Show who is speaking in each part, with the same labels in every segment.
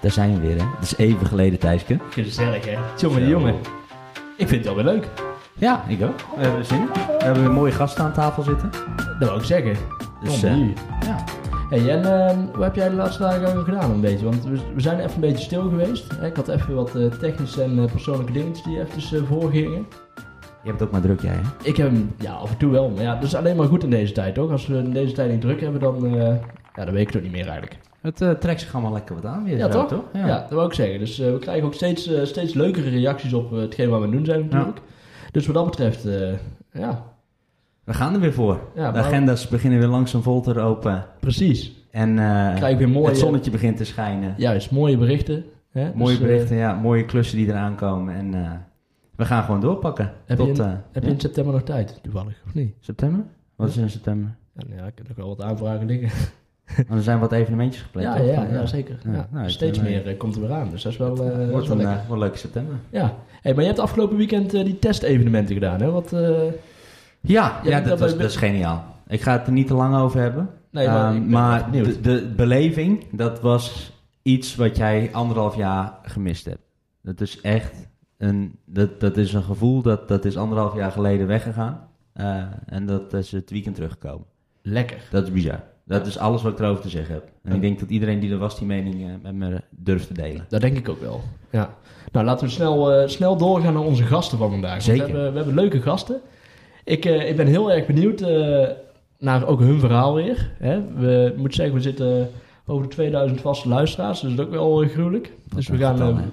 Speaker 1: Daar zijn we weer, hè? Het is even geleden, Thijske.
Speaker 2: Gezellig, hè? Jongen, jongen. Ik vind het wel weer leuk.
Speaker 1: Ja, ik ook.
Speaker 2: We hebben er zin in.
Speaker 3: We hebben een mooie gasten aan tafel zitten.
Speaker 2: Dat wil ik zeggen.
Speaker 1: Dus,
Speaker 2: Kom,
Speaker 1: eh,
Speaker 2: hier.
Speaker 1: Ja.
Speaker 2: Hey, en ehm, wat heb jij de laatste dagen allemaal gedaan een beetje? Want we, we zijn even een beetje stil geweest. hè? Ik had even wat eh, technische en eh, persoonlijke dingetjes die even eh, voorgingen.
Speaker 1: Je hebt het ook maar druk, jij, hè?
Speaker 2: Ik heb hem, ja, af en toe wel. Maar ja, dat is alleen maar goed in deze tijd, toch? Als we in deze tijd niet druk hebben, dan, eh, ja, dan weet ik het ook niet meer eigenlijk.
Speaker 3: Het eh, trekt zich allemaal lekker wat aan weer.
Speaker 2: Ja,
Speaker 3: zo,
Speaker 2: toch? Ja.
Speaker 3: Ja.
Speaker 2: dat wil ik zeggen. Dus eh, we krijgen ook steeds, eh, steeds leukere reacties op eh, hetgeen waar we aan het doen zijn natuurlijk. Dus wat dat betreft, eh, ja,
Speaker 1: We gaan er weer voor.
Speaker 2: Ja,
Speaker 1: de
Speaker 2: maar-
Speaker 1: agendas beginnen weer langzaam vol te lopen.
Speaker 2: precies.
Speaker 1: En eh,
Speaker 2: Krijg weer mooie,
Speaker 1: het zonnetje begint te schijnen.
Speaker 2: juist, mooie berichten. Hè?
Speaker 1: Mooie
Speaker 2: Dus, eh,
Speaker 1: berichten, ja. Mooie klussen die eraan komen. En eh, we gaan gewoon doorpakken.
Speaker 2: Heb je
Speaker 1: tot
Speaker 2: een-
Speaker 1: eh,
Speaker 2: heb je
Speaker 1: ja,
Speaker 2: in september nog tijd, toevallig, of niet?
Speaker 1: september? Wat is er in september?
Speaker 2: Ja, nou ja ik heb nog wel wat aanvragen liggen.
Speaker 1: Want er zijn wat evenementjes gepland.
Speaker 2: Ja, ja,
Speaker 1: toch?
Speaker 2: ja,
Speaker 1: Van,
Speaker 2: ja,
Speaker 1: eh,
Speaker 2: zeker.
Speaker 1: Ja,
Speaker 2: Ja.
Speaker 1: nou, ik
Speaker 2: Steeds
Speaker 1: ben, eh,
Speaker 2: meer eh, komt er weer aan, dus dat is wel, eh, dat
Speaker 1: Wordt
Speaker 2: is wel
Speaker 1: een,
Speaker 2: lekker.
Speaker 1: eh, wel leuke september.
Speaker 2: Ja, hey, maar je hebt afgelopen weekend eh, die testevenementen gedaan, hè? Wat, eh,
Speaker 1: Ja,
Speaker 2: Ja,
Speaker 1: ja,
Speaker 2: dat
Speaker 1: dat, was,
Speaker 2: we-
Speaker 1: dat is geniaal. Ik ga het er niet te lang over hebben.
Speaker 2: Nee, maar
Speaker 1: Ehm,
Speaker 2: ik ben
Speaker 1: maar
Speaker 2: echt benieuwd.
Speaker 1: de, de beleving, dat was iets wat jij anderhalf jaar gemist hebt. Dat is echt een, dat, dat is een gevoel dat, dat is anderhalf jaar geleden weggegaan. Eh, en dat is het weekend teruggekomen.
Speaker 2: lekker.
Speaker 1: Dat is bizar. Dat is alles wat ik erover te zeggen heb. En ik denk dat iedereen die er was die mening eh, met me durft te delen.
Speaker 2: Dat denk ik ook wel. Ja. Nou, laten we snel, eh, snel doorgaan naar onze gasten van vandaag. Want
Speaker 1: Zeker.
Speaker 2: We hebben, we hebben leuke gasten. Ik, eh, ik ben heel erg benieuwd eh, naar ook hun verhaal weer. Hè? We ik moet zeggen, we zitten over de 2000 vaste luisteraars. Dus dat is ook wel eh, gruwelijk. Dus we
Speaker 1: een
Speaker 2: gaan,
Speaker 1: getal,
Speaker 2: eh,
Speaker 1: hè?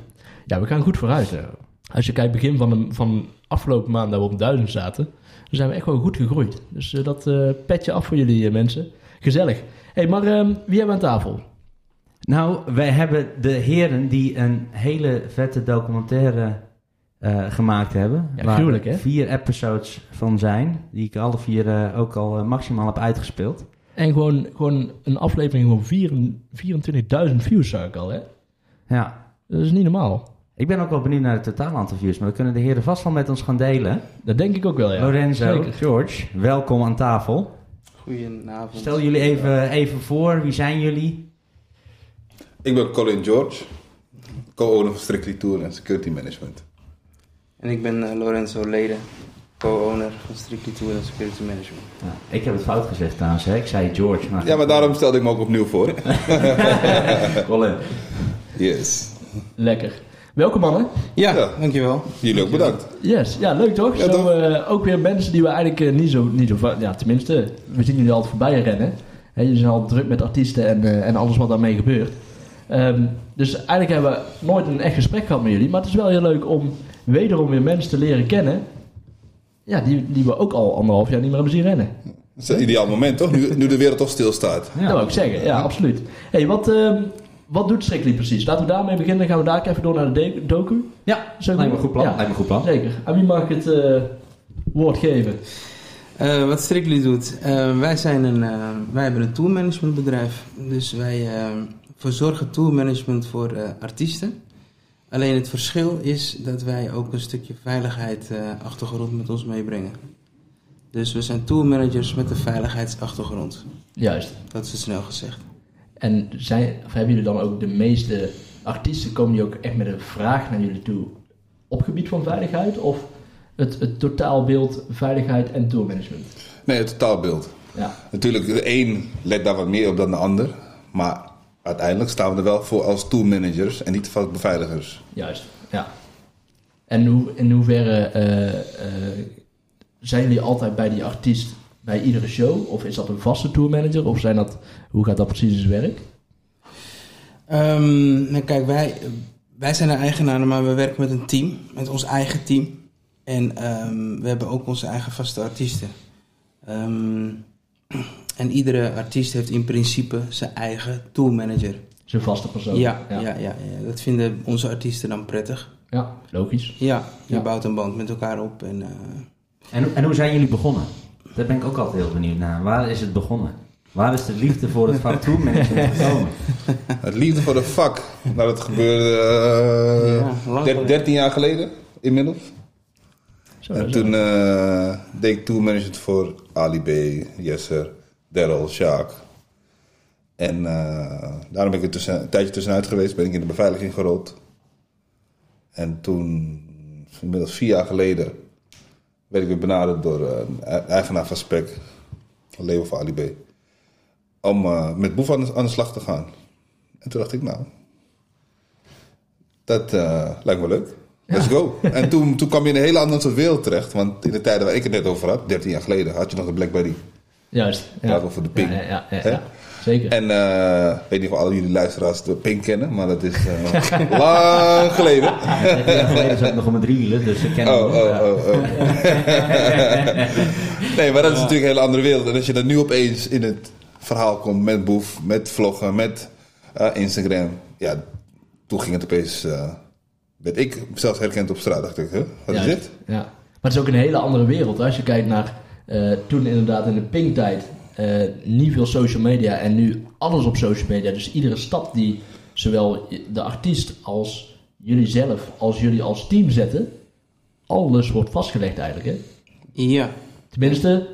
Speaker 2: ja, we gaan goed vooruit. hè. Als je kijkt begin van de van afgelopen maand dat we op 1000 zaten, dan zijn we echt wel goed gegroeid. Dus eh, dat eh petje af voor jullie eh, mensen. Gezellig. hey, maar ehm, wie hebben we aan tafel?
Speaker 1: Nou, wij hebben de heren die een hele vette documentaire eh, gemaakt hebben.
Speaker 2: Ja, gruwelijk, hè?
Speaker 1: vier episodes van zijn, die ik alle vier eh, ook al eh, maximaal heb uitgespeeld.
Speaker 2: En gewoon, gewoon een aflevering van 24.000 views zag ik al, hè?
Speaker 1: Ja,
Speaker 2: Dat is niet normaal.
Speaker 1: ik ben ook wel benieuwd naar het totaal aantal views, maar dat kunnen de heren vast wel met ons gaan delen.
Speaker 2: Dat denk ik ook wel, ja.
Speaker 1: Lorenzo,
Speaker 2: Zeker.
Speaker 1: George, welkom aan tafel.
Speaker 4: Goedenavond.
Speaker 1: Stel jullie even, even voor, wie zijn jullie?
Speaker 5: Ik ben Colin George, co-owner van Strictly Tour en Security Management.
Speaker 4: En ik ben eh, Lorenzo Leden, co-owner van Strictly Tour en Security Management.
Speaker 1: Nou, ik heb het fout gezegd trouwens, hè? ik zei George, maar...
Speaker 5: Ja, maar daarom stelde ik me ook opnieuw voor.
Speaker 1: Colin.
Speaker 5: Yes.
Speaker 2: Lekker. Welkom, mannen.
Speaker 4: Ja,
Speaker 5: Ja.
Speaker 4: dankjewel.
Speaker 5: Jullie ook bedankt.
Speaker 2: Yes, ja, leuk toch?
Speaker 5: Ja,
Speaker 2: zo,
Speaker 5: toch?
Speaker 2: eh, ook weer mensen die we eigenlijk eh, niet, zo, niet zo va- Ja, tenminste, we zien jullie altijd voorbij rennen. Hè, jullie zijn al druk met artiesten en, eh, en alles wat daarmee gebeurt. Ehm, dus eigenlijk hebben we nooit een echt gesprek gehad met jullie. Maar het is wel heel leuk om wederom weer mensen te leren kennen. Ja, die, die we ook al anderhalf jaar niet meer hebben zien rennen.
Speaker 5: Dat is een ideaal moment, toch? Nu, nu de wereld toch stilstaat.
Speaker 2: Ja, dat wil ik zeggen. Ja, absoluut. hey, wat, ehm, wat doet Strictly precies? Laten we daarmee beginnen. Dan gaan we daar even door naar de de docu.
Speaker 1: Ja,
Speaker 2: Zo
Speaker 1: lijkt me
Speaker 2: goed.
Speaker 1: een goed plan.
Speaker 2: Ja.
Speaker 1: Lijkt me een goed plan.
Speaker 2: Zeker. Aan wie mag ik het eh, woord geven?
Speaker 4: Eh, wat Strictly doet, eh, wij, zijn een, eh, wij hebben een tourmanagementbedrijf. Dus wij eh, verzorgen tourmanagement voor eh, artiesten. Alleen het verschil is dat wij ook een stukje veiligheid eh, achtergrond met ons meebrengen. Dus we zijn tourmanagers met een veiligheidsachtergrond.
Speaker 2: Juist.
Speaker 4: Dat is het snel gezegd.
Speaker 2: En zijn, of hebben jullie dan ook de meeste artiesten... komen die ook echt met een vraag naar jullie toe op gebied van veiligheid? Of het, het totaalbeeld veiligheid en tourmanagement?
Speaker 5: Nee, het totaalbeeld.
Speaker 2: Ja,
Speaker 5: Natuurlijk, de een let daar wat meer op dan de ander. Maar uiteindelijk staan we er wel voor als toolmanagers en niet als beveiligers.
Speaker 2: juist. Ja. En hoe, in hoeverre eh, eh, zijn jullie altijd bij die artiest bij iedere show? Of is dat een vaste tourmanager? Of zijn dat, hoe gaat dat precies in zijn werk?
Speaker 4: Ehm, nou kijk, wij, wij zijn de eigenaren, maar we werken met een team, met ons eigen team. En ehm, we hebben ook onze eigen vaste artiesten. Ehm, en iedere artiest heeft in principe zijn eigen toolmanager.
Speaker 2: Zijn vaste persoon.
Speaker 4: Ja, ja.
Speaker 2: ja.
Speaker 4: Ja, ja, dat vinden onze artiesten dan prettig.
Speaker 2: Ja, logisch.
Speaker 4: Ja, je
Speaker 2: Ja.
Speaker 4: bouwt een band met elkaar op. En, eh,
Speaker 1: En, en hoe zijn jullie begonnen? Daar ben ik ook altijd heel benieuwd naar. Waar is het begonnen? Waar is de liefde voor het vak tourmanagement gekomen?
Speaker 5: Het liefde voor de vak. Nou, dat gebeurde eh,
Speaker 4: Ja, lang
Speaker 5: der-
Speaker 4: geleden.
Speaker 5: 13 jaar geleden inmiddels.
Speaker 2: Zo,
Speaker 5: en
Speaker 2: zo.
Speaker 5: toen eh, deed ik toolmanagement voor Ali B, Jesser, Daryl, Sjaak. En eh, daarom ben ik er tussen, een tijdje tussenuit geweest, ben ik in de beveiliging gerold. En toen, inmiddels vier jaar geleden, werd ik weer benaderd door eh, een e- eigenaar van Spek, van Leo van Ali B. Om eh, met Boef aan de, aan de slag te gaan. En toen dacht ik, nou, dat eh, lijkt me leuk. Let's go. En toen, toen kwam je in een hele andere soort wereld terecht. Want in de tijden waar ik het net over had, 13 jaar geleden, had je nog de Blackberry.
Speaker 2: Juist.
Speaker 5: Ja. Praat over de ping.
Speaker 2: Ja, ja, ja, ja,
Speaker 5: Hè?
Speaker 2: ja. Zeker.
Speaker 5: En eh, ik weet niet of al jullie luisteraars de Pink kennen, maar dat is eh, lang geleden.
Speaker 1: jaar geleden zat ik nog op mijn driewielen, dus ik ken
Speaker 5: Oh,
Speaker 1: hem
Speaker 5: oh,
Speaker 1: wel.
Speaker 5: oh, oh. nee, maar dat is natuurlijk een hele andere wereld. En als je dan nu opeens in het verhaal komt met Boef, met vloggen, met eh, Instagram. Ja, toen ging het opeens... eh werd ik zelfs herkend op straat. dacht ik, huh? wat is
Speaker 2: Juist,
Speaker 5: dit?
Speaker 2: Ja. Maar het is ook een hele andere wereld. hè. Als je kijkt naar eh, toen inderdaad in de Pink-tijd eh, niet veel social media en nu alles op social media. Dus iedere stap die zowel de artiest als jullie zelf, als jullie als team zetten, alles wordt vastgelegd eigenlijk. Hè?
Speaker 4: Ja,
Speaker 2: Tenminste,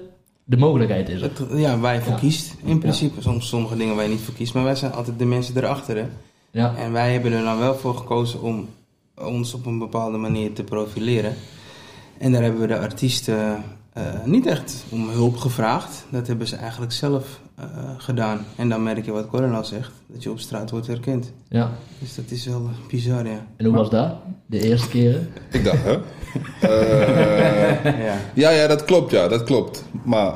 Speaker 2: de mogelijkheid is er.
Speaker 4: het- ja waar je voor
Speaker 2: Ja.
Speaker 4: kiest. In principe, soms sommige dingen waar je niet voor kiest. Maar wij zijn altijd de mensen erachter. Hè?
Speaker 2: Ja,
Speaker 4: En wij hebben er dan wel voor gekozen om ons op een bepaalde manier te profileren. En daar hebben we de artiesten eh, niet echt om hulp gevraagd. Dat hebben ze eigenlijk zelf eh, gedaan. En dan merk je wat Corin al zegt, dat je op straat wordt herkend.
Speaker 2: ja.
Speaker 4: Dus dat is wel bizar, ja.
Speaker 2: En hoe was dat? De eerste keren?
Speaker 5: Ik dacht, hè? Eh,
Speaker 4: ja.
Speaker 5: ja, ja, dat klopt, ja, dat klopt. Maar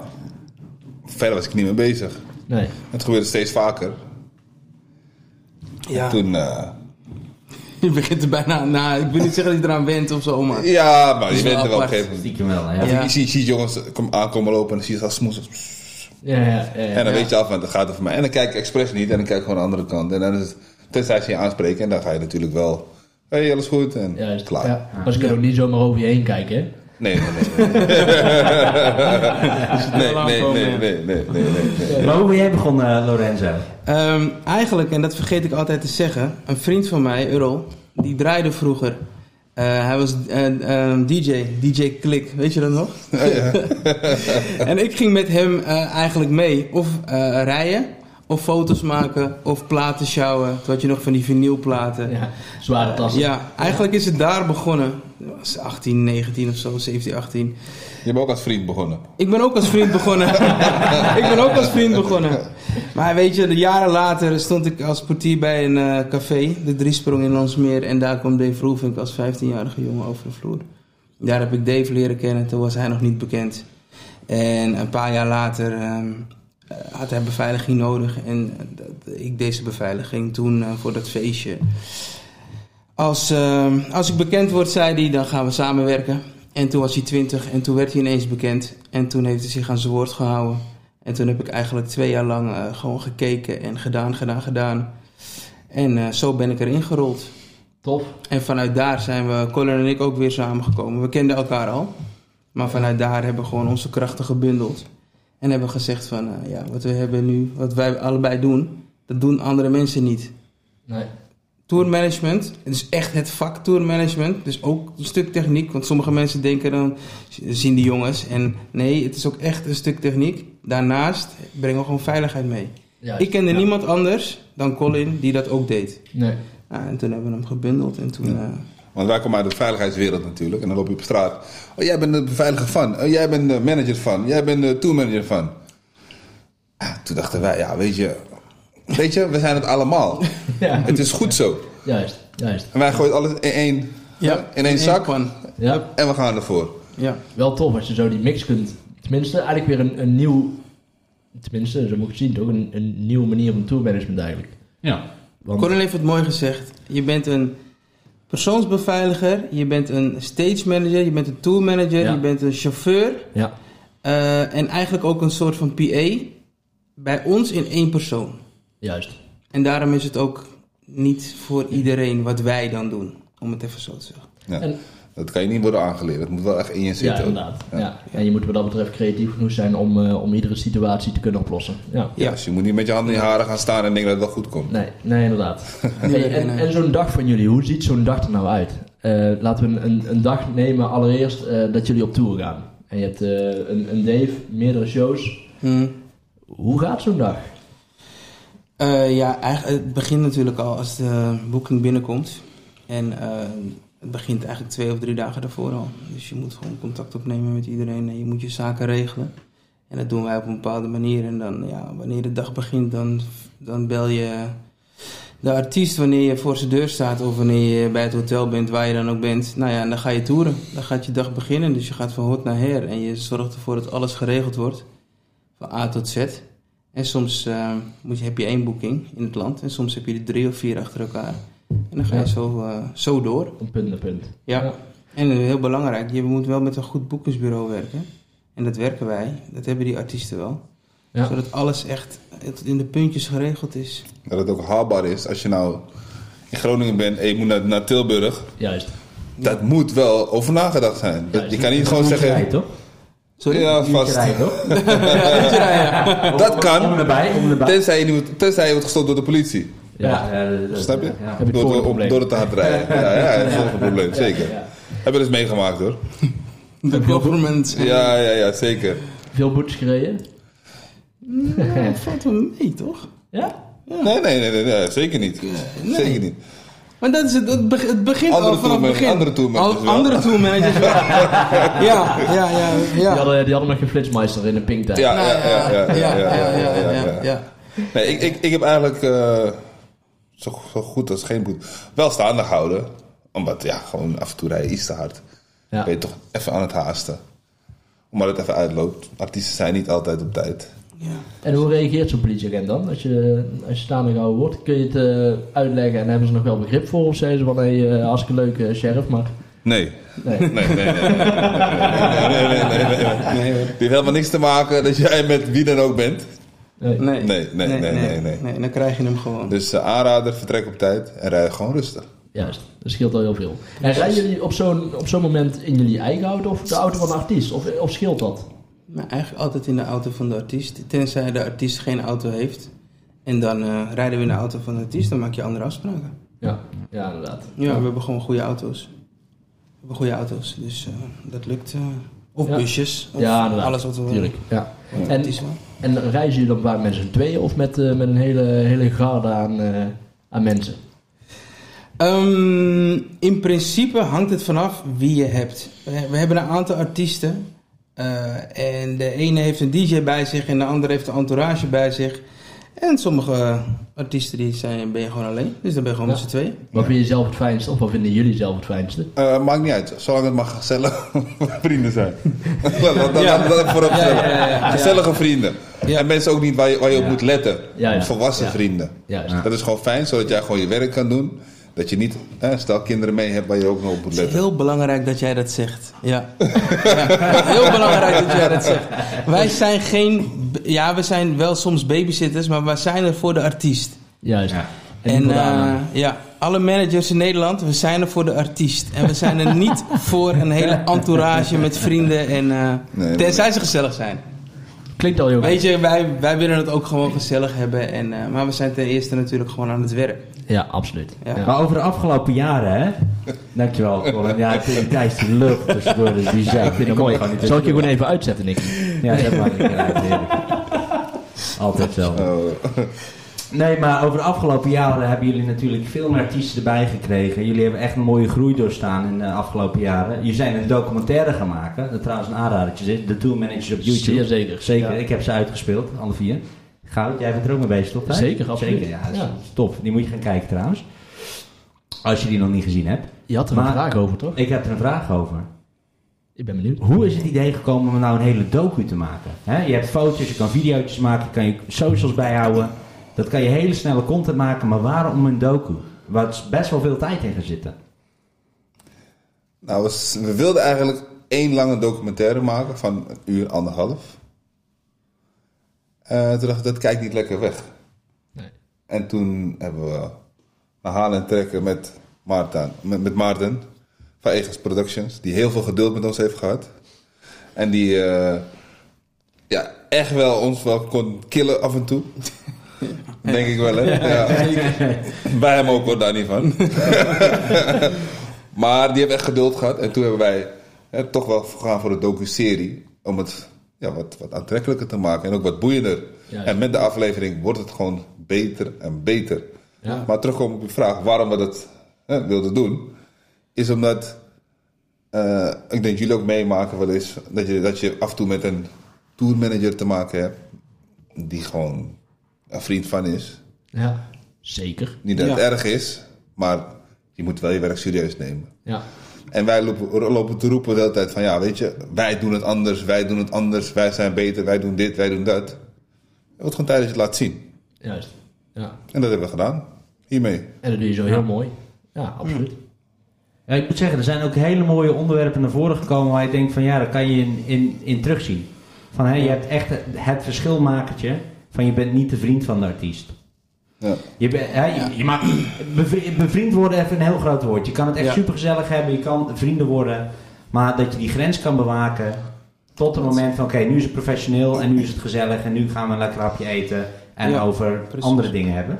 Speaker 5: verder was ik niet mee bezig.
Speaker 2: Nee.
Speaker 5: Het gebeurde steeds vaker.
Speaker 4: Ja.
Speaker 5: Toen, eh,
Speaker 4: Je begint er bijna aan. Nou, ik wil niet zeggen dat je eraan went of zo, maar...
Speaker 5: ja, maar je
Speaker 4: is wel
Speaker 5: bent er wel op een
Speaker 4: apart.
Speaker 5: gegeven moment.
Speaker 1: Stiekem wel, ja.
Speaker 4: Ja.
Speaker 5: Je ziet, ziet jongens kom, aankomen lopen en dan zie je ze als smoes.
Speaker 2: Ja, ja, ja, ja.
Speaker 5: En dan weet je af, want het gaat over mij. En dan kijk ik expres niet en dan kijk ik gewoon de andere kant. En dan is het, tenzij ze je aanspreken en dan ga je natuurlijk wel. Hé, hey, alles goed? En
Speaker 2: Juist.
Speaker 5: klaar.
Speaker 2: Ja. Maar ze kunnen ook niet zomaar over je heen kijken. hè?
Speaker 5: Nee, nee, nee. Nee, nee, nee, nee, nee, nee, nee, nee.
Speaker 1: Maar hoe ben jij begonnen, eh, Lorenzo?
Speaker 4: Ehm, eigenlijk, en dat vergeet ik altijd te zeggen, een vriend van mij, Earl, die draaide vroeger. Eh, hij was eh, ehm, DJ, DJ Klik, weet je dat nog? en ik ging met hem eh, eigenlijk mee, of eh, rijden, of foto's maken, of platen sjouwen. Toen had je nog van die vinylplaten.
Speaker 2: Ja. Zware tassen.
Speaker 4: Ja, eigenlijk is het daar begonnen. Dat was 18, 19 of zo, 17, 18.
Speaker 5: Je bent ook als vriend begonnen.
Speaker 4: Ik ben ook als vriend begonnen. ik ben ook als vriend begonnen. Maar weet je, de jaren later stond ik als portier bij een eh, café, de Driesprong in Landsmeer. En daar kwam Dave Roelvink als 15-jarige jongen over de vloer. Daar heb ik Dave leren kennen, toen was hij nog niet bekend. En een paar jaar later ehm, eh, had hij beveiliging nodig. En dat- ik deed zijn beveiliging toen eh, voor dat feestje. Als, ehm, als ik bekend word, zei hij, dan gaan we samenwerken. En toen was hij twintig en toen werd hij ineens bekend. En toen heeft hij zich aan zijn woord gehouden. En toen heb ik eigenlijk twee jaar lang eh, gewoon gekeken en gedaan, gedaan, gedaan. En eh, zo ben ik erin gerold.
Speaker 2: Tof.
Speaker 4: En vanuit daar zijn we, Colin en ik, ook weer samengekomen. We kenden elkaar al. Maar vanuit daar hebben we gewoon onze krachten gebundeld. En hebben gezegd van, eh, ja, wat we hebben nu, wat wij allebei doen, dat doen andere mensen niet.
Speaker 2: Nee.
Speaker 4: Tourmanagement, het is echt het vak tourmanagement. Dus ook een stuk techniek, want sommige mensen denken dan, zien die jongens. En nee, het is ook echt een stuk techniek. Daarnaast brengen we gewoon veiligheid mee.
Speaker 2: Juist.
Speaker 4: Ik kende niemand anders dan Colin die dat ook deed.
Speaker 2: Nee.
Speaker 4: Nou, en toen hebben we hem gebundeld en toen... eh,
Speaker 5: Want wij komen uit de veiligheidswereld natuurlijk. En dan loop je op straat. Oh, jij bent de beveiliger van. Oh, jij bent de manager van. Jij bent de tourmanager van. Ah, toen dachten wij, ja, weet je... Weet je, we zijn het allemaal.
Speaker 2: Ja.
Speaker 5: Het is goed zo.
Speaker 2: Juist, juist.
Speaker 5: En wij gooien alles in één, in één zak.
Speaker 4: pan.
Speaker 2: Ja,
Speaker 5: En we gaan ervoor.
Speaker 4: Ja.
Speaker 2: wel tof als je zo die mix kunt. Tenminste, eigenlijk weer een, een nieuw. Tenminste, zo moet ik het zien toch? Een, een nieuwe manier van tourmanagement eigenlijk.
Speaker 3: Ja.
Speaker 1: Want-
Speaker 4: Corinne heeft het mooi gezegd. Je bent een persoonsbeveiliger, je bent een stage manager, je bent een tour manager,
Speaker 2: Ja.
Speaker 4: je bent een chauffeur
Speaker 2: Ja,
Speaker 4: eh, en eigenlijk ook een soort van PA bij ons in één persoon.
Speaker 2: juist.
Speaker 4: En daarom is het ook niet voor iedereen wat wij dan doen, om het even zo te zeggen.
Speaker 5: Ja.
Speaker 2: En-
Speaker 5: Dat kan je niet worden aangeleerd. Dat moet wel echt in je
Speaker 2: Ja,
Speaker 5: zitten.
Speaker 2: inderdaad.
Speaker 5: Ja.
Speaker 2: Ja. En je moet wat dat betreft creatief genoeg zijn om, eh, om iedere situatie te kunnen oplossen. Ja.
Speaker 5: Ja,
Speaker 4: Ja.
Speaker 5: dus je moet niet met je handen in je haren gaan staan en denken dat het wel goed komt.
Speaker 2: Nee, nee, inderdaad.
Speaker 4: Nee,
Speaker 2: Hey, en
Speaker 4: nee.
Speaker 2: en zo'n dag van jullie, hoe ziet zo'n dag er nou uit? Eh, laten we een, een, een dag nemen, allereerst eh, dat jullie op tour gaan. En je hebt
Speaker 4: Mm.
Speaker 2: eh, een, een Dave, meerdere shows.
Speaker 4: Hm.
Speaker 2: Hoe gaat zo'n dag?
Speaker 4: Eh, ja, eigenlijk, het begint natuurlijk al als de boeking binnenkomt. En eh, het begint eigenlijk twee of drie dagen daarvoor al. Dus je moet gewoon contact opnemen met iedereen en je moet je zaken regelen. En dat doen wij op een bepaalde manier. En dan, ja, wanneer de dag begint, dan, dan bel je de artiest wanneer je voor zijn deur staat of wanneer je bij het hotel bent, waar je dan ook bent. Nou ja, en dan ga je toeren. Dan gaat je dag beginnen. Dus je gaat van hot naar her en je zorgt ervoor dat alles geregeld wordt. Van A tot Z. En soms eh, moet je, heb je één boeking in het land en soms heb je er drie of vier achter elkaar. En dan ga je
Speaker 2: Ja.
Speaker 4: zo, eh, zo door.
Speaker 2: Van punt naar punt.
Speaker 4: Ja.
Speaker 2: Ja.
Speaker 4: En eh, heel belangrijk, je moet wel met een goed boekingsbureau werken. En dat werken wij, dat hebben die artiesten wel.
Speaker 2: Ja.
Speaker 4: Zodat alles echt tot in de puntjes geregeld is.
Speaker 5: Dat het ook haalbaar is. Als je nou in Groningen bent en je moet naar, naar Tilburg.
Speaker 2: Juist.
Speaker 5: Dat moet wel over nagedacht zijn. Dat- je kan niet gewoon zeggen...
Speaker 1: Rijdt, toch?
Speaker 4: Sorry?
Speaker 5: Ja,
Speaker 1: Uurtje
Speaker 5: vast.
Speaker 1: rijden, toch?
Speaker 5: Dat
Speaker 1: Om en
Speaker 5: kan.
Speaker 1: nabij, om en nabij.
Speaker 5: Tenzij je, niet wordt- tenzij je wordt gestopt door de politie.
Speaker 1: Ja, ja, dat- dat-
Speaker 5: Snap je?
Speaker 1: ja.
Speaker 2: Heb je het
Speaker 5: Door, door,
Speaker 2: probleem.
Speaker 5: door het te hard rijden. Ja, ja, het probleem. Zeker.
Speaker 2: ja.
Speaker 5: Heb je dat eens meegemaakt hoor.
Speaker 4: De government.
Speaker 5: Ja, ja, ja, zeker.
Speaker 2: Veel boetes gereden?
Speaker 4: Ja, valt wel mee, toch?
Speaker 2: Ja.
Speaker 5: Nee, nee, nee, nee, nee, zeker niet. Zeker niet.
Speaker 4: Maar dat is het, het, beg- het begint
Speaker 5: Andere
Speaker 4: al vanaf het
Speaker 5: tourman-
Speaker 4: begin.
Speaker 5: andere tourmanagers
Speaker 4: Al-
Speaker 5: wel.
Speaker 4: Andere tourmanagers wel. ja, ja, ja, ja.
Speaker 2: Die
Speaker 4: Ja,
Speaker 2: hadden, die hadden nog geen flitsmeister in een pinktijd.
Speaker 5: Ja,
Speaker 4: Nou,
Speaker 5: ja, ja, ja, ja, ja, ja, ja, ja.
Speaker 4: ja.
Speaker 5: Nee, ik, ik, ik heb eigenlijk eh, zo, zo goed als geen boet. Wel staande gehouden. Omdat, ja, gewoon af en toe rijden iets te hard.
Speaker 2: Ja.
Speaker 5: Ben je toch even aan het haasten. Omdat het even uitloopt. Artiesten zijn niet altijd op tijd.
Speaker 4: Ja.
Speaker 2: En hoe reageert zo'n politieagent dan? Als je, als je staande gehouden wordt, kun je het eh, uitleggen en hebben ze nog wel begrip voor? Of zeggen ze van, hé, hey, eh, hartstikke leuk eh, sheriff, maar...
Speaker 5: Nee.
Speaker 2: Nee.
Speaker 5: Nee, nee, nee. nee, nee, nee, nee, nee, nee, nee. Het heeft helemaal niks te maken dat jij met wie dan ook bent.
Speaker 2: nee.
Speaker 4: Nee.
Speaker 5: Nee, nee, nee, nee, nee.
Speaker 4: dan krijg je hem gewoon.
Speaker 5: Dus eh, aanrader, vertrek op tijd en rij gewoon rustig.
Speaker 2: Juist, dat scheelt al heel veel. En rijden jullie op zo'n, op zo'n moment in jullie eigen auto of de auto van de artiest? Of, of scheelt dat?
Speaker 4: Maar eigenlijk altijd in de auto van de artiest. Tenzij de artiest geen auto heeft. En dan eh, rijden we in de auto van de artiest. Dan maak je andere afspraken.
Speaker 2: Ja, ja inderdaad.
Speaker 4: Ja, we hebben gewoon goede auto's. We hebben goede auto's. Dus eh, dat lukt. eh. of
Speaker 2: Ja.
Speaker 4: busjes. Of
Speaker 2: ja, inderdaad.
Speaker 4: alles wat we
Speaker 2: Tuurlijk, ja.
Speaker 4: wat
Speaker 2: En,
Speaker 4: het is wel.
Speaker 2: en reizen jullie dan vaak met z'n tweeën of met, eh, met een hele, hele garde aan, eh, aan mensen?
Speaker 4: Ehm, in principe hangt het vanaf wie je hebt. We, we hebben een aantal artiesten. eh, en de ene heeft een DJ bij zich en de andere heeft een entourage bij zich. En sommige artiesten die zijn, ben je gewoon alleen. Dus dan ben je gewoon
Speaker 2: Ja.
Speaker 4: met z'n tweeën.
Speaker 2: Wat vind je zelf het fijnste of wat vinden jullie zelf het fijnste?
Speaker 5: Eh, maakt niet uit, zolang het maar gezellig vrienden zijn. dat dat, dat,
Speaker 4: Ja.
Speaker 5: dat voorop
Speaker 4: Ja,
Speaker 5: stellen.
Speaker 4: ja, ja, ja.
Speaker 5: Gezellige vrienden.
Speaker 4: Ja.
Speaker 5: En mensen ook niet waar je, waar je op moet letten.
Speaker 2: Ja, ja.
Speaker 5: Volwassen
Speaker 2: Ja.
Speaker 5: vrienden.
Speaker 2: Juist.
Speaker 5: Dat is gewoon fijn, zodat jij gewoon je werk kan doen. Dat je niet, eh, stel kinderen mee hebt waar je ook nog op moet
Speaker 4: Het is
Speaker 5: letten.
Speaker 4: heel belangrijk dat jij dat zegt. Ja. ja. Heel belangrijk dat jij dat zegt. Wij zijn geen. Ja, we zijn wel soms babysitters, maar we zijn er voor de artiest.
Speaker 2: Juist.
Speaker 1: Ja.
Speaker 2: En,
Speaker 4: En
Speaker 2: die modalen.
Speaker 4: eh, ja, alle managers in Nederland, we zijn er voor de artiest. En we zijn er niet voor een hele entourage met vrienden. En, eh,
Speaker 5: Nee,
Speaker 4: tenzij ze gezellig zijn.
Speaker 2: Klinkt al heel goed.
Speaker 4: Weet je, wij, wij willen het ook gewoon gezellig hebben. En, eh, maar we zijn ten eerste natuurlijk gewoon aan het werk.
Speaker 2: Ja, absoluut.
Speaker 4: Ja.
Speaker 2: Ja.
Speaker 1: Maar over de afgelopen jaren, hè? Dankjewel, Colin. Ja, Thijs die lucht tussendoor, dat is bizar. Ik vind het mooi. Gewoon niet
Speaker 2: Zal ik je gewoon even uitzetten, Nick?
Speaker 1: Ja, dat maakt niet uit. heerlijk. Altijd zo.
Speaker 5: Eh,
Speaker 1: Nee, maar over de afgelopen jaren hebben jullie natuurlijk veel meer artiesten erbij gekregen. Jullie hebben echt een mooie groei doorstaan in de afgelopen jaren. Jullie zijn een documentaire gaan maken. Dat trouwens een aanradertje is. De Tour Managers op YouTube.
Speaker 2: Zeer zeker.
Speaker 1: Zeker,
Speaker 2: Ja.
Speaker 1: ik heb ze uitgespeeld, alle vier. Goud, jij bent er ook mee bezig, toch? Thijs?
Speaker 2: Zeker, absoluut.
Speaker 1: Zeker, ja, dat is,
Speaker 2: Ja.
Speaker 1: dat is top. Die moet je gaan kijken trouwens. Als je die nog niet gezien hebt.
Speaker 2: Je had er
Speaker 1: Maar-
Speaker 2: een vraag over, toch?
Speaker 1: Ik heb er een vraag over.
Speaker 2: Ik ben benieuwd.
Speaker 1: Hoe is het idee gekomen om nou een hele docu te maken? Hè, je hebt foto's, je kan video's maken, je kan je socials bijhouden. Dat kan je hele snelle content maken, maar waarom een docu? Waar is best wel veel tijd in gaat zitten.
Speaker 5: nou, we, s- we wilden eigenlijk één lange documentaire maken van een uur, anderhalf. Eh, toen dacht ik, dat kijkt niet lekker weg.
Speaker 2: Nee.
Speaker 5: En toen hebben we naar Halen trekken met Maarten, met, met Maarten van Egels Productions, die heel veel geduld met ons heeft gehad. En die eh, ja, echt wel ons wel kon killen af en toe. Denk ik wel, hè? Ja. Wij hem ook hoor, daar niet van. maar die hebben echt geduld gehad. En toen hebben wij hè, toch wel gegaan voor de docu-serie. Om het ja, wat, wat aantrekkelijker te maken en ook wat boeiender.
Speaker 2: Juist.
Speaker 5: En met de aflevering wordt het gewoon beter en beter.
Speaker 2: Ja.
Speaker 5: Maar terugkomen op de vraag waarom we dat hè, wilden doen, is omdat eh, ik denk jullie ook meemaken wel eens dat je, dat je af en toe met een tourmanager te maken hebt die gewoon een vriend van is.
Speaker 2: Ja. Zeker.
Speaker 5: Niet dat het
Speaker 4: Ja.
Speaker 5: erg is, maar je moet wel je werk serieus nemen.
Speaker 2: Ja.
Speaker 5: En wij lopen, lopen te roepen de hele tijd van ja, weet je, wij doen het anders, wij doen het anders, wij zijn beter, wij doen dit, wij doen dat. Het wordt gewoon tijd dat je het laat zien.
Speaker 2: Juist. Ja.
Speaker 5: En dat hebben we gedaan. Hiermee.
Speaker 2: En dat doe je zo heel mooi. Ja,
Speaker 4: Mm.
Speaker 2: absoluut.
Speaker 1: Ja, ik moet zeggen, er zijn ook hele mooie onderwerpen naar voren gekomen waar je denkt van ja, daar kan je in, in, in terugzien. Van hé, je hebt echt het verschilmakertje van je bent niet de vriend van de artiest.
Speaker 5: Ja.
Speaker 1: Je, bent- hè, je, je maakt, bevri- bevriend worden even een heel groot woord. Je kan het echt
Speaker 4: Ja.
Speaker 1: supergezellig hebben, je kan vrienden worden. Maar dat je die grens kan bewaken tot het moment van oké, nu is het professioneel en nu is het gezellig en nu gaan we een lekker hapje eten en
Speaker 4: Ja,
Speaker 1: over
Speaker 4: precies.
Speaker 1: andere dingen hebben.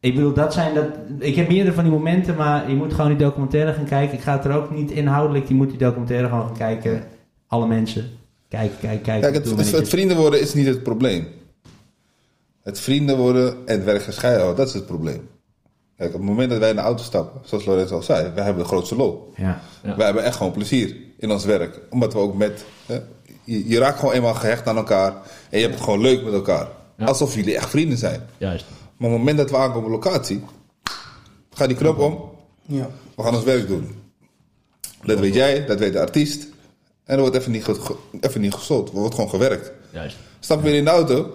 Speaker 1: Ik bedoel, dat zijn dat. Ik heb meerdere van die momenten, maar je moet gewoon die documentaire gaan kijken. Ik ga het er ook niet inhoudelijk, je moet die documentaire gewoon gaan kijken. Alle mensen. Kijken, kijken, kijken.
Speaker 5: Kijk, het,
Speaker 1: Doe
Speaker 5: het,
Speaker 1: maar
Speaker 5: het
Speaker 1: netjes.
Speaker 5: vrienden worden is niet het probleem. Het vrienden worden en het werk gescheiden houden, dat is het probleem. Kijk, op het moment dat wij in de auto stappen, zoals Lorenz al zei, wij hebben de grootste lol.
Speaker 1: ja.
Speaker 2: Ja.
Speaker 5: Wij hebben echt gewoon plezier in ons werk. Omdat we ook met... hè, je, je raakt gewoon eenmaal gehecht aan elkaar. En je hebt het gewoon leuk met elkaar.
Speaker 2: Ja.
Speaker 5: Alsof jullie echt vrienden zijn.
Speaker 2: Juist.
Speaker 5: Maar op het moment dat we aankomen op locatie... Ga die knop om.
Speaker 4: Ja.
Speaker 5: We gaan ons werk doen. Dat weet jij, dat weet de artiest. En er wordt even niet, ge- ge- even niet gesold. Er wordt gewoon gewerkt.
Speaker 2: Juist.
Speaker 5: Stap weer in de auto.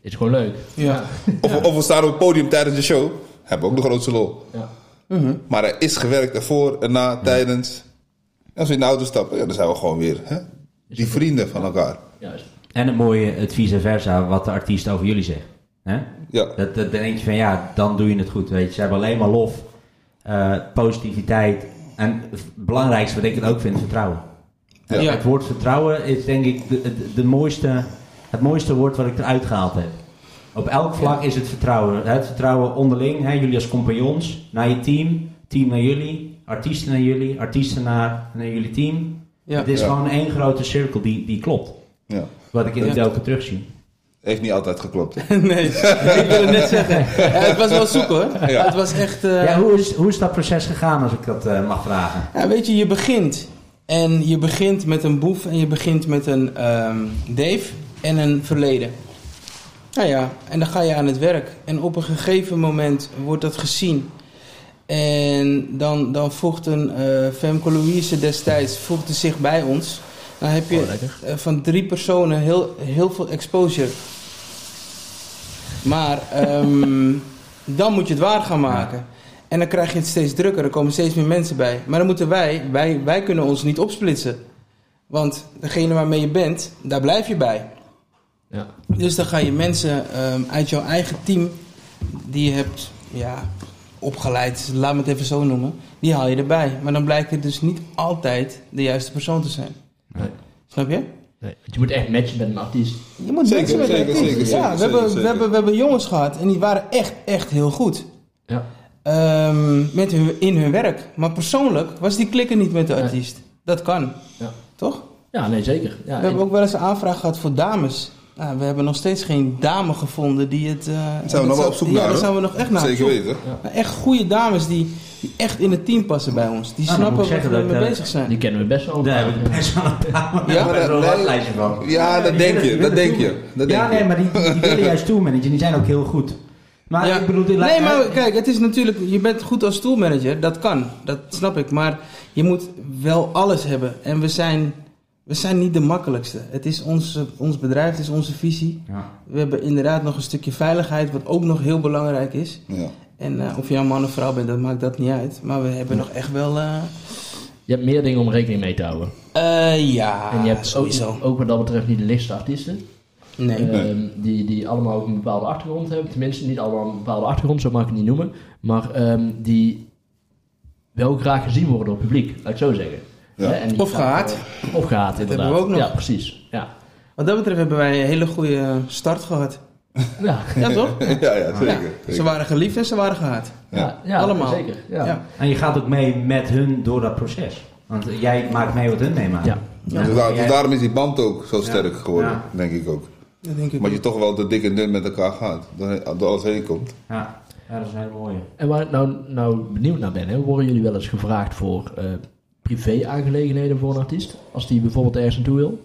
Speaker 2: Is gewoon leuk.
Speaker 4: Ja.
Speaker 5: Of, of we staan op het podium tijdens de show. Hebben we ook de grootste lol.
Speaker 2: Ja.
Speaker 5: Maar er is gewerkt ervoor, erna, tijdens. En als we in de auto stappen, ja, dan zijn we gewoon weer hè? die vrienden van elkaar.
Speaker 2: Juist.
Speaker 1: En het mooie, het vice versa, wat de artiest over jullie zegt. Hè?
Speaker 5: Ja.
Speaker 1: Dat, dat, dan denk je van ja, dan doe je het goed. Weet je. Ze hebben alleen maar lof, eh, positiviteit en het belangrijkste wat ik het ook vind, vertrouwen.
Speaker 5: Ja.
Speaker 4: Ja.
Speaker 1: Het woord vertrouwen is denk ik de, de, de mooiste, het mooiste woord wat ik eruit gehaald heb. Op elk vlak is het vertrouwen. Het vertrouwen onderling, hè, jullie als compagnons, naar je team, team naar jullie, artiesten naar jullie, artiesten naar, naar jullie team.
Speaker 4: Ja.
Speaker 1: Het is
Speaker 5: Ja.
Speaker 1: gewoon één grote cirkel die, die klopt.
Speaker 5: ja.
Speaker 1: Wat ik in de
Speaker 4: Ja.
Speaker 1: docu terugzie.
Speaker 5: Heeft niet altijd geklopt.
Speaker 4: nee, ik wil het net zeggen. Ja, het was wel zoeken hoor.
Speaker 5: Ja.
Speaker 4: Het was echt... eh,
Speaker 1: Ja, hoe, is, hoe is dat proces gegaan, als ik dat eh, mag vragen?
Speaker 4: Ja, weet je, je begint. En je begint met een boef en je begint met een ehm, Dave en een verleden. Nou ja, en dan ga je aan het werk. En op een gegeven moment wordt dat gezien. En dan, dan voegt een eh, Femke Louise destijds voegde zich bij ons. Dan heb je
Speaker 2: Oh, lekker.
Speaker 4: eh, van drie personen heel, heel veel exposure. Maar ehm, dan moet je het waar gaan maken. En dan krijg je het steeds drukker, er komen steeds meer mensen bij. Maar dan moeten wij, wij, wij kunnen ons niet opsplitsen. Want degene waarmee je bent, daar blijf je bij.
Speaker 2: Ja.
Speaker 4: Dus dan ga je mensen ehm, uit jouw eigen team, die je hebt ja, opgeleid, laat me het even zo noemen, die haal je erbij. Maar dan blijkt het dus niet altijd de juiste persoon te zijn.
Speaker 2: Nee.
Speaker 4: Snap je?
Speaker 2: Nee. Want je moet echt matchen met een artiest.
Speaker 4: Je moet
Speaker 5: Zeker,
Speaker 4: mensen met
Speaker 5: zeker,
Speaker 4: elkaar doen. Ja,
Speaker 5: zeker, zeker,
Speaker 4: we,
Speaker 5: zeker,
Speaker 4: hebben,
Speaker 5: zeker.
Speaker 4: We, hebben, we hebben jongens gehad en die waren echt, echt heel goed.
Speaker 2: Ja.
Speaker 4: Ehm, met hun, in hun werk. Maar persoonlijk was die klikken niet met de
Speaker 2: Nee.
Speaker 4: artiest. Dat kan.
Speaker 2: Ja.
Speaker 4: Toch?
Speaker 2: Ja, nee, zeker. Ja,
Speaker 4: we hebben
Speaker 2: en-
Speaker 4: ook wel eens een aanvraag gehad voor dames. Nou, we hebben nog steeds geen dame gevonden die het... eh,
Speaker 5: we
Speaker 4: dat
Speaker 5: nog wel
Speaker 4: zou-
Speaker 5: op zoek
Speaker 4: ja,
Speaker 5: naar,
Speaker 4: daar
Speaker 5: hoor.
Speaker 4: zijn we nog echt naar op
Speaker 5: Zeker
Speaker 4: zoek.
Speaker 5: weten.
Speaker 4: Maar echt goede dames die, die echt in het team passen bij ons.
Speaker 1: Nou,
Speaker 4: Die
Speaker 1: dan
Speaker 4: snappen
Speaker 1: moet ik
Speaker 4: waar
Speaker 1: zeggen
Speaker 4: we
Speaker 1: dat
Speaker 4: mee
Speaker 1: ik, eh,
Speaker 4: bezig zijn.
Speaker 2: Die kennen we best wel. een
Speaker 1: Daar
Speaker 2: paar.
Speaker 1: heb ik best wel een paar maar
Speaker 4: Ja,
Speaker 1: daar heb ik wel
Speaker 5: nee.
Speaker 1: een lijstje van.
Speaker 5: Ja, dat denk je. Dat denk je. Dat
Speaker 1: ja,
Speaker 5: denk
Speaker 1: nee,
Speaker 5: je.
Speaker 1: maar die, die willen juist toolmanager, die zijn ook heel goed. Maar
Speaker 4: Ja.
Speaker 1: ik bedoel, dit
Speaker 4: nee,
Speaker 1: lijkt-
Speaker 4: maar kijk, het is natuurlijk, je bent goed als toolmanager, dat kan, dat snap ik. Maar je moet wel alles hebben. En we zijn, we zijn niet de makkelijkste. Het is ons, ons bedrijf, het is onze visie.
Speaker 1: Ja.
Speaker 4: We hebben inderdaad nog een stukje veiligheid, wat ook nog heel belangrijk is.
Speaker 5: Ja.
Speaker 4: En eh, of je een man of vrouw bent, dat maakt dat niet uit. Maar we hebben nog echt wel. eh,
Speaker 2: Je hebt meer dingen om rekening mee te houden.
Speaker 4: eh, ja,
Speaker 2: en je hebt
Speaker 4: sowieso.
Speaker 2: ook, ook wat dat betreft niet de lichtste artiesten.
Speaker 4: Nee.
Speaker 2: Ehm, die, die allemaal ook een bepaalde achtergrond hebben. Tenminste, niet allemaal een bepaalde achtergrond, zo mag ik het niet noemen. Maar ehm, die wel graag gezien worden door het publiek, laat ik zo zeggen.
Speaker 5: Ja.
Speaker 2: Hè, en die
Speaker 4: Of
Speaker 2: graag,
Speaker 4: gehaat.
Speaker 2: eh, Of gehaat, inderdaad.
Speaker 4: hebben we ook nog.
Speaker 2: Ja, precies. Ja,
Speaker 4: Wat dat betreft hebben wij een hele goede start gehad.
Speaker 2: ja.
Speaker 4: Ja, toch?
Speaker 5: Ja, ja, zeker. Dus
Speaker 4: Ja, ze waren geliefd en ze waren gehaat.
Speaker 2: ja, ja,
Speaker 4: Allemaal.
Speaker 2: Zeker. Ja.
Speaker 4: Ja.
Speaker 2: Ja.
Speaker 1: En je gaat ook mee met hun door dat proces. Want jij maakt mee wat hun meemaken.
Speaker 2: Ja.
Speaker 5: Dus daar- dus daarom is die band ook zo sterk geworden,
Speaker 1: Ja.
Speaker 5: denk ik ook.
Speaker 4: Dat denk ik
Speaker 5: Maar je
Speaker 4: ook.
Speaker 5: toch wel de dik en dun met elkaar gaat. Door, door alles heen komt.
Speaker 1: Ja, ja, dat is een hele mooie.
Speaker 2: En waar ik nou, nou benieuwd naar ben, hè, worden jullie wel eens gevraagd voor eh, privé-aangelegenheden voor een artiest? Als die bijvoorbeeld ergens naartoe wil?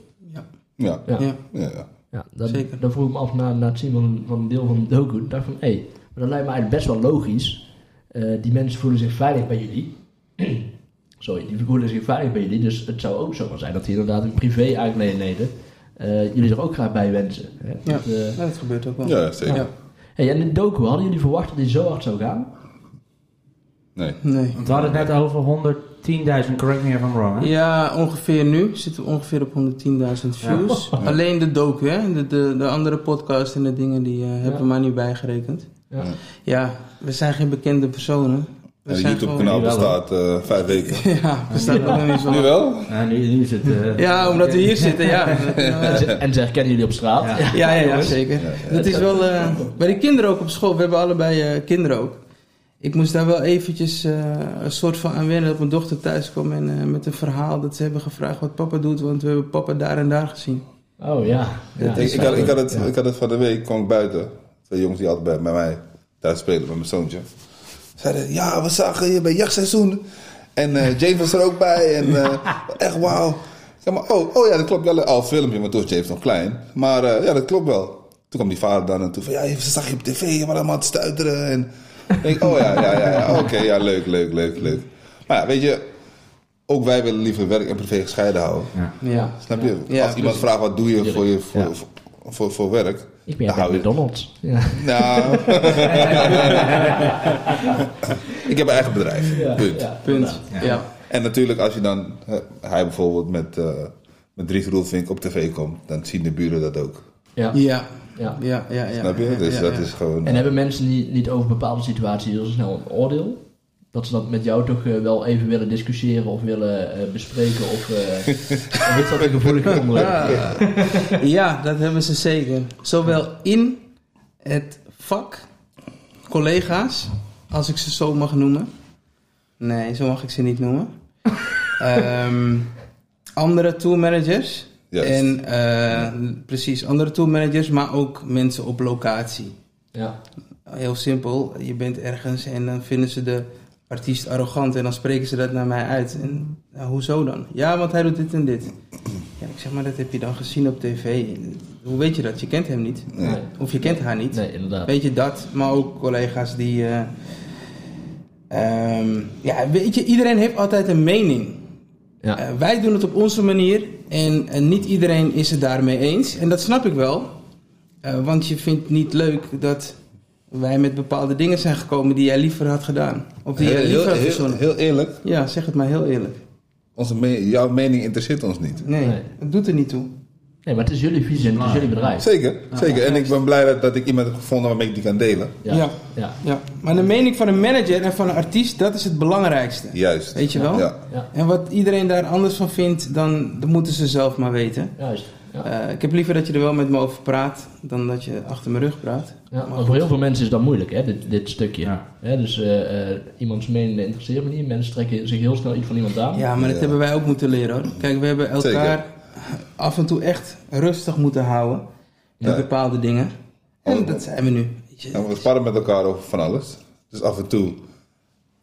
Speaker 4: Ja,
Speaker 5: Ja,
Speaker 4: ja.
Speaker 2: Ja.
Speaker 5: ja, ja.
Speaker 2: Ja, dat,
Speaker 4: Zeker.
Speaker 2: dat vroeg ik me af na, na het zien van, van een deel van de docu. Ik dacht van, hé, hey, maar dat lijkt me eigenlijk best wel logisch. Eh, die mensen voelen zich veilig bij jullie. Sorry, die voelen zich veilig bij jullie. Dus het zou ook zomaar zijn dat die inderdaad in privé-aangelegenheden eh, jullie er ook graag bij wensen. Hè?
Speaker 4: Ja.
Speaker 2: Dat, eh,
Speaker 4: Ja, dat gebeurt ook wel.
Speaker 5: Ja, zeker.
Speaker 4: Ja.
Speaker 2: hey, en in de docu, hadden jullie verwacht dat die zo hard zou gaan?
Speaker 5: Nee.
Speaker 4: Nee.
Speaker 1: Want we hadden het net over 110.000, correct me if I'm wrong. Hè?
Speaker 4: Ja, ongeveer nu zitten we ongeveer op 110.000 views. Alleen de docu, hè? De, de, de andere podcasts en de dingen die eh, hebben we maar niet bijgerekend.
Speaker 2: Ja.
Speaker 4: Ja, we zijn geen bekende personen. We
Speaker 5: En het
Speaker 4: zijn gewoon-
Speaker 5: YouTube-kanaal bestaat eh, vijf weken.
Speaker 4: Ja, we staan nog niet
Speaker 5: Nu
Speaker 4: zo.
Speaker 5: wel?
Speaker 1: Ja, nu, nu is het... eh,
Speaker 4: Ja, omdat we hier zitten, ja.
Speaker 2: En, ze, en ze herkennen jullie op straat.
Speaker 1: Ja.
Speaker 4: Ja, ja, ja, zeker. Dat is wel eh, bij de kinderen ook op school. We hebben allebei eh, kinderen ook. Ik moest daar wel eventjes eh, een soort van aan wennen dat mijn dochter thuis kwam en eh, met een verhaal dat ze hebben gevraagd wat papa doet, want we hebben papa daar en daar gezien.
Speaker 2: Oh ja. Ja,
Speaker 5: ik, ik, had, ik, had het,
Speaker 2: ja.
Speaker 5: ik had het van de week, kwam ik buiten. Twee jongens die altijd bij, bij mij thuis spelen, met mijn zoontje. Zeiden, ja, we zagen je bij jachtseizoen. En eh, James was er ook bij. En eh, echt wauw. Ik zei, maar, oh, oh ja, dat klopt wel. Al een filmpje, maar toen was James nog klein. Maar eh, ja, dat klopt wel. Toen kwam die vader daar naartoe van, ja, ze zag je op tv. Je was allemaal aan het stuiteren. En ik denk, oh ja, ja, ja, ja oké, ja, leuk, leuk, leuk, leuk. Maar ja, weet je, ook wij willen liever werk en privé gescheiden houden.
Speaker 4: Ja.
Speaker 5: Snap je?
Speaker 4: Ja,
Speaker 5: Als iemand
Speaker 4: precies.
Speaker 5: vraagt wat doe je voor, je, voor, voor, voor, voor werk.
Speaker 2: Ik ben
Speaker 5: dan
Speaker 2: bij
Speaker 5: hou je
Speaker 2: McDonald's. Ja.
Speaker 5: Nou. ik heb een eigen bedrijf. Punt.
Speaker 4: Punt. Ja.
Speaker 5: En natuurlijk, als je dan. eh, hij bijvoorbeeld met, eh met Dries Roelvink op tv komt. dan zien de buren dat ook.
Speaker 2: Ja.
Speaker 4: Ja.
Speaker 2: Ja.
Speaker 4: Ja, ja, ja.
Speaker 5: Snap je?
Speaker 4: Ja,
Speaker 5: Dus
Speaker 4: ja,
Speaker 5: dat
Speaker 4: ja.
Speaker 5: is gewoon.
Speaker 2: En hebben mensen niet, niet over bepaalde situaties heel snel een oordeel? Dat ze dat met jou toch eh, wel even willen discussiëren of willen eh, bespreken of... eh heeft dat een gevoelige onderwerp?
Speaker 4: Ja. ja, dat hebben ze zeker. Zowel in het vak, collega's, als ik ze zo mag noemen. Nee, zo mag ik ze niet noemen. Ehm, andere toolmanagers.
Speaker 5: Juist.
Speaker 4: En eh, precies, andere toolmanagers, maar ook mensen op locatie.
Speaker 2: Ja.
Speaker 4: Nou, Heel simpel, je bent ergens en dan vinden ze de artiest arrogant en dan spreken ze dat naar mij uit. En nou, hoezo dan? Ja, want hij doet dit en dit. Ja, ik zeg maar, dat heb je dan gezien op tv. Hoe weet je dat? Je kent hem niet.
Speaker 5: Nee.
Speaker 2: Nee.
Speaker 4: Of je kent haar niet.
Speaker 2: Nee, inderdaad.
Speaker 4: Weet je dat? Maar ook collega's die... eh, ehm, ja, weet je, iedereen heeft altijd een mening.
Speaker 2: Ja.
Speaker 4: Eh, wij doen het op onze manier en eh, niet iedereen is het daarmee eens. En dat snap ik wel, Eh, want je vindt niet leuk dat wij met bepaalde dingen zijn gekomen die jij liever had gedaan. Of die
Speaker 5: Heel,
Speaker 4: jij liever
Speaker 5: heel,
Speaker 4: had
Speaker 5: heel,
Speaker 4: verzonnen.
Speaker 5: heel eerlijk,
Speaker 4: Ja, zeg het maar heel eerlijk.
Speaker 5: onze me- jouw mening interesseert ons niet.
Speaker 4: Nee,
Speaker 2: Nee.
Speaker 4: het doet er niet toe.
Speaker 2: Nee, maar het is jullie visie en het is jullie bedrijf.
Speaker 5: Zeker,
Speaker 4: Ah,
Speaker 5: zeker. En ik ben blij dat, dat ik iemand heb gevonden waarmee ik die kan delen.
Speaker 4: Ja.
Speaker 2: Ja.
Speaker 4: Ja. Maar de mening van een manager en van een artiest, dat is het belangrijkste.
Speaker 5: Juist.
Speaker 4: Weet je wel?
Speaker 5: Ja.
Speaker 2: Ja.
Speaker 4: En wat iedereen daar anders van vindt, dan dat moeten ze zelf maar weten.
Speaker 2: Juist. Ja.
Speaker 4: Eh, ik heb liever dat je er wel met me over praat, dan dat je achter mijn rug praat.
Speaker 2: Ja,
Speaker 4: Maar
Speaker 2: maar voor heel veel mensen is dat moeilijk, hè, dit, dit stukje.
Speaker 1: Ja.
Speaker 2: Hè, dus eh, eh, iemands mening interesseert me niet. Mensen trekken zich heel snel iets van iemand aan.
Speaker 4: Ja, maar dat
Speaker 5: Ja.
Speaker 4: hebben wij ook moeten leren hoor. Kijk, we hebben elkaar
Speaker 5: Zeker.
Speaker 4: af en toe echt rustig moeten houden met
Speaker 5: Ja.
Speaker 4: bepaalde dingen. En
Speaker 5: Oh.
Speaker 4: dat zijn we nu. Weet je.
Speaker 5: En we sparren met elkaar over van alles. Dus af en toe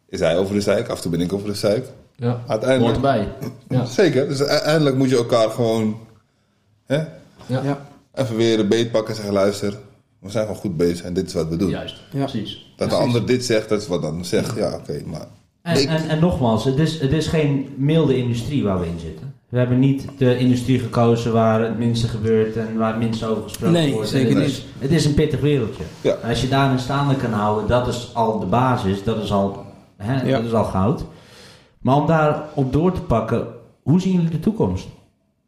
Speaker 5: is hij over de zeik, af en toe ben ik over de zeik.
Speaker 2: Ja.
Speaker 5: Uiteindelijk-
Speaker 2: Hoort erbij. Ja.
Speaker 5: Zeker, dus uiteindelijk moet je elkaar gewoon hè,
Speaker 2: Ja.
Speaker 4: Ja,
Speaker 5: even weer een beet pakken en zeggen: luister, we zijn gewoon goed bezig en dit is wat we doen.
Speaker 2: Juist,
Speaker 4: Ja.
Speaker 2: precies.
Speaker 5: dat de ander dit zegt, dat is wat dan zegt. Ja, oké, maar.
Speaker 1: En, en, en nogmaals, het is, het is geen milde industrie waar we in zitten. We hebben niet de industrie gekozen waar het minste gebeurt en waar het minst over gesproken
Speaker 4: Nee,
Speaker 1: wordt.
Speaker 4: zeker
Speaker 1: het Is, het is een pittig wereldje.
Speaker 5: Ja.
Speaker 1: En Als je daarin staande kan houden, dat is al de basis, dat is al, hè,
Speaker 4: Ja.
Speaker 1: dat is al goud. Maar om daarop door te pakken, hoe zien jullie de toekomst?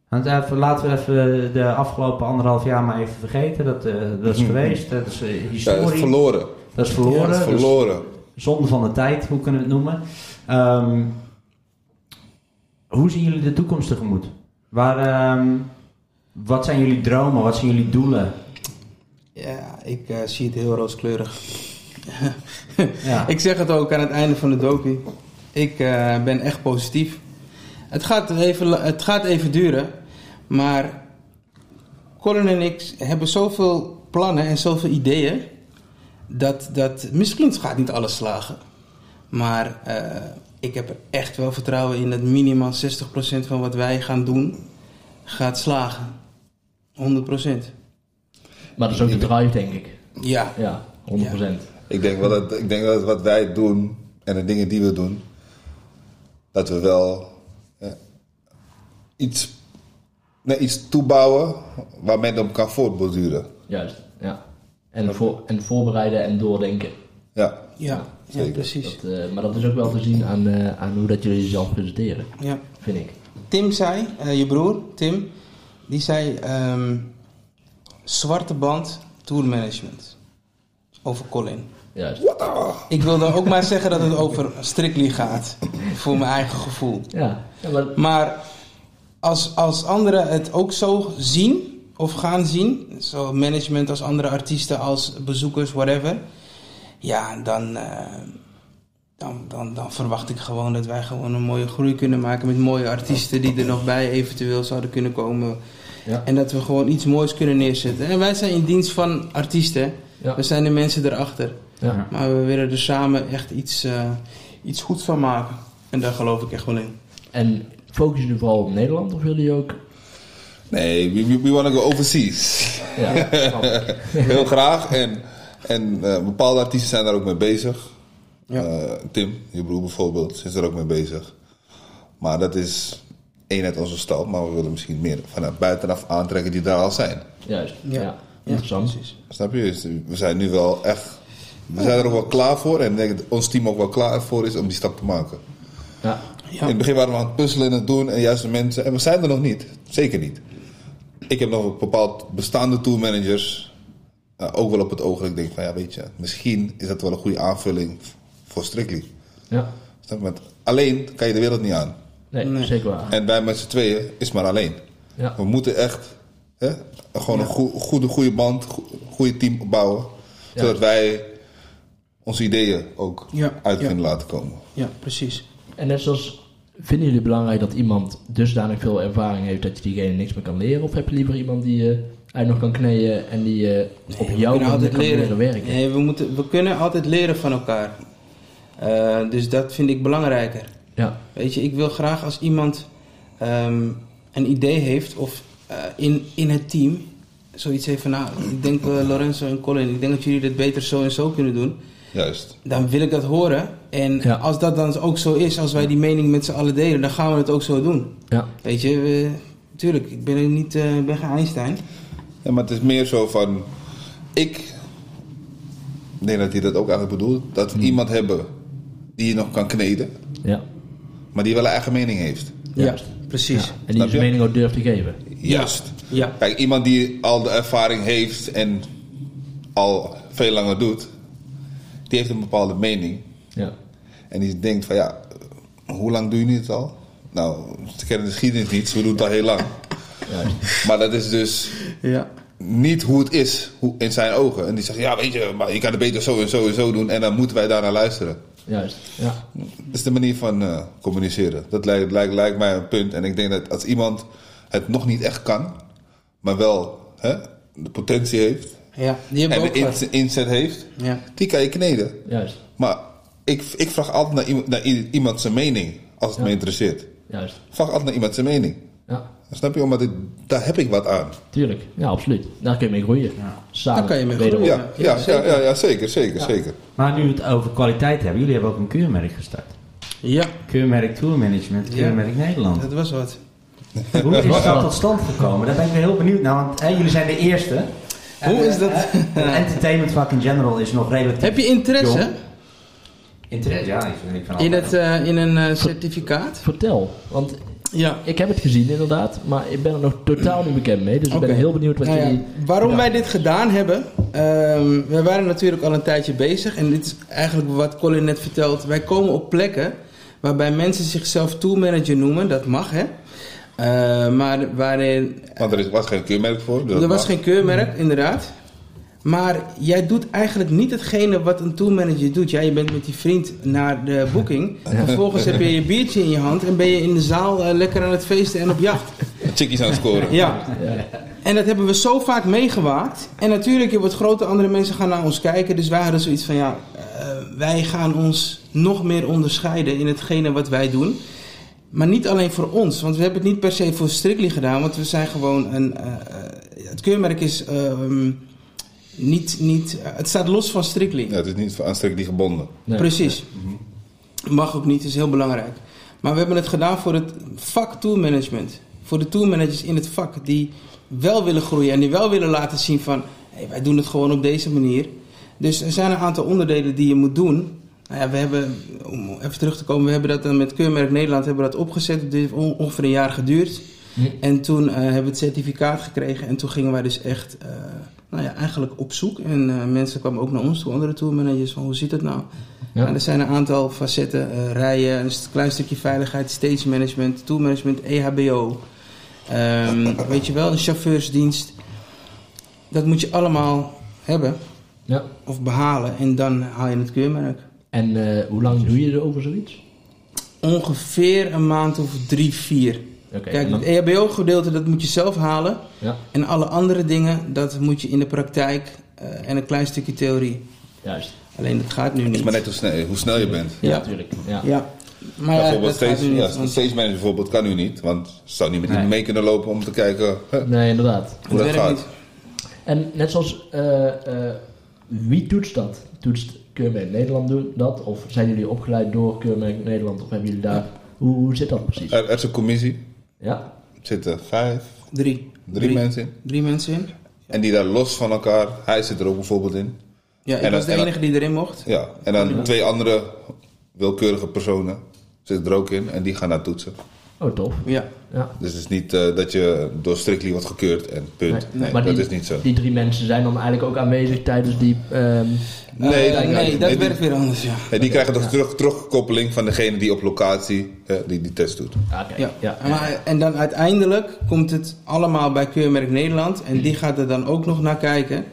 Speaker 1: Want eh, even, laten we even de afgelopen anderhalf jaar maar even vergeten. Dat, eh, dat is geweest, dat is eh,
Speaker 5: Ja,
Speaker 1: historie,
Speaker 5: dat is verloren.
Speaker 1: dat is verloren.
Speaker 5: Dat is
Speaker 1: Dus-
Speaker 5: verloren.
Speaker 1: zonde van de tijd, hoe kunnen we het noemen. Ehm, hoe zien jullie de toekomst tegemoet? Waar, ehm, wat zijn jullie dromen? Wat zijn jullie doelen?
Speaker 4: ja ik eh, zie het heel rooskleurig.
Speaker 1: Ja.
Speaker 4: Ik zeg het ook aan het einde van de docu. Ik eh, ben echt positief. Het gaat, even, la- het gaat even duren, maar Colin en ik hebben zoveel plannen en zoveel ideeën. Dat, dat misschien gaat niet alles slagen. Maar eh, ik heb er echt wel vertrouwen in dat minimaal 60% van wat wij gaan doen gaat slagen. 100%.
Speaker 2: Maar dat is ook de drive, denk ik.
Speaker 4: Ja,
Speaker 2: Ja, 100%.
Speaker 5: Ik denk wel dat, ik denk dat wat wij doen en de dingen die we doen, dat we wel eh, iets, nee, iets toebouwen waar men op kan voortborduren.
Speaker 2: Juist, ja. En, voor, en voorbereiden en doordenken.
Speaker 5: Ja,
Speaker 4: ja, ja,
Speaker 5: Zeker.
Speaker 4: precies.
Speaker 2: Dat, eh, maar dat is ook wel te zien aan, eh, aan hoe dat jullie jezelf presenteren,
Speaker 4: Ja.
Speaker 2: vind ik.
Speaker 4: Tim zei, eh, je broer Tim, die zei ehm, zwarte band tourmanagement over Colin.
Speaker 2: Juist.
Speaker 4: Ik wil dan ook maar zeggen dat het over Strictly gaat, voor mijn eigen gevoel.
Speaker 2: Ja, ja maar
Speaker 4: Maar als, als anderen het ook zo zien of gaan zien, zo management als andere artiesten, als bezoekers, whatever, ja, dan, eh, dan, dan, dan verwacht ik gewoon dat wij gewoon een mooie groei kunnen maken met mooie artiesten die er nog bij eventueel zouden kunnen komen.
Speaker 2: Ja.
Speaker 4: En dat we gewoon iets moois kunnen neerzetten. En wij zijn in dienst van artiesten.
Speaker 2: Ja.
Speaker 4: We zijn de mensen erachter.
Speaker 2: Dus- Ja.
Speaker 4: Maar we willen er samen echt iets, eh, iets goeds van maken. En daar geloof ik echt wel in.
Speaker 2: En focus je vooral op Nederland of wil je ook...
Speaker 5: nee, we, we, we want to go overseas.
Speaker 2: Ja, snap ik.
Speaker 5: Heel graag. En, en eh, bepaalde artiesten zijn daar ook mee bezig.
Speaker 4: Ja.
Speaker 5: Eh, Tim, je broer bijvoorbeeld, is er ook mee bezig. Maar dat is één uit onze stal. Maar we willen misschien meer vanuit buitenaf aantrekken die daar al zijn.
Speaker 2: Juist, ja.
Speaker 4: Ja.
Speaker 2: Interessant.
Speaker 4: precies.
Speaker 5: Snap je? Dus we zijn nu wel echt... We zijn er ook wel klaar voor. En ik denk dat ons team ook wel klaar voor is om die stap te maken.
Speaker 2: Ja,
Speaker 4: Ja.
Speaker 5: In het begin waren we aan het puzzelen en het doen. En juist de mensen... En we zijn er nog niet. Zeker niet. Ik heb nog een bepaald bestaande toolmanagers... eh, ook wel op het oog. dat Ik denk van ja, weet je... Misschien is dat wel een goede aanvulling voor Strictly.
Speaker 2: ja.
Speaker 5: Snap je? Want alleen kan je de wereld niet aan.
Speaker 2: Nee,
Speaker 4: Nee.
Speaker 2: zeker waar.
Speaker 5: En wij met z'n tweeën is maar alleen.
Speaker 2: Ja,
Speaker 5: We moeten echt hè, gewoon een goe- goede, goede band, go- goede team opbouwen. Zodat wij onze ideeën ook
Speaker 4: Ja,
Speaker 5: uit
Speaker 4: ja.
Speaker 5: kunnen laten komen.
Speaker 4: ja, precies.
Speaker 2: en net zoals... Vinden jullie belangrijk dat iemand dusdanig veel ervaring heeft dat je diegene niks meer kan leren? Of heb je liever iemand die je uit nog kan kneden en die je op jouw
Speaker 4: Nee, we kunnen
Speaker 2: manier
Speaker 4: altijd
Speaker 2: kan leren werken?
Speaker 4: Nee, we, moeten, we kunnen altijd leren van elkaar. Eh, dus dat vind ik belangrijker.
Speaker 2: Ja,
Speaker 4: Weet je, ik wil graag als iemand ehm, een idee heeft of eh, in, in het team zoiets heeft van, nou, ik denk eh, Lorenzo en Colin, ik denk dat jullie dit beter zo en zo kunnen doen.
Speaker 5: Juist.
Speaker 4: Dan wil ik dat horen. En
Speaker 2: Ja.
Speaker 4: als dat dan ook zo is, als wij die mening met z'n allen delen, dan gaan we het ook zo doen.
Speaker 2: ja,
Speaker 4: Weet je, we, tuurlijk, ik ben, er niet, eh, ik ben geen Einstein.
Speaker 5: Ja, maar het is meer zo van... Ik denk dat hij dat ook eigenlijk bedoelt. Dat we
Speaker 4: Hmm.
Speaker 5: iemand hebben die je nog kan kneden.
Speaker 2: ja.
Speaker 5: Maar die wel een eigen mening heeft.
Speaker 2: Juist.
Speaker 4: precies.
Speaker 2: En die
Speaker 5: Snap je?
Speaker 2: zijn mening ook durft te geven.
Speaker 5: Juist.
Speaker 4: Ja.
Speaker 5: Kijk, iemand die al de ervaring heeft en al veel langer doet... Die heeft een bepaalde mening.
Speaker 2: Ja.
Speaker 5: En die denkt van ja, hoe lang doen jullie het al? Nou, ze kennen de geschiedenis niet, ze doen het al heel lang. Maar dat is dus
Speaker 4: Ja.
Speaker 5: niet hoe het is hoe, in zijn ogen. En die zegt, ja weet je, maar je kan het beter zo en zo en zo doen. En dan moeten wij daarnaar luisteren.
Speaker 2: Juist, ja.
Speaker 5: Dat is de manier van eh, communiceren. Dat lijkt, lijkt, lijkt mij een punt. En ik denk dat als iemand het nog niet echt kan, maar wel hè, de potentie heeft...
Speaker 4: Ja, die hebben
Speaker 5: en
Speaker 4: we
Speaker 5: de
Speaker 4: ook gehad.
Speaker 5: inz- inzet heeft,
Speaker 4: Ja.
Speaker 5: die kan je kneden.
Speaker 2: Juist,
Speaker 5: Maar ik, ik vraag altijd naar iemand, naar i- iemand zijn mening als het me interesseert.
Speaker 2: juist.
Speaker 5: Vraag altijd naar iemand zijn mening.
Speaker 2: Ja,
Speaker 5: Snap je? Omdat ik, daar heb ik wat aan.
Speaker 2: tuurlijk. Ja, absoluut. Daar kun je mee groeien. Samen.
Speaker 4: Daar kan je mee
Speaker 2: wederom.
Speaker 4: groeien.
Speaker 5: Ja, ja, ja, ja, ja, zeker, zeker, zeker.
Speaker 1: Maar nu we het over kwaliteit hebben, jullie hebben ook een keurmerk gestart.
Speaker 4: Ja,
Speaker 1: Keurmerk Tour Management,
Speaker 4: Ja.
Speaker 1: keurmerk Nederland.
Speaker 4: dat was wat.
Speaker 1: Hoe is dat tot stand gekomen? Daar ben ik weer heel benieuwd naar, want hè, jullie zijn de eerste. En,
Speaker 4: Hoe is dat?
Speaker 1: eh, eh, entertainment vak in general is nog relatief...
Speaker 4: Heb je interesse
Speaker 1: jong. Interesse, ja. Ik vind van
Speaker 4: in,
Speaker 1: altijd-
Speaker 4: het, eh, in een eh, certificaat?
Speaker 2: Vertel, want
Speaker 4: Ja.
Speaker 2: ik heb het gezien inderdaad, maar ik ben er nog totaal niet bekend mee. Dus ik
Speaker 4: Oké.
Speaker 2: ben heel benieuwd wat
Speaker 4: Nou ja,
Speaker 2: jullie...
Speaker 4: waarom
Speaker 2: Ja.
Speaker 4: wij dit gedaan hebben, ehm, we waren natuurlijk al een tijdje bezig en dit is eigenlijk wat Colin net vertelt. Wij komen op plekken waarbij mensen zichzelf toolmanager noemen, dat mag hè. Eh, maar waarin
Speaker 5: Want er is, was geen keurmerk voor. dus
Speaker 4: Er
Speaker 5: dat
Speaker 4: was
Speaker 5: mag. Mm.
Speaker 4: geen keurmerk, inderdaad. Maar jij doet eigenlijk niet hetgene wat een tourmanager doet. Ja, je bent met die vriend naar de boeking. Vervolgens heb je je biertje in je hand en ben je in de zaal eh, lekker aan het feesten en op jacht.
Speaker 5: chickies aan het scoren.
Speaker 4: Ja. En dat hebben we zo vaak meegemaakt. En natuurlijk, je wordt groter, andere mensen gaan naar ons kijken. Dus wij hadden zoiets van, ja, eh, wij gaan ons nog meer onderscheiden in hetgene wat wij doen. Maar niet alleen voor ons, want we hebben het niet per se voor Strictly gedaan. Want we zijn gewoon een... eh, eh, het keurmerk is ehm, niet... niet eh, het staat los van Strictly.
Speaker 5: Ja, het is niet aan strikt die gebonden.
Speaker 2: Nee. Mhm.
Speaker 4: Precies. Mag ook niet, is heel belangrijk. Maar we hebben het gedaan voor het vak toolmanagement. Voor de toolmanagers in het vak die wel willen groeien en die wel willen laten zien van hey, wij doen het gewoon op deze manier. Dus er zijn een aantal onderdelen die je moet doen. Nou ja, we hebben, om even terug te komen, we hebben dat dan met Keurmerk Nederland hebben we dat opgezet. Het heeft on- ongeveer een jaar geduurd.
Speaker 2: Hm.
Speaker 4: En toen eh, hebben we het certificaat gekregen en toen gingen wij dus echt eh, nou ja, eigenlijk op zoek. En eh, mensen kwamen ook naar ons toe, andere tourmanagers, van hoe zit het nou?
Speaker 2: Ja.
Speaker 4: En er zijn een aantal facetten, eh, rijen, een st- klein stukje veiligheid, stage management, tool management, E EHBO. Ehm, weet je wel, een chauffeursdienst. Dat moet je allemaal hebben
Speaker 2: Ja.
Speaker 4: of behalen en dan haal je het keurmerk.
Speaker 2: En eh, hoe lang doe je er over zoiets?
Speaker 4: Ongeveer een maand of drie, vier.
Speaker 2: Oké. en
Speaker 4: Kijk,
Speaker 2: dan-
Speaker 4: het E EHBO-gedeelte dat moet je zelf halen.
Speaker 2: ja.
Speaker 4: En alle andere dingen, dat moet je in de praktijk eh, en een klein stukje theorie.
Speaker 2: Juist.
Speaker 4: Alleen dat gaat nu
Speaker 5: Het is maar
Speaker 4: niet.
Speaker 5: net hoe snel, hoe snel je bent.
Speaker 2: Ja,
Speaker 4: Ja.
Speaker 2: natuurlijk. Ja.
Speaker 4: Ja, maar ja,
Speaker 5: bijvoorbeeld
Speaker 4: dat gaat
Speaker 5: stage,
Speaker 4: nu
Speaker 5: ja,
Speaker 4: niet. want
Speaker 5: stage manager bijvoorbeeld kan nu niet, want ze zou niet met
Speaker 6: Nee.
Speaker 5: iemand mee kunnen lopen om te kijken huh,
Speaker 2: Nee, inderdaad.
Speaker 5: hoe
Speaker 4: het werkt
Speaker 5: dat gaat.
Speaker 4: niet.
Speaker 2: En net zoals, eh, eh, wie toetst dat? Toetst Keurmerk Nederland doen dat? Of zijn jullie opgeleid door Keurmerk Nederland? Of hebben jullie daar... Hoe, hoe zit dat precies?
Speaker 5: Er, er is een commissie,
Speaker 2: Ja?
Speaker 5: er zitten vijf,
Speaker 4: Drie.
Speaker 5: drie, mensen in.
Speaker 4: Drie mensen in.
Speaker 5: En die daar los van elkaar, hij zit er ook bijvoorbeeld in.
Speaker 4: Ja, ik
Speaker 5: En
Speaker 4: was
Speaker 5: dat-
Speaker 4: de
Speaker 5: en dat-
Speaker 4: enige die erin mocht.
Speaker 5: Ja, en dan twee andere willekeurige personen zitten er ook in en die gaan naar toetsen.
Speaker 2: Oh, tof.
Speaker 4: Ja.
Speaker 2: Ja.
Speaker 5: Dus het is niet eh, dat je door Strictly wordt gekeurd en punt. Nee,
Speaker 2: maar
Speaker 5: dat
Speaker 2: die,
Speaker 5: is niet zo.
Speaker 2: Die drie mensen zijn dan eigenlijk ook aanwezig tijdens die... ehm,
Speaker 5: Nee,
Speaker 4: Eh,
Speaker 5: dat-
Speaker 4: nee, dat
Speaker 5: nee, die-
Speaker 4: werkt weer anders, ja.
Speaker 5: En die krijgen toch terug, terugkoppeling van degene die op locatie eh, die, die test doet.
Speaker 2: ah, kijk.
Speaker 4: ja.
Speaker 2: Ja.
Speaker 4: Maar, en dan uiteindelijk komt het allemaal bij Keurmerk Nederland. En die gaat er dan ook nog naar kijken.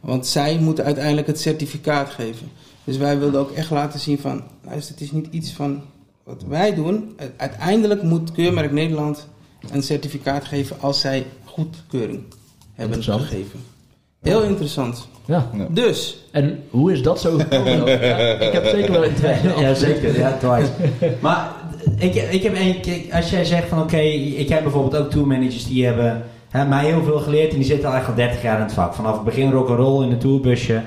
Speaker 4: Want zij moeten uiteindelijk het certificaat geven. Dus wij wilden ook echt laten zien van... Luister, het is niet iets van wat wij doen. U- Uiteindelijk moet Keurmerk Nederland een certificaat geven... als zij goedkeuring hebben
Speaker 2: Interessant.
Speaker 4: gegeven. Heel interessant.
Speaker 2: Ja.
Speaker 4: Dus,
Speaker 2: En hoe is dat zo gekomen? dan? ja, ik heb zeker wel interesse.
Speaker 1: Ja, zeker. Ja, twice. maar ik, ik heb één keer, als jij zegt van oké, ik heb bijvoorbeeld ook tourmanagers die hebben hè, mij heel veel geleerd en die zitten eigenlijk al 30 jaar in het vak. Vanaf het begin rock'n'roll in de tourbusje.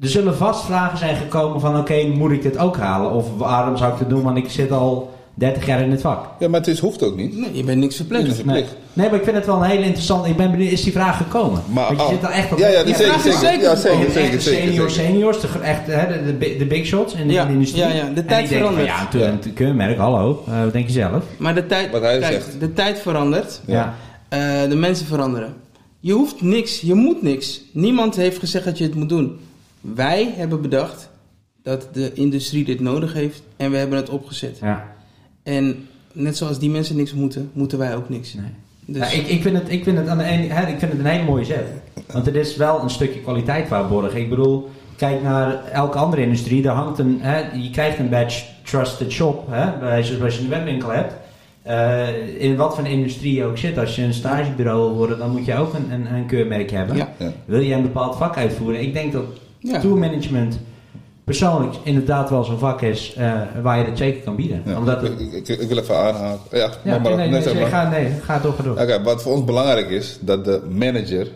Speaker 1: Er zullen vast vragen zijn gekomen van oké, moet ik dit ook halen? Of waarom zou ik dit doen, want ik zit al 30 jaar in het vak.
Speaker 5: Ja, maar het is, hoeft ook niet.
Speaker 4: nee, je bent niks
Speaker 5: Het
Speaker 4: verplicht.
Speaker 5: is een
Speaker 1: Nee.
Speaker 5: plicht.
Speaker 1: nee, maar ik vind het wel een hele interessante. Ik ben benieuwd, is die vraag gekomen?
Speaker 5: Maar,
Speaker 1: Want je
Speaker 5: oh,
Speaker 1: zit al echt op
Speaker 5: ja, ja, die zeker,
Speaker 4: vraag is
Speaker 5: zeker,
Speaker 4: Oh, zeker
Speaker 5: ja,
Speaker 4: gekomen.
Speaker 5: zeker,
Speaker 1: de
Speaker 5: zeker, zeker,
Speaker 1: senior
Speaker 5: zeker.
Speaker 1: seniors, de, echt, hè, de, de, bi- de big shots in de,
Speaker 4: Ja,
Speaker 1: in de industrie.
Speaker 4: ja, ja, de
Speaker 1: En
Speaker 4: tijd
Speaker 1: ik denk van,
Speaker 4: verandert.
Speaker 1: Ja, natuurlijk, een keurmerk, hallo, eh, wat denk je zelf?
Speaker 4: Maar de tijd,
Speaker 5: Wat hij
Speaker 4: kijk,
Speaker 5: zegt.
Speaker 4: de tijd verandert.
Speaker 5: Ja.
Speaker 1: Ja.
Speaker 4: Eh, de mensen veranderen. Je hoeft niks, je moet niks. Niemand heeft gezegd dat je het moet doen. Wij hebben bedacht dat de industrie dit nodig heeft en we hebben het opgezet.
Speaker 1: ja.
Speaker 4: En net zoals die mensen niks moeten, moeten wij ook niks.
Speaker 1: Nee.
Speaker 4: Dus,
Speaker 1: Ja, ik, ik, vind het, ik, vind het aan de ene, hè, ik vind het een hele mooie zet. Want het is wel een stukje kwaliteit waarborgen. Ik bedoel, kijk naar elke andere industrie. Daar hangt een, hè, je krijgt een badge Trusted Shop. Hè, bij- zoals als je een webwinkel hebt. Eh, in wat voor industrie je ook zit. Als je een stagebureau wil worden, dan moet je ook een, een, een keurmerk hebben.
Speaker 4: ja,
Speaker 5: Ja.
Speaker 1: Wil je een bepaald vak uitvoeren? Ik denk dat
Speaker 4: ja.
Speaker 1: tourmanagement persoonlijk inderdaad wel zo'n vak is eh, waar je dat zeker kan bieden.
Speaker 5: Ja.
Speaker 1: Omdat het,
Speaker 5: Ik, ik, ik wil even aanhaken. Ja,
Speaker 1: ja,
Speaker 5: maar, maar,
Speaker 1: nee, nee,
Speaker 5: nee, zeg maar. Eh,
Speaker 1: ga, nee, ga door, ga door.
Speaker 5: Oké, wat voor ons belangrijk is, dat de manager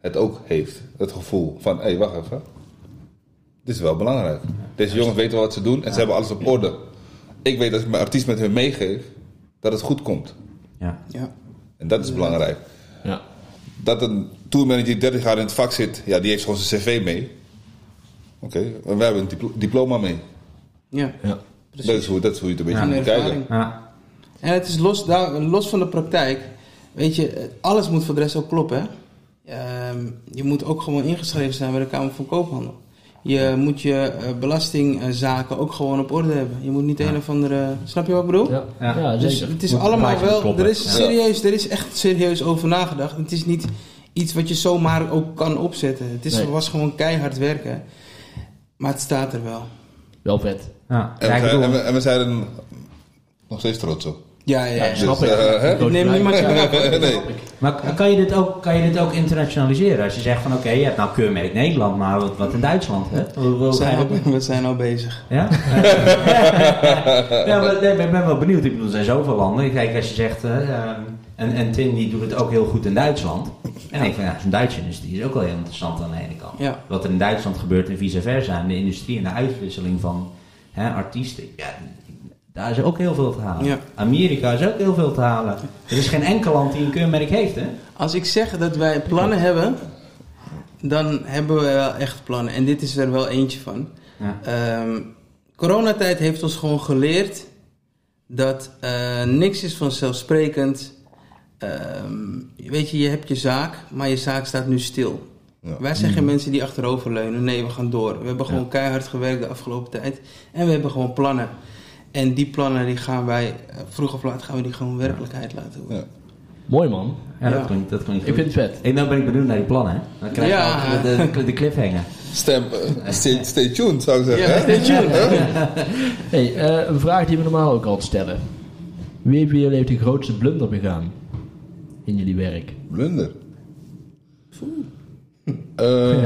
Speaker 5: het ook heeft. Het gevoel van, hé, hey, wacht even. Dit is wel belangrijk. Deze jongens weten wel wat ze doen en ze hebben alles op orde. Ik weet dat ik mijn artiest met hun meegeef, dat het goed komt.
Speaker 1: Ja.
Speaker 4: ja.
Speaker 5: En dat is belangrijk.
Speaker 2: Ja.
Speaker 5: Dat een tourmanager die 30 jaar in het vak zit, ja, die heeft gewoon zijn cv mee. Oké, en wij hebben een diplo- diploma mee.
Speaker 4: ja.
Speaker 2: Ja.
Speaker 5: Dat is, hoe, dat is hoe je het een beetje
Speaker 4: En
Speaker 5: moet kijken.
Speaker 4: ervaring.
Speaker 1: Ja.
Speaker 4: En het is los, daar, los van de praktijk. Weet je, eh, alles moet voor de rest ook kloppen. hè. Ehm, je moet ook gewoon ingeschreven zijn bij de Kamer van Koophandel. Je moet je eh, belastingzaken ook gewoon op orde hebben. Je moet niet een of andere. Snap je wat ik bedoel?
Speaker 2: Ja.
Speaker 1: Ja.
Speaker 2: Ja,
Speaker 4: Dus
Speaker 2: zeker.
Speaker 4: het is
Speaker 1: Moet
Speaker 4: allemaal
Speaker 1: plaatjes
Speaker 4: wel.
Speaker 1: kloppen.
Speaker 4: Er is,
Speaker 5: Ja.
Speaker 4: serieus, er is echt serieus over nagedacht. Het is niet iets wat je zomaar ook kan opzetten. Het is,
Speaker 2: Nee.
Speaker 4: was gewoon keihard werken. Maar het staat er wel.
Speaker 2: Wel vet.
Speaker 1: Ja.
Speaker 5: En, eh,
Speaker 1: Ja, ik
Speaker 5: we zijn,
Speaker 1: bedoel-
Speaker 5: en, we, en we zijn een nog steeds trots op.
Speaker 4: Ja, ja, ja.
Speaker 5: Dus, eh, hè?
Speaker 4: Ik neem niemand je aan.
Speaker 5: nee.
Speaker 1: Maar k- kan je, dit ook, kan je dit ook internationaliseren? Als je zegt van oké, je hebt nou keurmerk Nederland, maar wat, wat in Duitsland? Hè? Hoe- hoe
Speaker 4: We
Speaker 1: ga je
Speaker 4: zijn,
Speaker 1: dat
Speaker 4: al,
Speaker 1: doen?
Speaker 4: we zijn al bezig.
Speaker 1: Ja? ja, maar nee, maar ik ben wel benieuwd. Ik bedoel, er zijn zoveel landen. Kijk, als je zegt, eh, ehm, en, en Tim die doet het ook heel goed in Duitsland. En ik vind, ja, zo'n Duitse industrie is ook wel heel interessant aan de ene kant.
Speaker 4: Ja.
Speaker 1: Wat er in Duitsland gebeurt en vice versa. En de industrie en de uitwisseling van hè, artiesten. Ja, daar is ook heel veel te halen.
Speaker 4: Ja.
Speaker 1: Amerika is ook heel veel te halen. Er is geen enkel land die een keurmerk heeft, hè?
Speaker 4: Als ik zeg dat wij plannen hebben, dan hebben we wel echt plannen. En dit is er wel eentje van.
Speaker 1: Ja.
Speaker 4: Ehm, coronatijd heeft ons gewoon geleerd dat eh, niks is vanzelfsprekend. Ehm, weet je, je hebt je zaak, maar je zaak staat nu stil.
Speaker 5: Ja.
Speaker 4: Wij zijn geen mensen die achteroverleunen. Nee, we gaan door. We hebben gewoon keihard gewerkt de afgelopen tijd. En we hebben gewoon plannen. En die plannen die gaan wij, eh, vroeg of laat, gaan we die gewoon werkelijkheid laten worden.
Speaker 5: Ja.
Speaker 2: Mooi man.
Speaker 1: Ja, dat
Speaker 4: Ja.
Speaker 1: klinkt, dat klinkt
Speaker 2: Ik
Speaker 1: goed.
Speaker 2: vind het vet.
Speaker 1: Ik, nou ben ik benieuwd naar die plannen, hè? Dan krijg je
Speaker 4: Ja.
Speaker 1: ook de, de, de cliffhanger.
Speaker 5: Stem, eh, stay, stay tuned zou ik zeggen.
Speaker 4: Ja,
Speaker 5: hè?
Speaker 4: stay tuned.
Speaker 5: Hè?
Speaker 2: Hey, eh, een vraag die we normaal ook altijd stellen. Wie hebben jullie heeft de grootste blunder begaan in jullie werk?
Speaker 5: Blunder. Eh,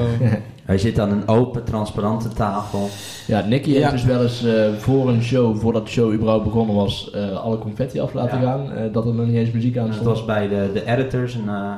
Speaker 1: Hij zit aan een open, transparante tafel.
Speaker 2: Ja, Nicky
Speaker 4: Ja.
Speaker 2: heeft dus wel eens eh, voor een show, voordat de show überhaupt begonnen was, eh, alle confetti af laten
Speaker 1: Ja.
Speaker 2: gaan. eh, dat er nog niet eens muziek aan
Speaker 1: Dat
Speaker 2: stond.
Speaker 1: was bij de, de editors een, eh,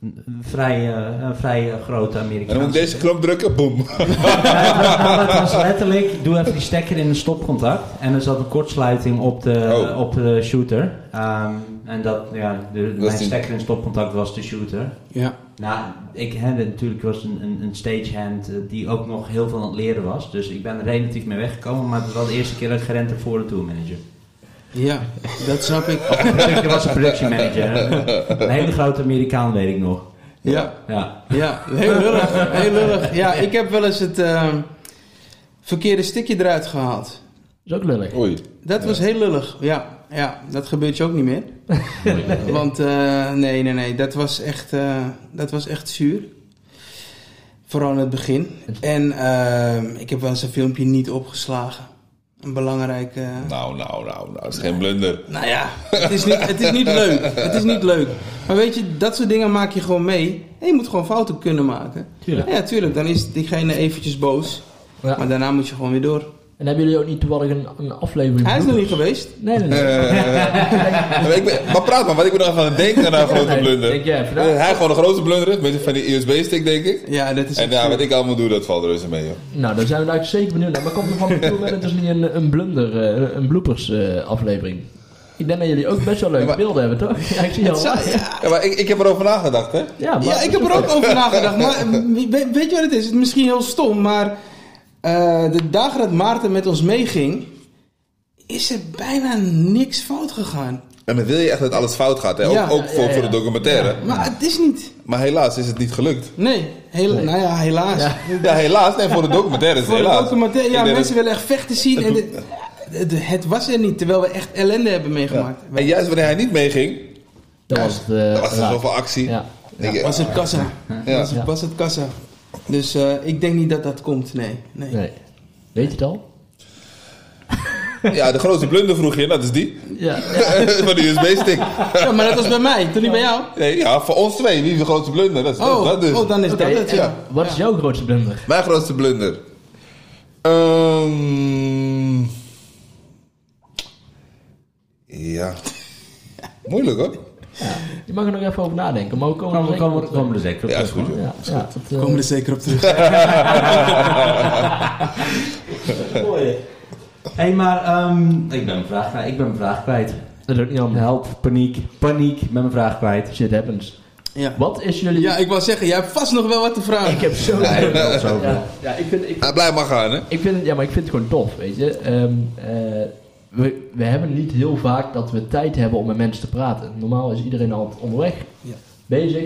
Speaker 1: een een vrij, eh, een vrij eh, grote
Speaker 5: en dan moet ik
Speaker 1: Amerikaanse...
Speaker 5: deze knop drukken, boem.
Speaker 1: Ja, het was letterlijk, doe even die stekker in een stopcontact. En er zat een kortsluiting op de,
Speaker 5: Oh.
Speaker 1: op de shooter. Ehm, en dat, ja, de,
Speaker 5: Was
Speaker 1: mijn
Speaker 5: die-
Speaker 1: stekker in stopcontact was de shooter.
Speaker 4: Ja.
Speaker 1: Nou, ik hè, natuurlijk was een, een, een stagehand eh, die ook nog heel veel aan het leren was. Dus ik ben er relatief mee weggekomen, maar het was wel de eerste keer dat ik gerend heb voor de tourmanager.
Speaker 4: Ja, dat snap ik.
Speaker 1: ik was een production manager. hè. Een hele grote Amerikaan weet ik nog.
Speaker 4: Ja,
Speaker 1: Ja.
Speaker 4: ja, heel lullig, heel lullig. Ja, ik heb wel eens het eh, verkeerde stikje eruit gehaald.
Speaker 2: is ook lullig.
Speaker 5: Oei.
Speaker 4: Dat was heel lullig, ja. Ja, dat gebeurt je ook niet meer. Want eh, nee, nee, nee, dat was echt, eh, dat was echt zuur. Vooral in het begin. En eh, ik heb wel eens een filmpje niet opgeslagen. Een belangrijke... eh,
Speaker 5: Nou, nou, nou, nou. Dat is geen blunder.
Speaker 4: Nou ja, het is, niet, het is niet leuk. Het is niet leuk. Maar weet je, dat soort dingen maak je gewoon mee. En je moet gewoon fouten kunnen maken.
Speaker 2: Tuurlijk.
Speaker 4: Ja, tuurlijk. Dan is diegene eventjes boos.
Speaker 2: Ja.
Speaker 4: Maar daarna moet je gewoon weer door.
Speaker 2: En hebben jullie ook niet toevallig een, een aflevering
Speaker 4: Hij is nog
Speaker 2: bedoeld?
Speaker 4: niet geweest.
Speaker 2: Nee, nee, nee.
Speaker 5: Eh, maar, ik ben- maar praat maar, wat ik ben nog aan het denken aan een grote
Speaker 2: nee,
Speaker 5: blunder.
Speaker 2: denk jij, vandaag-
Speaker 5: Eh, hij gewoon een grote blunder is, met van die USB-stick, denk ik.
Speaker 4: Ja, dat is
Speaker 5: En ja, wat ik allemaal doe, dat valt reuze mee, joh.
Speaker 2: Nou, daar zijn we eigenlijk zeker benieuwd naar. Maar komt er van de tour het is niet een, een blunder, eh, een bloopers eh, aflevering. Ik denk dat jullie ook best wel leuke
Speaker 5: Ja, maar-
Speaker 2: beelden hebben, toch? Ja, ik zie al.
Speaker 4: Zo, ja.
Speaker 5: Ja, maar ik, ik heb erover nagedacht, hè.
Speaker 2: Ja, maar
Speaker 4: Ja, ik heb er ook over nagedacht. Maar we- we- weet je wat het is? Het is misschien heel stom, maar eh, de dagen dat Maarten met ons meeging, is er bijna niks fout gegaan.
Speaker 5: En dan wil je echt dat alles fout gaat, hè. Ook,
Speaker 4: Ja.
Speaker 5: ook voor,
Speaker 2: ja,
Speaker 5: voor de
Speaker 2: ja.
Speaker 5: documentaire.
Speaker 4: Maar het is niet.
Speaker 5: Maar helaas is het niet gelukt.
Speaker 4: Nee, heel, nou ja, helaas.
Speaker 5: Ja, helaas. Nee, voor de documentaire is het
Speaker 4: Voor de
Speaker 5: helaas.
Speaker 4: documentaire,
Speaker 5: Ik
Speaker 4: ja,
Speaker 5: denk
Speaker 4: mensen
Speaker 5: dat-
Speaker 4: willen echt vechten zien. En dit- het, het was er niet, terwijl we echt ellende hebben meegemaakt.
Speaker 5: Ja. En juist wanneer hij niet meeging,
Speaker 2: Dat was het. eh,
Speaker 5: dan was er
Speaker 2: raak.
Speaker 5: zoveel actie.
Speaker 2: Ja.
Speaker 5: Denk ik,
Speaker 4: Was het kassa.
Speaker 5: Ja.
Speaker 4: Was, het, was het kassa. Dus eh, ik denk niet dat dat komt, nee. nee.
Speaker 2: Nee. Weet je het al?
Speaker 5: Ja, de grootste blunder vroeg je, dat is die.
Speaker 2: Ja.
Speaker 5: van die USB-stick.
Speaker 4: Ja, maar dat was bij mij, toen niet bij jou.
Speaker 5: Nee, ja, voor ons twee. Wie is de grootste blunder? Dat is dat,
Speaker 4: Oh,
Speaker 5: dat dus.
Speaker 4: oh dan is
Speaker 2: Oké,
Speaker 4: dat het,
Speaker 2: en
Speaker 4: ja.
Speaker 2: Wat is jouw grootste blunder?
Speaker 5: Mijn grootste blunder. Ehm ja. Moeilijk hoor.
Speaker 2: Je mag er nog even over nadenken, maar we komen
Speaker 1: Komen
Speaker 2: er
Speaker 1: we
Speaker 2: zeker
Speaker 1: komen,
Speaker 2: op
Speaker 1: we-
Speaker 2: terug.
Speaker 1: komen we er zeker op
Speaker 5: Ja, is
Speaker 1: terug,
Speaker 5: goed
Speaker 1: hoor.
Speaker 5: joh.
Speaker 2: Ja, ja, dat, eh,
Speaker 4: Komen er zeker op terug.
Speaker 1: Hé, hey, maar ehm, ik ben mijn vraag kwijt. Ik ben mijn vraag kwijt.
Speaker 2: dat doet niet anders.
Speaker 1: Help, paniek, paniek. Ik ben mijn vraag kwijt.
Speaker 2: Shit happens.
Speaker 4: Ja.
Speaker 2: Wat is jullie...
Speaker 4: ja, ik wou zeggen, jij hebt vast nog wel wat te vragen.
Speaker 2: Ik heb zo...
Speaker 1: Dat is over.
Speaker 2: Ja, ja, ik vind... Ik
Speaker 5: Hij blijft maar gaan, hè?
Speaker 2: Ik vind, het- ja, maar ik vind het gewoon tof, weet je. Ehm, eh, we, we hebben niet heel vaak dat we tijd hebben om met mensen te praten. Normaal is iedereen al onderweg,
Speaker 4: Ja.
Speaker 2: bezig.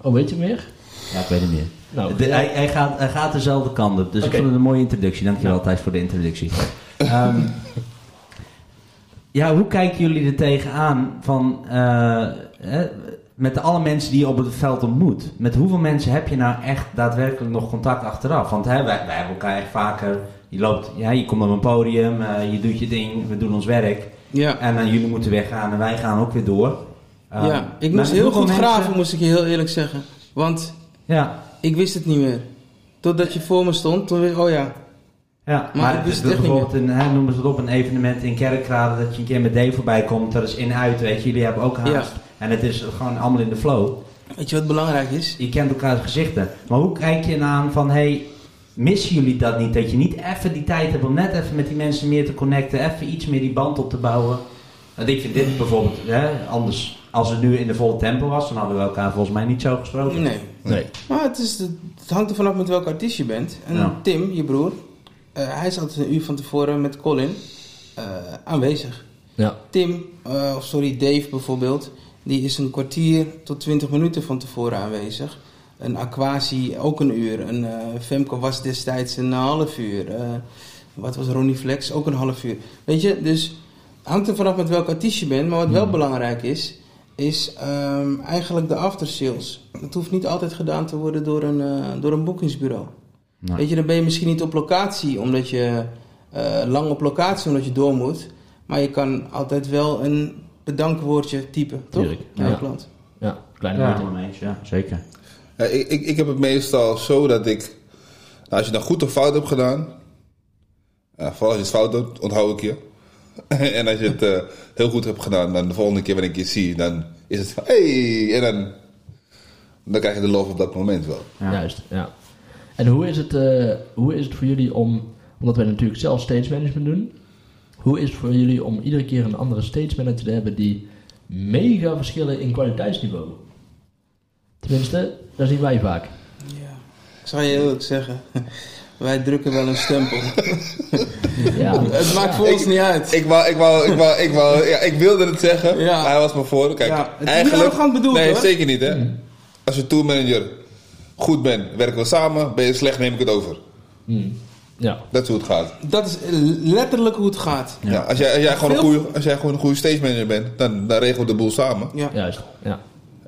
Speaker 2: Oh, weet je meer?
Speaker 1: Ja, ik weet het niet meer.
Speaker 2: Nou,
Speaker 1: De-
Speaker 2: ja.
Speaker 1: hij, hij, gaat, hij gaat dezelfde kant op. Dus
Speaker 2: Oké.
Speaker 1: ik vond het een mooie introductie. Dankjewel Thijs voor de introductie. Ehm, ja, hoe kijken jullie er tegenaan van... eh, hè, met alle mensen die je op het veld ontmoet. Met hoeveel mensen heb je nou echt daadwerkelijk nog contact achteraf? Want hè, wij, wij hebben elkaar echt vaker... Je loopt, ja, je komt op een podium, eh, je doet je ding, we doen ons werk.
Speaker 4: Ja.
Speaker 3: En eh, jullie moeten weggaan en wij gaan ook weer door. Eh,
Speaker 1: Ehm,
Speaker 4: ja, ik
Speaker 3: maar
Speaker 4: moest heel
Speaker 3: veel
Speaker 4: goed
Speaker 3: mensen-
Speaker 4: graven, moest ik je heel eerlijk zeggen. Want
Speaker 3: Ja,
Speaker 4: ik wist het niet meer. Totdat je voor me stond, toen wist ik, oh ja.
Speaker 3: ja.
Speaker 4: Maar
Speaker 3: maar,
Speaker 4: ik wist het echt
Speaker 3: bijvoorbeeld een, hè, noemen ze het op, een evenement in Kerkrade dat je een keer met D voorbij komt. Dat is in-uit, weet je. Jullie hebben ook haast.
Speaker 4: Ja.
Speaker 3: En het is gewoon allemaal in de flow.
Speaker 4: Weet je wat belangrijk is?
Speaker 3: Je kent elkaars gezichten. Maar hoe kijk je aan van, hey, missen jullie dat niet? Dat je niet even die tijd hebt om net even met die mensen meer te connecten, even iets meer die band op te bouwen. Want ik vind dit bijvoorbeeld, hè, anders, als het nu in de volle tempo was, dan hadden we elkaar volgens mij niet zo gesproken.
Speaker 4: Nee.
Speaker 5: Nee.
Speaker 4: Maar het, is, het hangt er vanaf met welk artiest je bent. En
Speaker 3: Ja.
Speaker 4: Tim, je broer, eh, hij is altijd een uur van tevoren met Colin eh, aanwezig.
Speaker 2: Ja.
Speaker 4: Tim, eh, of sorry, Dave bijvoorbeeld, die is een kwartier tot twintig minuten van tevoren aanwezig. Een Aquasi ook een uur. Een eh, Femco was destijds een half uur. Eh, wat was Ronnie Flex? Ook een half uur. Weet je, dus hangt er vanaf met welk artiest je bent. Maar wat wel belangrijk is, is ehm, eigenlijk de aftersales. Dat hoeft niet altijd gedaan te worden door een, eh, door een boekingsbureau.
Speaker 1: Nee.
Speaker 4: Weet je, dan ben je misschien niet op locatie, omdat je eh, lang op locatie, omdat je door moet. Maar je kan altijd wel een bedankwoordje typen, toch?
Speaker 2: Tuurlijk,
Speaker 4: Naar de
Speaker 2: ja.
Speaker 4: klant.
Speaker 2: Ja, kleine
Speaker 3: Ja,
Speaker 2: moeite.
Speaker 3: helemaal mee eens, ja, zeker.
Speaker 5: Ja, ik, ik, ik heb het meestal zo dat ik... nou, als je dan goed of fout hebt gedaan... ja, vooral als je het fout doet, onthoud ik je. en als je het eh, heel goed hebt gedaan, dan de volgende keer wanneer ik je zie, dan is het van... Hey! En dan, dan krijg je de lof op dat moment wel.
Speaker 3: Ja.
Speaker 2: Juist, ja. En hoe is, het, eh, hoe is het voor jullie om, omdat wij natuurlijk zelf stage management doen, hoe is het voor jullie om iedere keer een andere stage manager te hebben die mega verschillen in kwaliteitsniveau? Tenminste, dat zien wij vaak.
Speaker 4: Ja. Ik zal je heel eerlijk zeggen, wij drukken wel een stempel.
Speaker 2: Ja,
Speaker 4: Het maakt voor ons niet uit.
Speaker 5: Ik wou, ik wou, ik wou, ik wou, ja, ik wilde het zeggen,
Speaker 4: Ja.
Speaker 5: maar hij was me voor. Kijk,
Speaker 4: Ja, het is niet
Speaker 5: eigenlijk,
Speaker 4: arrogant bedoeld,
Speaker 5: nee,
Speaker 4: hoor. Mm-hmm.
Speaker 5: zeker niet, hè. Als je tourmanager goed bent, werken we samen. Ben je slecht, neem ik het over.
Speaker 2: Hm. ja.
Speaker 5: Dat is hoe het gaat.
Speaker 4: Dat is letterlijk hoe het gaat.
Speaker 5: Ja. als, jij, als, jij gewoon een
Speaker 4: Veel-
Speaker 5: goede, als jij gewoon een goede stage manager bent, dan, dan regelen we de boel samen.
Speaker 4: Ja.
Speaker 2: juist. Ja.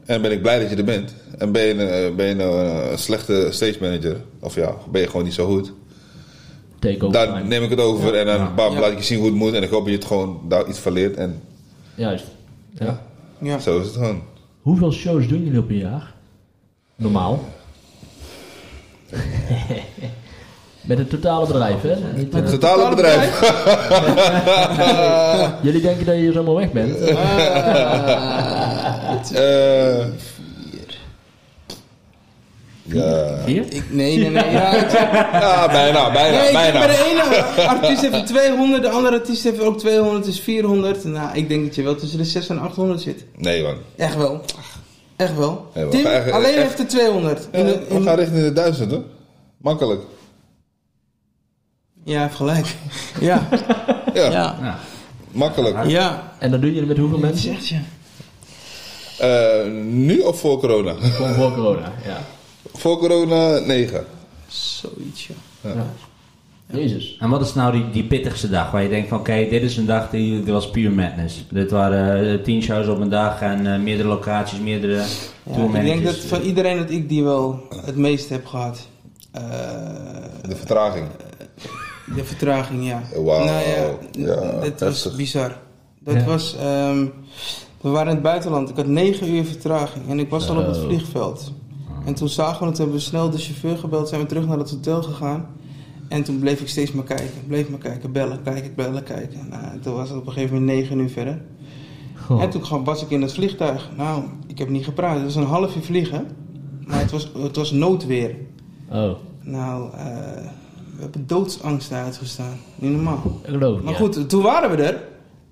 Speaker 5: En ben ik blij dat je er bent. En ben je, eh, ben je nou, eh, een slechte stage manager, of ja, ben je gewoon niet zo goed,
Speaker 2: Take over time.
Speaker 5: dan neem ik het over en dan bam,
Speaker 4: Ja.
Speaker 5: laat ik je zien hoe het moet. En ik hoop dat je het gewoon daar iets van leert. En
Speaker 2: Juist. Ja.
Speaker 4: Ja.
Speaker 5: zo is het gewoon.
Speaker 2: Hoeveel shows doen jullie op een jaar? Normaal. Met het totale bedrijf, hè? Niet, eh,
Speaker 5: Het totale bedrijf.
Speaker 2: jullie denken dat je hier zomaar weg bent.
Speaker 5: Eh, ja.
Speaker 2: Vier?
Speaker 4: Ik, nee, nee, nee. Ja, ik-
Speaker 5: ja, bijna, bijna,
Speaker 4: nee, ik
Speaker 5: bijna.
Speaker 4: ben de ene artiest heeft er 200, de andere artiest heeft er ook 200, dus 400. Nou, ik denk dat je wel tussen de 600 en 800 zit.
Speaker 5: Nee man,
Speaker 4: Echt wel. Echt wel.
Speaker 5: Nee, we
Speaker 4: Tim
Speaker 5: gaan echt-
Speaker 4: alleen
Speaker 5: echt-
Speaker 4: heeft er 200. In de-
Speaker 5: we
Speaker 4: in-
Speaker 5: gaan richting de duizend hoor. Makkelijk.
Speaker 4: Ja, hij heeft gelijk. Ja,
Speaker 5: Ja,
Speaker 4: ja,
Speaker 5: makkelijk.
Speaker 4: ja.
Speaker 2: En dat doen jullie met hoeveel
Speaker 4: Dat
Speaker 2: mensen?
Speaker 4: zegt je.
Speaker 5: Eh, nu of voor corona?
Speaker 2: Gewoon voor corona, ja.
Speaker 5: voor corona 9.
Speaker 4: Zoiets, ja.
Speaker 2: Jezus.
Speaker 3: En wat is nou die, die pittigste dag waar je denkt van oké, dit is een dag die dit was pure madness. Dit waren eh, tien shows op een dag en eh, meerdere locaties, meerdere
Speaker 4: Ja, ik
Speaker 3: tourmanagers.
Speaker 4: denk dat van iedereen dat ik die wel het meest heb gehad. Eh,
Speaker 5: De vertraging.
Speaker 4: de vertraging, ja.
Speaker 5: Eh, Wauw,
Speaker 4: Nou ja,
Speaker 5: ja,
Speaker 4: dat
Speaker 5: heftig.
Speaker 4: was bizar. Dat
Speaker 2: Ja.
Speaker 4: was, ehm, we waren in het buitenland. Ik had negen uur vertraging en ik was al op het
Speaker 2: Zo.
Speaker 4: vliegveld. En toen zagen we het, hebben we snel de chauffeur gebeld, zijn we terug naar het hotel gegaan. En toen bleef ik steeds maar kijken, bleef maar kijken, bellen, kijken, bellen, kijken. Nou, en toen was het op een gegeven moment negen uur verder.
Speaker 2: Goh.
Speaker 4: En toen kwam- was ik in het vliegtuig. Nou, ik heb niet gepraat. Het was een half uur vliegen. Maar het was, het was noodweer.
Speaker 2: Oh,
Speaker 4: Nou, eh, we hebben doodsangst uitgestaan. Niet normaal.
Speaker 2: ik geloof het
Speaker 4: Maar
Speaker 2: niet,
Speaker 4: goed, toen waren we er.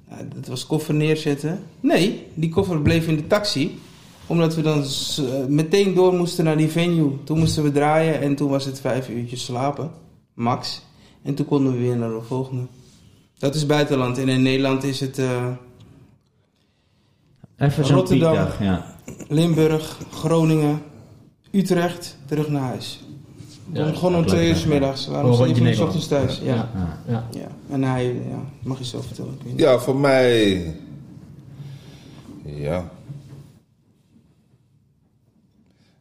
Speaker 4: Nou, dat was koffer neerzetten. Nee, die koffer bleef in de taxi. Omdat we dan s- eh, meteen door moesten naar die venue. Toen moesten we draaien en toen was het vijf uurtjes slapen. Max. En toen konden we weer naar de volgende. Dat is buitenland. En in Nederland is het... eh,
Speaker 3: Even zo'n
Speaker 4: Rotterdam.
Speaker 3: piekdag, ja.
Speaker 4: Limburg, Groningen, Utrecht, terug naar huis.
Speaker 2: Ja,
Speaker 4: We
Speaker 2: dat
Speaker 4: begonnen om
Speaker 3: lijkt
Speaker 4: twee
Speaker 3: me.
Speaker 4: uur 's middags. We waren
Speaker 2: Gewoon
Speaker 4: om
Speaker 2: rondje
Speaker 4: zeven uur 's
Speaker 2: Nederland.
Speaker 4: ochtends thuis. Ja. Ja.
Speaker 2: Ja. ja.
Speaker 4: En hij, ja, mag je zo vertellen. ik weet niet.
Speaker 5: Ja, voor mij. Ja.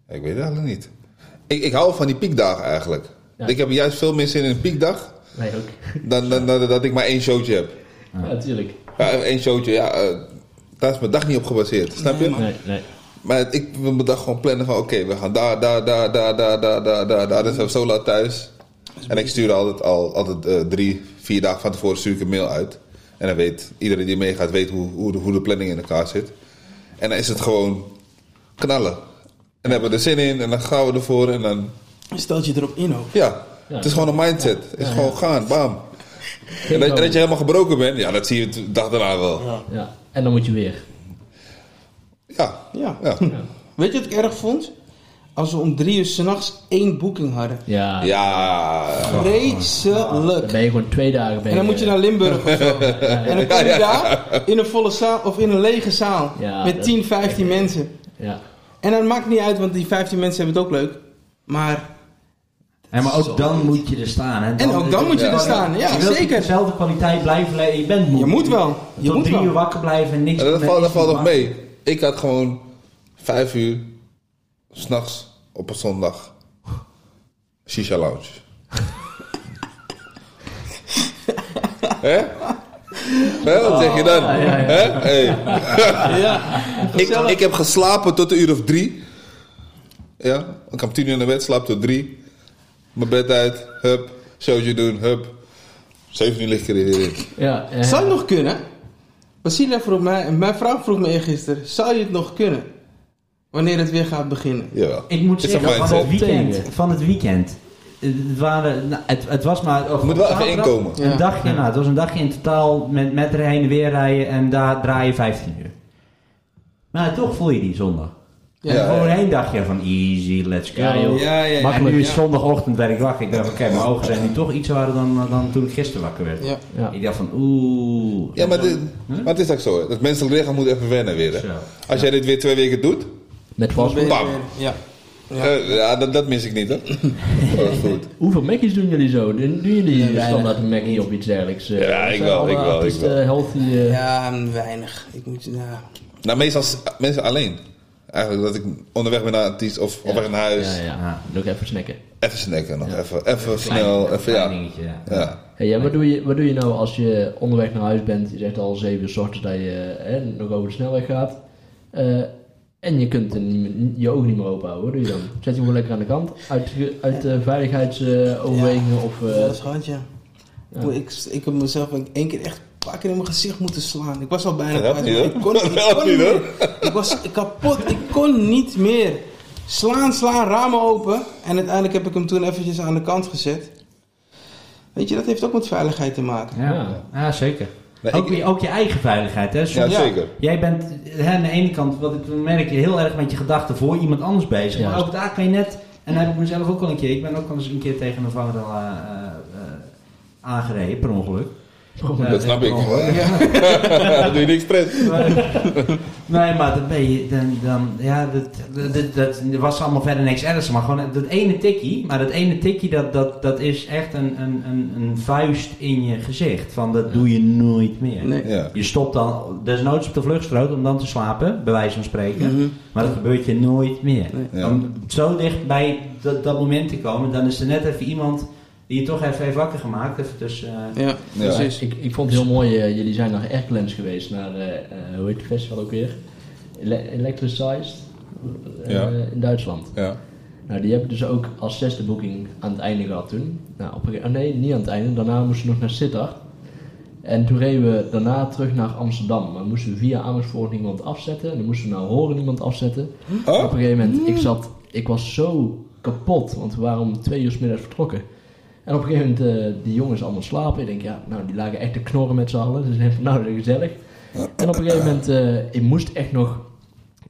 Speaker 5: Ik weet het eigenlijk niet. Ik, ik hou van die piekdagen eigenlijk.
Speaker 2: Ja.
Speaker 5: Ik heb er juist veel meer zin in een piekdag
Speaker 2: Wij ook.
Speaker 5: dan, dan, dan- dat ik maar één showtje heb.
Speaker 2: Ja, natuurlijk.
Speaker 5: Ja, één showtje, ja, eh, daar is mijn dag niet op gebaseerd, snap je?
Speaker 2: Nee, nee.
Speaker 5: Maar ik wil mijn dag gewoon plannen van, oké, we gaan daar, daar, daar, daar, daar, daar, daar, daar, daar. Dan zijn we zo laat thuis. En ik stuur altijd, al, altijd eh, drie, vier dagen van tevoren stuur ik een mail uit. En dan weet iedereen die meegaat, weet hoe, hoe, de, hoe de planning in elkaar zit. En dan is het gewoon knallen. En dan hebben we er zin in en dan gaan we ervoor en dan,
Speaker 4: Stelt je erop in ook.
Speaker 5: ja.
Speaker 2: Ja.
Speaker 5: het is gewoon een mindset. Het is gewoon gaan, bam. En dat, en dat je helemaal gebroken bent, ja, dat zie je de dag daarna wel.
Speaker 4: Ja.
Speaker 2: Ja, en dan moet je weer.
Speaker 5: Ja,
Speaker 4: Ja.
Speaker 5: ja.
Speaker 4: Weet je wat ik erg vond? Als we om drie uur s'nachts één boeking hadden.
Speaker 2: Ja,
Speaker 5: Ja.
Speaker 2: dan
Speaker 4: Vreselijk.
Speaker 2: ben je gewoon twee dagen bezig.
Speaker 4: En dan moet je naar Limburg of zo. En dan kom je
Speaker 5: Ja, ja.
Speaker 4: daar in een volle zaal of in een lege zaal.
Speaker 2: Ja,
Speaker 4: met
Speaker 2: dat-
Speaker 4: 10, 15 mensen.
Speaker 2: Ja.
Speaker 4: En dat maakt niet uit, want die 15 mensen hebben het ook leuk. Maar
Speaker 1: En maar ook dan moet je er staan. Hè?
Speaker 4: En ook dan moet je er staan, ja,
Speaker 1: je wilt
Speaker 4: zeker.
Speaker 1: dezelfde kwaliteit blijven leveren. Je bent moe.
Speaker 4: je moet wel. Je
Speaker 1: Tot
Speaker 4: moet
Speaker 1: drie uur
Speaker 4: wel.
Speaker 1: wakker blijven en niks
Speaker 5: En dat
Speaker 1: meer
Speaker 5: valt, dat
Speaker 1: is
Speaker 5: valt nog
Speaker 1: normaal.
Speaker 5: mee. Ik had gewoon vijf uur s'nachts op een zondag shisha lounge. Hè? Hè, wat zeg je dan?
Speaker 1: Ah,
Speaker 5: Hè? Hey.
Speaker 4: Ja,
Speaker 5: Ik, ik heb geslapen tot een uur of drie. Ja, ik kwam tien uur naar bed, slaap tot drie. Mijn bed uit, hup, showtje doen, hup. Zeven uur lig ik er weer in.
Speaker 2: Ja, eh, ja,
Speaker 4: Zou het nog kunnen? Basilia vroeg mij, mijn vrouw vroeg me eergisteren, zou je het nog kunnen? Wanneer het weer gaat beginnen.
Speaker 5: Jawel.
Speaker 1: Ik moet
Speaker 5: Is
Speaker 1: zeggen,
Speaker 5: dat
Speaker 1: van het,
Speaker 5: mindset?
Speaker 1: weekend,
Speaker 2: Tegen.
Speaker 1: van het weekend. Het, waren, nou, het, het was maar... of-
Speaker 5: Moet wel even
Speaker 1: zaterdag,
Speaker 5: inkomen.
Speaker 1: Een
Speaker 4: Ja.
Speaker 1: dagje, nou, het was een dagje in totaal met, met er heen en weer rijden en daar draai je 15 uur. Maar toch voel je die zondag.
Speaker 4: Ja.
Speaker 1: en
Speaker 5: Ja,
Speaker 1: voorheen dacht je van easy, let's go.
Speaker 2: Ja, joh.
Speaker 4: Ja, ja,
Speaker 1: Maar
Speaker 4: ja.
Speaker 1: nu is
Speaker 4: Ja.
Speaker 1: zondagochtend ben ik wakker. Ik dacht, oké, mijn ogen zijn nu toch iets harder dan, dan toen ik gisteren wakker werd.
Speaker 4: Ja.
Speaker 2: ja.
Speaker 1: Ik dacht van, oeh.
Speaker 5: Ja, maar, dit-
Speaker 2: Hm?
Speaker 5: maar het is ook zo. hè. Het menselijk lichaam moet even wennen weer. hè.
Speaker 1: Zo.
Speaker 5: Als jij dit weer twee weken doet,
Speaker 2: Met
Speaker 4: Dan ben
Speaker 2: vast.
Speaker 4: je
Speaker 5: Bam.
Speaker 4: weer- Ja. Ja.
Speaker 5: eh, ja, dat, dat mis ik niet, hè? dat is goed.
Speaker 2: Hoeveel Mackies doen jullie zo? Doen doen jullie
Speaker 4: weinig.
Speaker 2: standaard een Mackie of iets dergelijks? eh?
Speaker 5: Ja, ik
Speaker 2: Zijn
Speaker 5: wel,
Speaker 2: alle
Speaker 5: ik wel, ik
Speaker 2: artiesten
Speaker 5: wel.
Speaker 2: healthy. eh,
Speaker 4: Ja, weinig. Ik moet, ja.
Speaker 5: Nou, meestal s- mensen alleen. Eigenlijk dat ik onderweg ben naar een artiest of op weg naar huis.
Speaker 2: Ja, ja.
Speaker 1: Ja.
Speaker 2: Ah, Doe ik even snacken.
Speaker 5: Even snacken nog, even, even snel. Even, ja.
Speaker 1: dingetje, ja.
Speaker 5: ja.
Speaker 2: Hey, en wat, doe je, wat doe je nou als je onderweg naar huis bent? Je zegt al 7 uur s ochtends dat je eh, hè, nog over de snelweg gaat. Eh, en je kunt er niet meer- je ogen niet meer open houden. Wat doe je dan? Zet je hem gewoon lekker aan de kant? Uit, ge- uit eh, veiligheidsoverwegingen? of, eh,
Speaker 4: Ja, dat is hard, ja. Ik, moet- ik, ik heb mezelf een- één keer echt een paar keer in mijn gezicht moeten slaan. Ik was al bijna
Speaker 5: Dat helpt
Speaker 4: kwijt,
Speaker 5: niet,
Speaker 4: maar
Speaker 5: hoor.
Speaker 4: ik kon, ik
Speaker 5: Dat helpt
Speaker 4: kon
Speaker 5: niet,
Speaker 4: niet meer.
Speaker 5: hoor.
Speaker 4: Ik was kapot. Ik kon niet meer. Slaan, slaan, ramen open. En uiteindelijk heb ik hem toen eventjes aan de kant gezet. Weet je, dat heeft ook met veiligheid te maken.
Speaker 1: Ja.
Speaker 2: Ja.
Speaker 1: Ja, zeker.
Speaker 5: Nee,
Speaker 1: ook,
Speaker 5: ik-
Speaker 1: je, ook je eigen veiligheid, hè?
Speaker 5: ja,
Speaker 1: Soms-
Speaker 5: zeker.
Speaker 1: Jij bent hè, aan de ene kant, wat ik merk, je heel erg met je gedachten voor iemand anders bezig. Maar
Speaker 2: Juist.
Speaker 1: ook daar kan je net, en dan heb ik mezelf ook al een keer, ik ben ook al eens een keer tegen een vangrail eh, eh, eh, aangereden, per ongeluk. Eh,
Speaker 5: Dat snap
Speaker 1: per
Speaker 5: ik.
Speaker 1: ongeluk.
Speaker 5: dat doe je niet expres.
Speaker 1: Maar- nee, maar dan ben je, dan, dan ja, dat, dat, dat, dat was allemaal verder niks ergs. Maar gewoon dat ene tikkie, maar dat ene tikkie, dat, dat, dat is echt een, een, een, een vuist in je gezicht. Van dat doe je nooit meer.
Speaker 4: Nee.
Speaker 5: Ja.
Speaker 1: Je stopt dan desnoods op de vluchtstrook om dan te slapen, bij wijze van spreken.
Speaker 4: Mhm.
Speaker 1: Maar dat gebeurt je nooit meer.
Speaker 4: Nee.
Speaker 5: Ja.
Speaker 1: Om zo dicht bij dat, dat moment te komen, dan is er net even iemand die je toch even heeft wakker gemaakt. Even tussen, eh,
Speaker 4: Ja,
Speaker 5: Ja.
Speaker 4: precies.
Speaker 2: Ik, ik vond het heel mooi, eh, jullie zijn naar Erklens geweest, naar, eh, eh, hoe heet het festival ook weer? Ele- Electricized eh,
Speaker 5: Ja.
Speaker 2: in Duitsland.
Speaker 5: Ja.
Speaker 2: Nou, die hebben dus ook als zesde boeking aan het einde gehad toen. Nou, op een gege- oh nee, niet aan het einde, daarna moesten we nog naar Sittard. En toen reden we daarna terug naar Amsterdam. Maar moesten we via Amersfoort iemand afzetten. En dan moesten we naar Horen iemand afzetten.
Speaker 5: Oh?
Speaker 2: Op een gegeven moment, ik zat, ik was zo kapot, want we waren om twee uur 's middags vertrokken. En op een gegeven moment, eh, die jongens allemaal slapen. Ik denk, ja, nou, die lagen echt te knorren met z'n allen. Dus ik denk van, nou, dat is gezellig. En op een gegeven moment, eh, ik moest echt nog,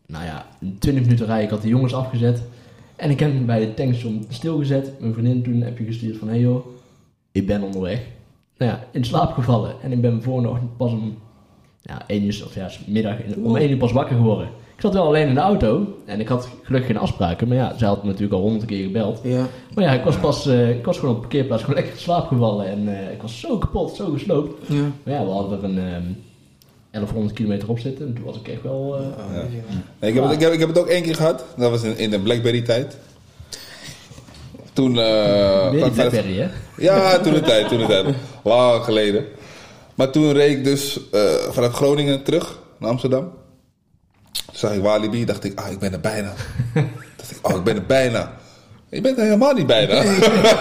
Speaker 2: nou ja, 20 minuten rijden. Ik had de jongens afgezet. En ik heb hem bij de tankstation stilgezet. Mijn vriendin toen heb je gestuurd van, hé hey joh, ik ben onderweg. Nou ja, in slaap gevallen. En ik ben de volgende ochtend pas om ja, 1 uur, of ja, middag, om 1 uur pas wakker geworden. Ik zat wel alleen in de auto en ik had gelukkig geen afspraken. Maar ja, zij had me natuurlijk al honderd keer gebeld.
Speaker 4: Ja.
Speaker 2: Maar ja, ik was pas, eh, ik was gewoon op de parkeerplaats gewoon lekker in slaap gevallen. En eh, ik was zo kapot, zo gesloopt.
Speaker 4: Ja.
Speaker 2: Maar ja, we hadden er een ehm 1100 kilometer op zitten. En toen was ik echt wel... eh,
Speaker 5: Nee, ik, heb het, ik, heb, ik heb het ook één keer gehad. Dat was in, in de Blackberry-tijd. Toen... eh,
Speaker 2: weer die
Speaker 5: kwam ik bij de-
Speaker 2: Blackberry, hè?
Speaker 5: Ja, toen de tijd, toen de tijd. Lang geleden. Maar toen reed ik dus eh, vanuit Groningen terug naar Amsterdam. Toen zag ik Walibi, dacht ik, ah, ik ben er bijna. dacht ik, oh, ik ben er bijna. Je bent er helemaal niet bijna.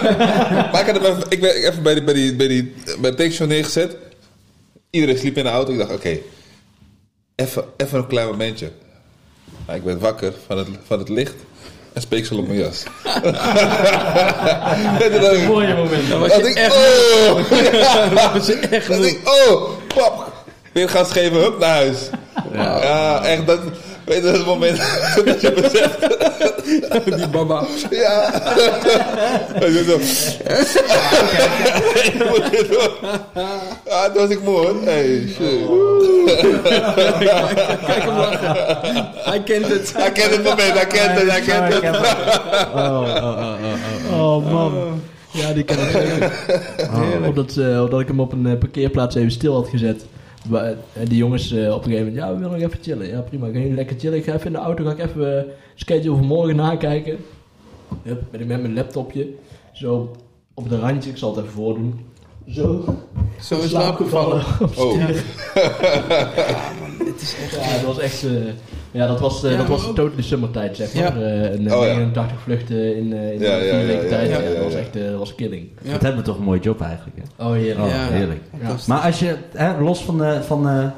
Speaker 5: maar ik had hem even, ik ben even bij, die, bij, die, bij, die, bij de tankstation neergezet. Iedereen sliep in de auto. Ik dacht, oké, even, even een klein momentje. Maar ik werd wakker van het, van het licht en speeksel op mijn jas. En toen dacht ik,
Speaker 2: Mooie momenten.
Speaker 4: was
Speaker 5: dat
Speaker 4: je
Speaker 5: ik,
Speaker 4: echt
Speaker 5: oh,
Speaker 4: Dat was je echt
Speaker 5: dat
Speaker 4: moe.
Speaker 5: ik, oh, pap, weer gas geven, hup, naar huis. Ja, echt, dat, weet je, dat moment dat je beseft,
Speaker 4: Die baba.
Speaker 5: ja. Dat je zo, ik moet dit doen. Ja, toen was ik moe, hoor. Hey, shit.
Speaker 4: Kijk hem lachen. Hij kent het.
Speaker 5: Hij kent het moment, hij kent het, hij kent het.
Speaker 2: Oh man. Ja, die kan ik zeker. Oh, omdat, eh, omdat ik hem op een eh, parkeerplaats even stil had gezet. Wa- En die jongens eh, op een gegeven moment, ja, we willen nog even chillen. Ja, prima, gaan jullie lekker chillen. Ik ga even in de auto, ga ik even eh, schedule van morgen nakijken. Hup, ben ik met mijn laptopje. Zo, op de randje, ik zal het even voordoen. Zo,
Speaker 4: Zo is slaap gevallen.
Speaker 5: Oh,
Speaker 2: Ja, dat was echt. eh, ja, dat was, eh,
Speaker 4: Ja,
Speaker 2: dat
Speaker 4: maar
Speaker 2: was
Speaker 4: ook-
Speaker 2: totally summertijd, zeg
Speaker 4: Ja.
Speaker 2: maar. Eh een
Speaker 5: Oh, ja.
Speaker 2: 89 vluchten in, eh in
Speaker 5: Ja, ja,
Speaker 2: vier
Speaker 5: ja,
Speaker 2: weken
Speaker 5: ja,
Speaker 2: tijd.
Speaker 5: ja,
Speaker 2: Ja,
Speaker 5: ja,
Speaker 2: dat was
Speaker 5: ja.
Speaker 2: echt eh, dat was killing.
Speaker 1: Dat hebben we toch een mooie job eigenlijk. Hè?
Speaker 2: Oh, heerlijk.
Speaker 1: Oh,
Speaker 4: Ja.
Speaker 1: heerlijk.
Speaker 4: Fantastisch.
Speaker 1: Maar als je, hè, los van de, van, de,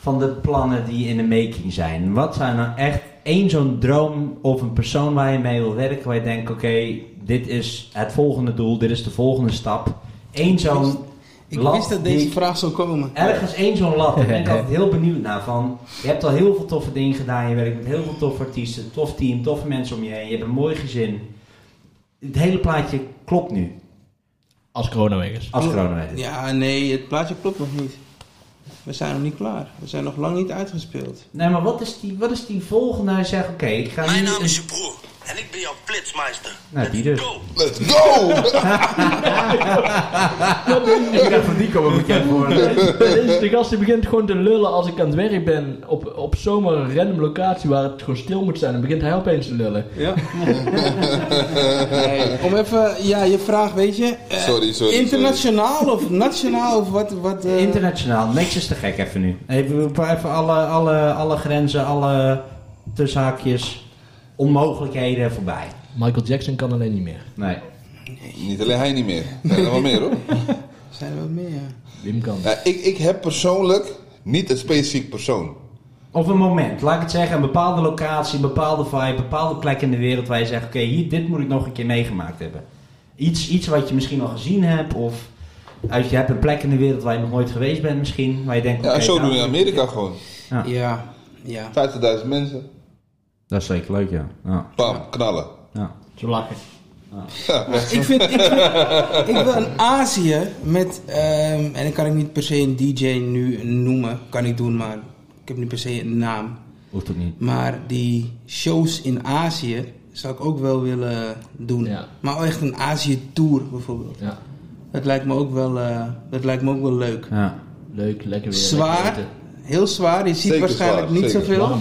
Speaker 1: van de plannen die in de making zijn, wat zijn nou echt één zo'n droom of een persoon waar je mee wil werken, waar je denkt, oké, dit is het volgende doel, dit is de volgende stap. Eén zo'n
Speaker 4: Ik
Speaker 1: lat
Speaker 4: wist dat
Speaker 1: die
Speaker 4: deze
Speaker 1: ik-
Speaker 4: vraag zou komen.
Speaker 1: Ergens één zo'n lat, daar ben ik altijd heel benieuwd naar. Van, je hebt al heel veel toffe dingen gedaan, je werkt met heel veel toffe artiesten, tof team, toffe mensen om je heen, je hebt een mooi gezin. Het hele plaatje klopt nu,
Speaker 2: Als corona weg is.
Speaker 1: als corona weet het.
Speaker 4: Ja, nee, het plaatje klopt nog niet. We zijn nog niet klaar. We zijn nog lang niet uitgespeeld.
Speaker 1: Nee, maar wat is die, wat is die volgende? Hij zegt, oké, ik ga
Speaker 7: Mijn
Speaker 1: nu-
Speaker 7: naam is je broer en ik ben jouw flitsmeister.
Speaker 1: Nou, die dus.
Speaker 7: Let's go.
Speaker 5: let's go!
Speaker 1: Ik dacht van die komen bekend worden.
Speaker 2: Deze- Dus de gast die begint gewoon te lullen als ik aan het werk ben. Op, op zomaar een random locatie waar het gewoon stil moet zijn. Dan begint hij opeens te lullen.
Speaker 4: Ja. Nee, om even, ja, je vraag, weet je. eh,
Speaker 5: Sorry, sorry,
Speaker 4: internationaal of nationaal of wat. wat eh,
Speaker 1: Internationaal, niks is te gek even nu. Even, even alle, alle, alle grenzen, alle tussenhaakjes, onmogelijkheden voorbij.
Speaker 2: Michael Jackson kan alleen niet meer.
Speaker 1: Nee.
Speaker 5: Niet alleen hij niet meer, er zijn er wel meer, hoor.
Speaker 4: Zijn er wel meer, ja.
Speaker 2: Wim kan.
Speaker 5: Ja, ik, ik heb persoonlijk niet een specifiek persoon.
Speaker 1: Of een moment, laat ik het zeggen, een bepaalde locatie, een bepaalde vibe, een bepaalde plek in de wereld waar je zegt, oké, hier, dit moet ik nog een keer meegemaakt hebben. Iets, iets wat je misschien al gezien hebt, of uit, je hebt een plek in de wereld waar je nog nooit geweest bent misschien, waar je denkt,
Speaker 5: Ja,
Speaker 1: oké,
Speaker 5: zo
Speaker 1: nou-
Speaker 5: doen we in Amerika gewoon.
Speaker 1: Ja.
Speaker 4: Ja, ja.
Speaker 5: 50.000 mensen,
Speaker 1: Dat is zeker leuk, ja. Ja,
Speaker 5: bam, knallen.
Speaker 1: ja.
Speaker 2: Zo lachen.
Speaker 4: Ik vind, ik, vind, ik wil een Azië met, ehm, en dan kan ik niet per se een DJ nu noemen, kan ik doen, maar ik heb niet per se een naam.
Speaker 1: hoeft ook niet.
Speaker 4: Maar die shows in Azië zou ik ook wel willen doen.
Speaker 2: Ja.
Speaker 4: Maar echt een Azië-tour bijvoorbeeld.
Speaker 2: Ja.
Speaker 4: Dat lijkt me ook wel, eh, dat lijkt me ook wel leuk.
Speaker 1: Ja.
Speaker 2: Leuk, lekker weer.
Speaker 4: Zwaar,
Speaker 2: lekker eten.
Speaker 4: heel zwaar. Je ziet
Speaker 5: Zeker
Speaker 4: waarschijnlijk
Speaker 5: zwaar,
Speaker 4: niet
Speaker 5: zeker.
Speaker 4: zoveel.
Speaker 2: Warm.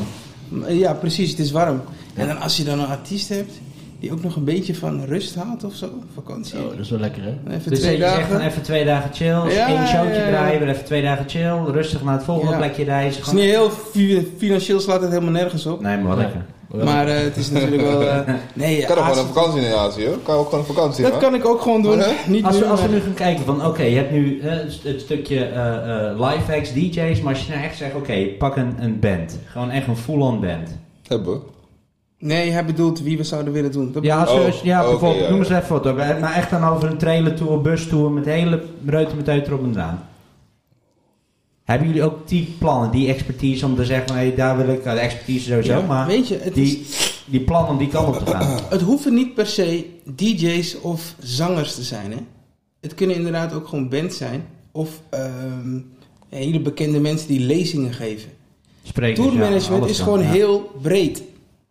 Speaker 4: Maar Ja, precies, het is warm. En dan als je dan een artiest hebt die ook nog een beetje van rust haalt of zo, vakantie.
Speaker 2: Zo, dat is wel lekker hè.
Speaker 4: Even
Speaker 1: Oh. Dus
Speaker 4: twee
Speaker 1: je zegt
Speaker 4: dagen.
Speaker 1: van even twee dagen chill,
Speaker 4: Ja,
Speaker 1: één showtje
Speaker 4: ja, ja.
Speaker 1: draaien, weer even twee dagen chill, rustig naar het volgende
Speaker 4: Ja.
Speaker 1: plekje reizen.
Speaker 4: Het is niet heel fi- financieel, slaat het helemaal nergens op.
Speaker 1: Nee, maar Nou, wel lekker.
Speaker 2: Ja.
Speaker 4: Maar eh, het is natuurlijk wel. eh, nee,
Speaker 5: Ik kan ook
Speaker 4: Azië-
Speaker 5: gewoon een vakantie in Azië, hoor. Kan ook gewoon een vakantie,
Speaker 4: dat
Speaker 5: man.
Speaker 4: kan ik ook gewoon doen.
Speaker 5: Huh?
Speaker 4: Niet
Speaker 1: Als
Speaker 4: nu,
Speaker 1: we, als we
Speaker 4: maar-
Speaker 1: nu gaan kijken van, oké, je hebt nu eh, het st- het stukje eh eh live acts, DJ's, maar als je nou echt zegt, oké, pak een, een band. Gewoon echt een full-on band.
Speaker 5: Hebben we.
Speaker 4: Nee, hij bedoelt wie we zouden willen doen. Dat
Speaker 1: Ja, als we,
Speaker 5: Oh,
Speaker 1: als- ja
Speaker 5: oké,
Speaker 1: bijvoorbeeld,
Speaker 5: ja,
Speaker 1: noem
Speaker 5: ja.
Speaker 1: eens even wat hoor. We hebben maar echt dan over een trailer tour, bus tour, met hele reuten met uit erop en eraan. Hebben jullie ook die plannen, die expertise om te zeggen, van, hé, daar wil ik, nou, de expertise sowieso,
Speaker 4: Ja,
Speaker 1: maar
Speaker 4: weet je, het
Speaker 1: die, die plan om die kant op te gaan.
Speaker 4: Het hoeven niet per se DJ's of zangers te zijn. Hè? Het kunnen inderdaad ook gewoon bands zijn. Of ehm, hele bekende mensen die lezingen geven.
Speaker 1: Sprekers, ja,
Speaker 4: Tourmanagement
Speaker 1: alles
Speaker 4: is
Speaker 1: kan,
Speaker 4: gewoon
Speaker 1: ja.
Speaker 4: heel breed.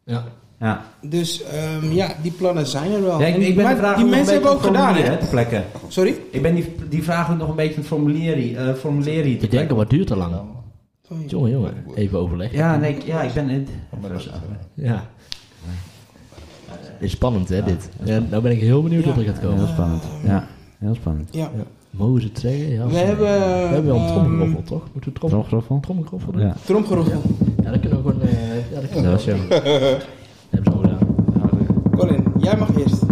Speaker 2: Ja.
Speaker 1: Ja.
Speaker 4: Dus ehm, ja, die plannen zijn er wel.
Speaker 1: Ja, ik,
Speaker 4: En-
Speaker 1: ik ben
Speaker 4: maar
Speaker 1: de vraag
Speaker 4: die
Speaker 1: nog een
Speaker 4: mensen hebben ook
Speaker 1: beetje aan
Speaker 4: gedaan.
Speaker 1: het
Speaker 4: Hè?
Speaker 1: formuleren, hè, ter plekke.
Speaker 4: Sorry?
Speaker 1: Ik ben die, die vraag ook nog een beetje aan het formuleren, eh, formuleren hier ter
Speaker 2: Ik denk
Speaker 1: plekke.
Speaker 2: al wat duurt te lang.
Speaker 4: Sorry.
Speaker 2: Jongen, jongen, even overleg. Ja.
Speaker 1: Ja, nee, ik- ja, ik ben... Het,
Speaker 2: Dit is spannend hè, dit. Ja, nou ben ik heel benieuwd wat er gaat komen.
Speaker 1: spannend. Ja, heel spannend.
Speaker 4: Ja.
Speaker 2: Mogen we het zeggen? Ja,
Speaker 4: We
Speaker 2: zo.
Speaker 4: hebben,
Speaker 2: we hebben wel een
Speaker 4: ehm,
Speaker 2: trommelgroffel, toch? Moeten we trommel,
Speaker 8: Tromgeroffel?
Speaker 2: trommelgroffel doen?
Speaker 8: Ja.
Speaker 4: Tromgeroffel.
Speaker 2: Ja, dat kunnen we gewoon... eh, ja, dat kunnen
Speaker 8: Dat
Speaker 2: we wel doen. Dat hebben ze al gedaan.
Speaker 4: Colin, jij mag eerst.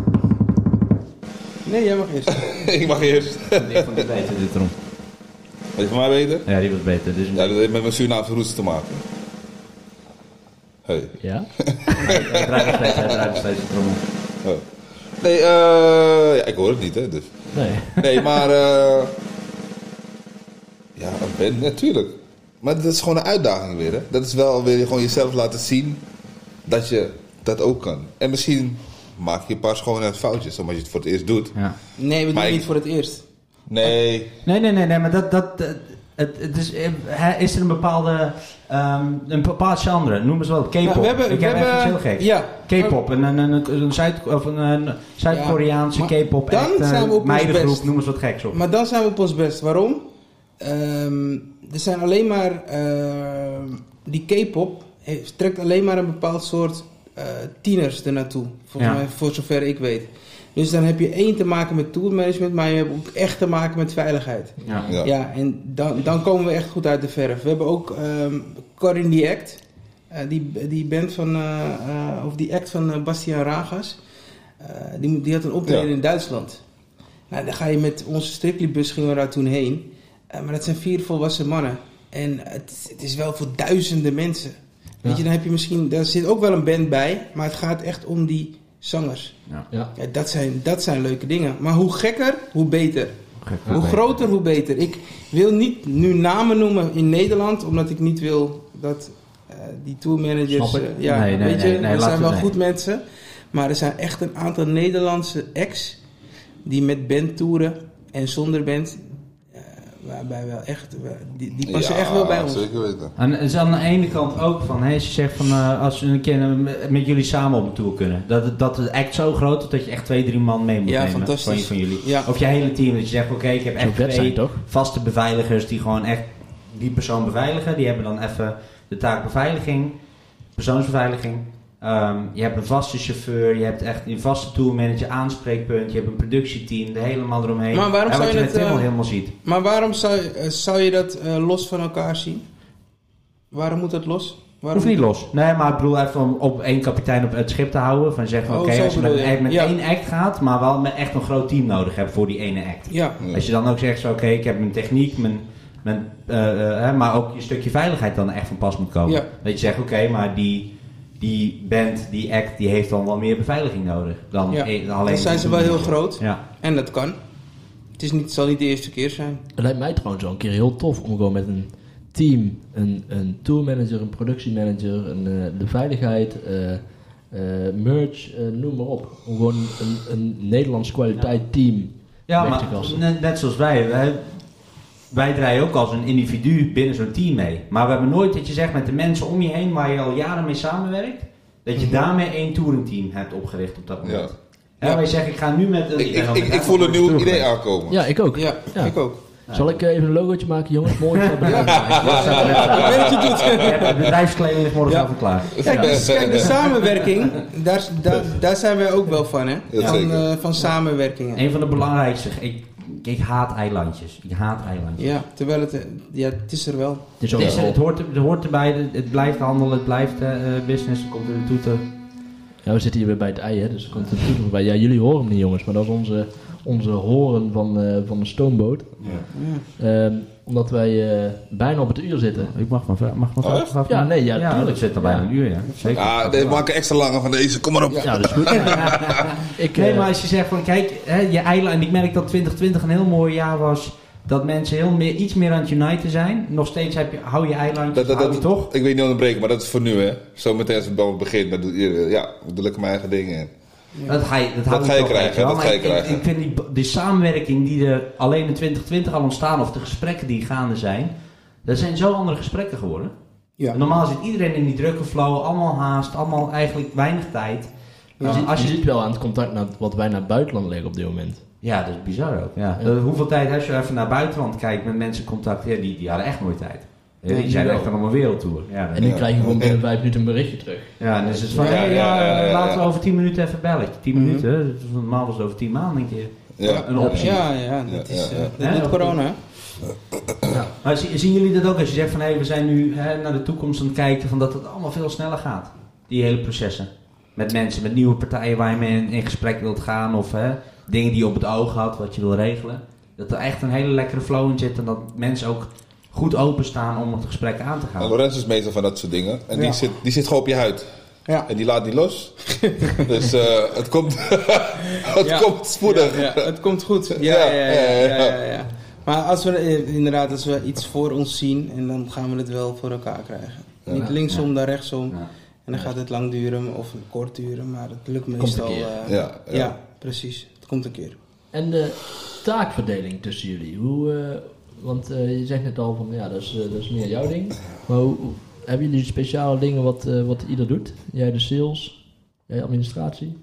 Speaker 4: Nee, jij mag eerst.
Speaker 5: ik mag eerst.
Speaker 8: Ik vond het beter, de trom.
Speaker 5: Weet je van mij beter?
Speaker 8: Ja, die was beter. Dus
Speaker 5: Ja, dat heeft met mijn Surinaamse roots te maken. Hey.
Speaker 2: Ja?
Speaker 8: hij draait nog steeds, hij draait nog steeds de trommel.
Speaker 5: Oh. Nee, eh, ja, ik hoor het niet, hè. Dus.
Speaker 2: Nee.
Speaker 5: Nee, maar... eh, ja, een band, natuurlijk. Maar dat is gewoon een uitdaging weer, hè. Dat is wel weer gewoon jezelf laten zien dat je dat ook kan. En misschien maak je een paar schoonheid foutjes, omdat je het voor het eerst doet.
Speaker 8: Ja.
Speaker 4: Nee, we doen
Speaker 5: Maar
Speaker 4: het
Speaker 5: ik-
Speaker 4: niet voor het eerst.
Speaker 5: Nee,
Speaker 1: Nee, nee, nee, nee, maar dat. dat eh, het, het is, eh, hè, is er een bepaalde. ehm, een bepaald genre, noem eens wat. K-pop.
Speaker 4: Ja, we hebben,
Speaker 1: Ik
Speaker 4: we
Speaker 1: heb
Speaker 4: hebben,
Speaker 1: even iets heel gek.
Speaker 4: Ja.
Speaker 1: K-pop, een, een, een, een Zuid- of een, een Zuid-Koreaanse
Speaker 4: Ja, maar
Speaker 1: K-pop
Speaker 4: dan
Speaker 1: act, eh,
Speaker 4: zijn we op ons
Speaker 1: meidengroep,
Speaker 4: best.
Speaker 1: noem eens wat geks op.
Speaker 4: Maar dan zijn we op ons best. Waarom? Ehm, er zijn alleen maar... ehm, die K-pop heeft- trekt alleen maar een bepaald soort eh, tieners ernaartoe. Volgens
Speaker 1: Ja.
Speaker 4: mij, voor zover ik weet. Dus dan heb je één te maken met tourmanagement, maar je hebt ook echt te maken met veiligheid.
Speaker 1: Ja.
Speaker 5: Ja.
Speaker 4: Ja, en dan, dan komen we echt goed uit de verf. We hebben ook ehm Car in the Act. eh, die, die band van, eh, eh, of die act van eh, Bastiaan Ragas. Eh, die, die had een optreden
Speaker 5: Ja.
Speaker 4: in Duitsland. Nou, daar ga je met onze striklibus gingen we daar toen heen. Eh, maar dat zijn vier volwassen mannen. En het, is- het is wel voor duizenden mensen. Weet je, dan heb je misschien, daar zit ook wel een band bij, maar het gaat echt om die zangers.
Speaker 2: Ja.
Speaker 4: Ja, dat, zijn, dat zijn leuke dingen. Maar hoe gekker, hoe beter.
Speaker 8: Gek.
Speaker 4: Hoe groter, hoe beter. Ik wil niet nu namen noemen in Nederland, omdat ik niet wil dat eh, die tourmanagers.
Speaker 2: Snap ik.
Speaker 4: eh, ja,
Speaker 8: Nee, nee,
Speaker 4: weet je,
Speaker 8: nee, nee,
Speaker 4: er
Speaker 8: laten
Speaker 4: zijn
Speaker 8: we-
Speaker 4: wel
Speaker 8: nee.
Speaker 4: goed mensen, maar er zijn echt een aantal Nederlandse ex die met band toeren en zonder band, eh, waarbij wel echt, eh, die, die passen
Speaker 5: Ja,
Speaker 4: echt wel bij ons.
Speaker 5: Zeker weten.
Speaker 1: En het is aan de ene kant ook van, hè, ze zegt van, eh, als we een keer eh, met- met jullie samen op een tour kunnen. Dat, het- dat het act zo groot is dat je echt twee, drie man mee moet
Speaker 4: Ja,
Speaker 1: nemen
Speaker 4: fantastisch.
Speaker 1: Van, je- van jullie.
Speaker 4: Ja.
Speaker 1: Of je hele team, dat je zegt, oké, ik heb
Speaker 2: Zo'n
Speaker 1: echt
Speaker 2: vet zijn,
Speaker 1: twee
Speaker 2: toch?
Speaker 1: vaste beveiligers die gewoon echt die persoon beveiligen. Die hebben dan even de taak beveiliging, persoonsbeveiliging. Ehm, je hebt een vaste chauffeur, je hebt echt een vaste tourmanager, aanspreekpunt, je hebt een productieteam, de hele man eromheen.
Speaker 4: Maar waarom
Speaker 1: en wat
Speaker 4: zou je
Speaker 1: je
Speaker 4: het,
Speaker 1: met Tim al
Speaker 4: eh,
Speaker 1: helemaal ziet.
Speaker 4: Maar waarom zou, eh, zou je dat eh, los van elkaar zien? Waarom moet dat los? Waarom
Speaker 1: Hoeft niet los. Nee, maar ik bedoel even om op één kapitein op het schip te houden. Van zeggen,
Speaker 4: Oh,
Speaker 1: oké,
Speaker 4: zo
Speaker 1: als je met,
Speaker 4: bedoel je.
Speaker 1: echt met
Speaker 4: Ja.
Speaker 1: één act gaat, maar wel met echt een groot team nodig hebt voor die ene act.
Speaker 4: Ja,
Speaker 5: Ja.
Speaker 1: Als je dan ook zegt, zo, oké, ik heb mijn techniek, mijn, mijn, eh, eh, hè, maar ook je stukje veiligheid dan echt van pas moet komen.
Speaker 4: Ja.
Speaker 1: Dat je zegt, oké, maar die, die band, die act, die heeft dan wel meer beveiliging nodig. Dan,
Speaker 4: ja.
Speaker 1: eh, alleen
Speaker 4: dan zijn ze wel heel groot.
Speaker 1: Ja.
Speaker 4: En dat kan. Het, is niet, het zal niet de eerste keer zijn.
Speaker 2: Het lijkt mij trouwens wel een keer heel tof om gewoon met een team, een, een tourmanager, een productiemanager, een, eh, de veiligheid, eh, eh, merch, eh, noem maar op. Om gewoon een, een Nederlands kwaliteit team
Speaker 1: Ja,
Speaker 2: weg
Speaker 1: maar
Speaker 2: te kasten.
Speaker 1: net, net zoals wij, wij. Wij draaien ook als een individu binnen zo'n team mee. Maar we hebben nooit dat je zegt met de mensen om je heen waar je al jaren mee samenwerkt. Dat je daarmee één touringteam hebt opgericht op dat moment.
Speaker 5: Mhm. Ja.
Speaker 1: Hè,
Speaker 4: Ja.
Speaker 1: Waar je zegt, ik ga nu met een...
Speaker 5: Ik,
Speaker 1: ben
Speaker 5: ik,
Speaker 1: al
Speaker 5: ik,
Speaker 1: met
Speaker 5: ik voel een nieuw idee aankomen.
Speaker 2: Ja, ik ook.
Speaker 4: Ja,
Speaker 2: Ja.
Speaker 4: ik ook.
Speaker 2: Zal ik eh, even een logootje maken, jongens? Mooi. Ja.
Speaker 4: Ik weet wat je doet.
Speaker 1: Je hebt- De bedrijfskleding is morgenavond klaar.
Speaker 4: Kijk, dus, kijk, de samenwerking, daar, daar, daar zijn wij ook wel van, hè?
Speaker 5: Ja,
Speaker 4: Van,
Speaker 5: zeker.
Speaker 4: eh, van samenwerkingen.
Speaker 1: Een van de belangrijkste. Ik, ik haat eilandjes. Ik haat eilandjes.
Speaker 4: Ja, terwijl het, eh, ja, het is er wel.
Speaker 2: Het is
Speaker 1: Het,
Speaker 2: ook
Speaker 1: is,
Speaker 2: wel-
Speaker 1: het, hoort, er- het hoort erbij. Het, het blijft handel. Het blijft eh, eh, business. Er komt er een toeter.
Speaker 2: Ja, we zitten hier weer bij het ei, hè, dus er komt een toeter voorbij. Ja, jullie horen hem niet, jongens, maar dat is onze, onze horen van, eh, van de stoomboot. Ehm, omdat wij eh, bijna op het uur zitten.
Speaker 1: Ik mag maar vragen. Mag maar
Speaker 5: Oh,
Speaker 1: vragen.
Speaker 5: echt?
Speaker 2: Ja, nee, ja, tuurlijk.
Speaker 1: dat zit er bijna
Speaker 2: Ja.
Speaker 1: een uur, ja. Zeker.
Speaker 5: Ah, nee, maak er extra langer van deze. Kom maar op.
Speaker 2: Ja, Nou, dat is goed. ik,
Speaker 1: Nee,
Speaker 2: eh,
Speaker 1: maar als je zegt van kijk, hè, je eiland, en ik merk dat 2020 een heel mooi jaar was, dat mensen heel meer, iets meer aan het uniten zijn. Nog steeds heb je, hou je eilandjes,
Speaker 5: Dat, dat,
Speaker 1: hou
Speaker 5: dat,
Speaker 1: je toch?
Speaker 5: Ik weet niet onderbreken, maar dat is voor nu, hè. Zometeen als het bal begint, dan doe, ja, dan doe ik mijn eigen dingen in.
Speaker 1: Dat ga je, dat hou
Speaker 5: ga je
Speaker 1: toch,
Speaker 5: krijgen,
Speaker 1: weet wel.
Speaker 5: dat
Speaker 1: Maar
Speaker 5: ga je
Speaker 1: ik- ik-
Speaker 5: krijgen.
Speaker 1: Ik, vind die, b- die samenwerking die er alleen in 2020 al ontstaan, of de gesprekken die gaande zijn, dat zijn zo andere gesprekken geworden.
Speaker 4: Ja.
Speaker 1: Normaal zit iedereen in die drukke flow, allemaal haast, allemaal eigenlijk weinig tijd.
Speaker 2: je,
Speaker 1: Dus
Speaker 2: ziet,
Speaker 1: als
Speaker 2: je
Speaker 1: je
Speaker 2: ziet wel aan het contact naar, wat wij naar het buitenland leggen op dit moment.
Speaker 1: Ja, dat is bizar ook. Ja.
Speaker 2: Ja.
Speaker 1: Eh, hoeveel tijd als je even naar buitenland kijkt met mensen contact, ja, die, die hadden echt nooit tijd. Ja,
Speaker 2: Ja,
Speaker 1: die
Speaker 2: die
Speaker 1: zijn
Speaker 2: wel.
Speaker 1: echt allemaal wereldtour. Ja,
Speaker 2: En nu
Speaker 5: Ja.
Speaker 2: krijg je gewoon binnen vijf minuten een berichtje terug.
Speaker 1: ja, en dus het is van,
Speaker 5: Ja,
Speaker 1: hey,
Speaker 5: ja,
Speaker 1: ja, eh,
Speaker 5: ja, ja, ja.
Speaker 1: Mhm. laten we over 10 minuten even bellen. 10 minuten, hè? Dat is normaal was het over 10 maanden een keer.
Speaker 5: Ja.
Speaker 1: een optie.
Speaker 4: Ja, ja, dat
Speaker 5: Ja,
Speaker 4: is
Speaker 5: ja,
Speaker 4: eh,
Speaker 5: ja.
Speaker 4: dat doet
Speaker 3: Ja,
Speaker 4: corona. hè?
Speaker 3: Maar zi- zien jullie dat ook als je zegt van hé, we zijn nu hè, naar de toekomst aan het kijken van dat het allemaal veel sneller gaat? Die hele processen. Met mensen, met nieuwe partijen waar je mee in, in gesprek wilt gaan of hè, dingen die je op het oog had, wat je wil regelen. Dat er echt een hele lekkere flow in zit en dat mensen ook goed openstaan om het gesprek aan te
Speaker 5: Maar
Speaker 3: gaan.
Speaker 5: Lorenz is meestal van dat soort dingen. En die,
Speaker 4: Ja.
Speaker 5: zit, die zit gewoon op je huid.
Speaker 4: Ja.
Speaker 5: En die laat niet los. dus eh, het komt, het
Speaker 4: Ja.
Speaker 5: komt spoedig.
Speaker 4: Ja, ja, het komt goed. Ja,
Speaker 5: Ja,
Speaker 4: ja, ja, ja,
Speaker 5: ja, ja.
Speaker 4: ja, ja, ja. Maar als we eh, inderdaad als we iets voor ons zien, en dan gaan we het wel voor elkaar krijgen. Niet linksom, dan rechtsom.
Speaker 3: Ja.
Speaker 4: En dan gaat het lang duren of kort duren, maar het lukt
Speaker 2: een
Speaker 4: meestal.
Speaker 2: keer.
Speaker 4: eh,
Speaker 5: Ja, ja.
Speaker 4: ja. precies. Het komt een keer.
Speaker 2: En de taakverdeling tussen jullie, hoe, eh, want eh, je zegt net al van ja, dat is, eh, dat is meer jouw ding. Maar hoe, hoe- hebben jullie speciale dingen wat, eh, wat ieder doet? Jij de sales, jij administratie?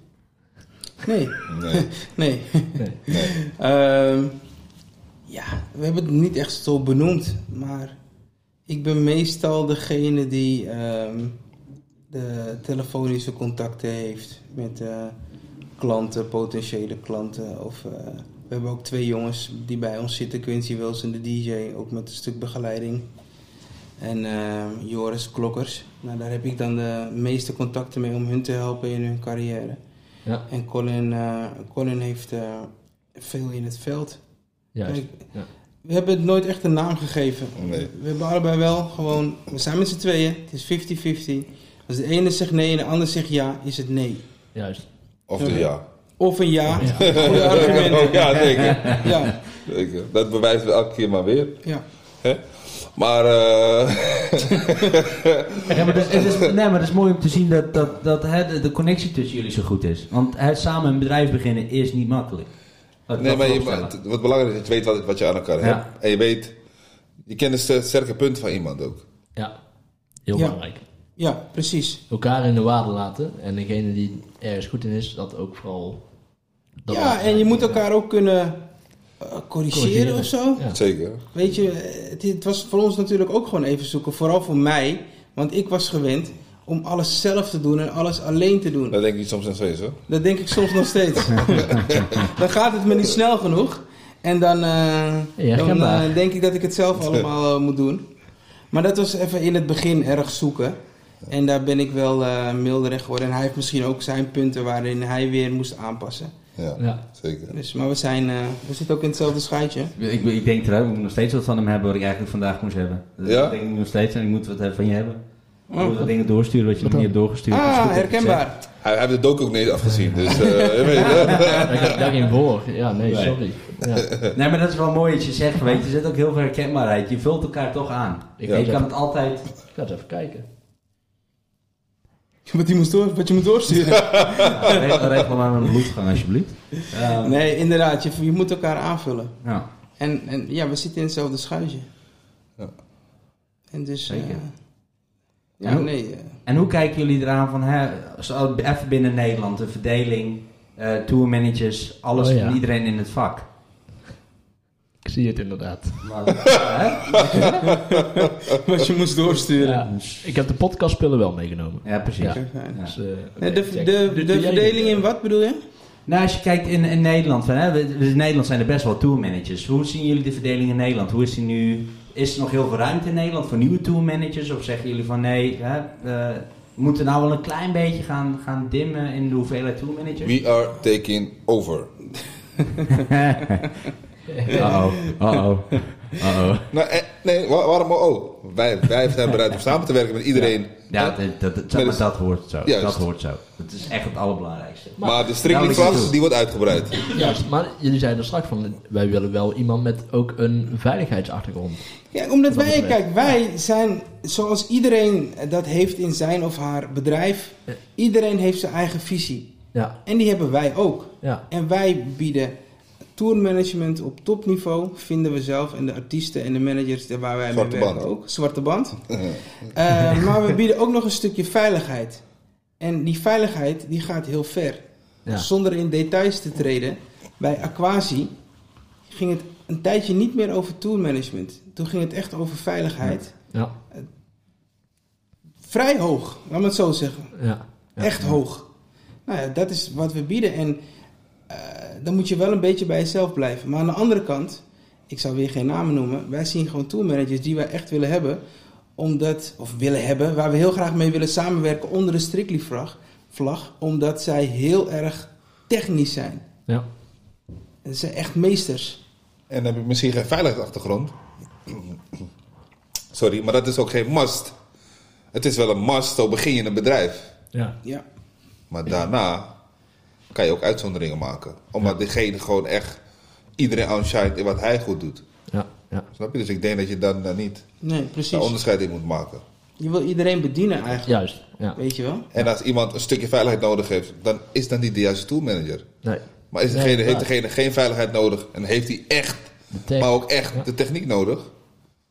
Speaker 4: Nee,
Speaker 5: Nee.
Speaker 4: nee.
Speaker 2: Nee.
Speaker 4: Ehm, ja, we hebben het niet echt zo benoemd, maar ik ben meestal degene die ehm, de telefonische contacten heeft met eh, klanten, potentiële klanten. Of, eh, we hebben ook twee jongens die bij ons zitten, Quincy Wilson, de DJ, ook met een stuk begeleiding. En eh, Joris Klokkers. Nou, daar heb ik dan de meeste contacten mee om hun te helpen in hun carrière.
Speaker 2: Ja.
Speaker 4: En Colin, eh, Colin heeft eh, veel in het veld.
Speaker 2: Juist.
Speaker 4: Kijk,
Speaker 2: Ja.
Speaker 4: We hebben het nooit echt een naam gegeven.
Speaker 5: Nee.
Speaker 4: We hebben allebei wel gewoon... We zijn met z'n tweeën. Het is 50-50. Als de ene zegt nee en de ander zegt ja, is het nee.
Speaker 2: Juist.
Speaker 5: Of dus ja.
Speaker 4: Of een ja. Goede argumenten.
Speaker 5: Ja, zeker.
Speaker 4: Ja,
Speaker 5: zeker. Dat bewijzen we elke keer maar weer.
Speaker 4: ja.
Speaker 5: Hè? Maar eh,
Speaker 3: Ja, maar dat, het is, nee, maar het is mooi om te zien dat, dat, dat hè, de, de connectie tussen jullie zo goed is. Want hè, samen een bedrijf beginnen is niet makkelijk. Laat ik
Speaker 5: nee,
Speaker 3: dat
Speaker 5: maar je-
Speaker 3: vooropstellen.
Speaker 5: het- wat belangrijk is, dat je weet wat, wat je aan elkaar
Speaker 3: Ja.
Speaker 5: hebt. En je weet, je kent de ster- sterke punten van iemand ook.
Speaker 2: Ja. Heel
Speaker 4: Ja.
Speaker 2: belangrijk.
Speaker 4: ja precies.
Speaker 2: Elkaar in de waarde laten en degene die ergens goed in is, dat ook vooral. dat
Speaker 4: ja,
Speaker 2: laten
Speaker 4: en je
Speaker 2: zien.
Speaker 4: moet elkaar ook kunnen eh, corrigeren,
Speaker 2: Corrigeren.
Speaker 4: of zo.
Speaker 2: Ja.
Speaker 5: Zeker.
Speaker 4: Weet je, eh, het, het was voor ons natuurlijk ook gewoon even zoeken. Vooral voor mij, want ik was gewend om alles zelf te doen en alles alleen te doen.
Speaker 5: Dat denk ik soms nog steeds hoor.
Speaker 4: Dat denk ik soms nog steeds. dan gaat het me niet snel genoeg. En dan, eh,
Speaker 2: Ja,
Speaker 4: dan
Speaker 2: kenbaar.
Speaker 4: eh, denk ik dat ik het zelf allemaal eh, moet doen. Maar dat was even in het begin erg zoeken. En daar ben ik wel eh milder in geworden. En hij heeft misschien ook zijn punten waarin hij weer moest aanpassen.
Speaker 5: Ja,
Speaker 2: Ja.
Speaker 5: zeker.
Speaker 4: Dus, maar we, zijn, eh, we zitten ook in hetzelfde schuitje.
Speaker 1: Ik, ik denk eruit, ik moet nog steeds wat van hem hebben wat ik eigenlijk vandaag moest hebben. Dat
Speaker 5: Ja?
Speaker 1: denk ik nog steeds en ik moet wat eh, van je hebben. Ik moet wat dingen doorsturen wat je nog niet hebt doorgestuurd. Dat is goed
Speaker 4: Oh. Ah,
Speaker 1: dat je het zegt.
Speaker 4: herkenbaar.
Speaker 5: Hij, hij heeft de dook ook niet afgezien, dus eh, je weet het.
Speaker 2: Daar ging- daar ging voor. Ja, nee,
Speaker 1: Nee.
Speaker 2: sorry. Ja.
Speaker 1: Nee, maar dat is wel mooi dat je zegt, weet je, er zit ook heel veel herkenbaarheid. Je vult elkaar toch aan. En
Speaker 2: Ik
Speaker 1: je
Speaker 2: weet
Speaker 1: kan
Speaker 2: het.
Speaker 1: het altijd...
Speaker 2: Ik ga eens even kijken.
Speaker 4: Wat, die moest door, wat je moet doorsturen.
Speaker 1: Ja, regel, regel maar met een bloedgang alsjeblieft. Ehm,
Speaker 4: Nee, inderdaad. Je, je moet elkaar aanvullen.
Speaker 1: ja.
Speaker 4: En, en ja, we zitten in hetzelfde schuitje.
Speaker 5: Ja.
Speaker 4: En dus... eh,
Speaker 1: Zeker.
Speaker 4: ja,
Speaker 1: En hoe-
Speaker 4: nee. eh,
Speaker 1: En hoe kijken jullie eraan van, hè, zo even binnen Nederland, de verdeling, eh tourmanagers, alles
Speaker 2: Oh ja.
Speaker 1: en iedereen in het vak?
Speaker 2: Ik zie het inderdaad.
Speaker 1: Maar, hè?
Speaker 4: wat je moest doorsturen.
Speaker 2: Ja, ik heb de podcastspullen wel meegenomen.
Speaker 1: Ja, precies.
Speaker 2: Ja.
Speaker 4: Fijn.
Speaker 1: Ja.
Speaker 2: Dus, eh,
Speaker 4: Nee,
Speaker 2: oké,
Speaker 4: de,
Speaker 2: check.
Speaker 4: de, de,
Speaker 2: Doe jij
Speaker 4: verdeling
Speaker 2: dit?
Speaker 4: in wat bedoel je?
Speaker 1: Nou, als je kijkt in, in Nederland, van, hè, we, we- in Nederland zijn er best wel tourmanagers. Hoe zien jullie de verdeling in Nederland? Hoe is die nu? Is er nog heel veel ruimte in Nederland voor nieuwe tourmanagers? Of zeggen jullie van nee, hè, eh, we moeten nou wel een klein beetje gaan, gaan dimmen in de hoeveelheid tourmanagers?
Speaker 5: We are taking over.
Speaker 1: Uh-oh, uh-oh, uh-oh.
Speaker 5: Nou, eh, nee, wa- waarom oh? Wij, wij zijn bereid om samen te werken met iedereen.
Speaker 1: Ja, dat, dat, dat, zeg maar, dat hoort zo.
Speaker 5: Juist.
Speaker 1: Dat hoort zo. Dat is echt het allerbelangrijkste.
Speaker 5: Maar, de strikking
Speaker 1: Nauwelijks
Speaker 5: klas,
Speaker 1: toe.
Speaker 5: die wordt uitgebreid.
Speaker 2: Juist, maar jullie zeiden er straks van, wij willen wel iemand met ook een veiligheidsachtergrond.
Speaker 4: Ja, omdat
Speaker 2: Wat
Speaker 4: wij,
Speaker 2: betreft.
Speaker 4: kijk, wij zijn zoals iedereen dat heeft in zijn of haar bedrijf.
Speaker 2: Ja.
Speaker 4: Iedereen heeft zijn eigen visie.
Speaker 2: Ja,
Speaker 4: En die hebben wij ook.
Speaker 2: ja,
Speaker 4: En wij bieden tourmanagement op topniveau, vinden we zelf. En de artiesten en de managers daar waar wij
Speaker 5: Zwarte
Speaker 4: mee werken
Speaker 5: band.
Speaker 4: ook. Zwarte band. Eh, maar we bieden ook nog een stukje veiligheid. En die veiligheid die gaat heel ver.
Speaker 2: ja.
Speaker 4: Zonder in details te treden, bij Aquasi ging het een tijdje niet meer over tourmanagement. Toen ging het echt over veiligheid.
Speaker 2: ja,
Speaker 4: Vrij hoog, laat me het zo zeggen.
Speaker 2: ja.
Speaker 4: Echt hoog. Nou ja, dat is wat we bieden. En eh, eh, dan moet je wel een beetje bij jezelf blijven. Maar aan de andere kant, ik zou weer geen namen noemen. Wij zien gewoon toolmanagers die wij echt willen hebben. Omdat, of willen hebben, waar we heel graag mee willen samenwerken onder de Strictly vlag. vlag omdat zij heel erg technisch zijn.
Speaker 2: Ja.
Speaker 4: En Ze zijn echt meesters.
Speaker 5: En dan heb je misschien geen veiligheidsachtergrond. Sorry, maar dat is ook geen must. Het is wel een must, zo begin je een bedrijf.
Speaker 2: Ja.
Speaker 4: Ja.
Speaker 5: Maar daarna kan je ook uitzonderingen maken. Omdat diegene gewoon echt iedereen aanschijnt in wat hij goed doet.
Speaker 2: Ja. Ja.
Speaker 5: Snap je? Dus ik denk dat je dan eh, niet
Speaker 4: Nee,
Speaker 5: daar
Speaker 4: precies.
Speaker 5: onderscheid in moet maken.
Speaker 4: Je wil iedereen bedienen eigenlijk.
Speaker 2: Juist. Ja.
Speaker 4: Weet je wel?
Speaker 5: En als iemand een stukje veiligheid nodig heeft, dan is dat niet de juiste toolmanager.
Speaker 2: Nee.
Speaker 5: Maar is degene, heeft degene geen veiligheid nodig en heeft hij echt,
Speaker 2: De tech.
Speaker 5: maar ook echt
Speaker 2: Ja.
Speaker 5: de techniek nodig,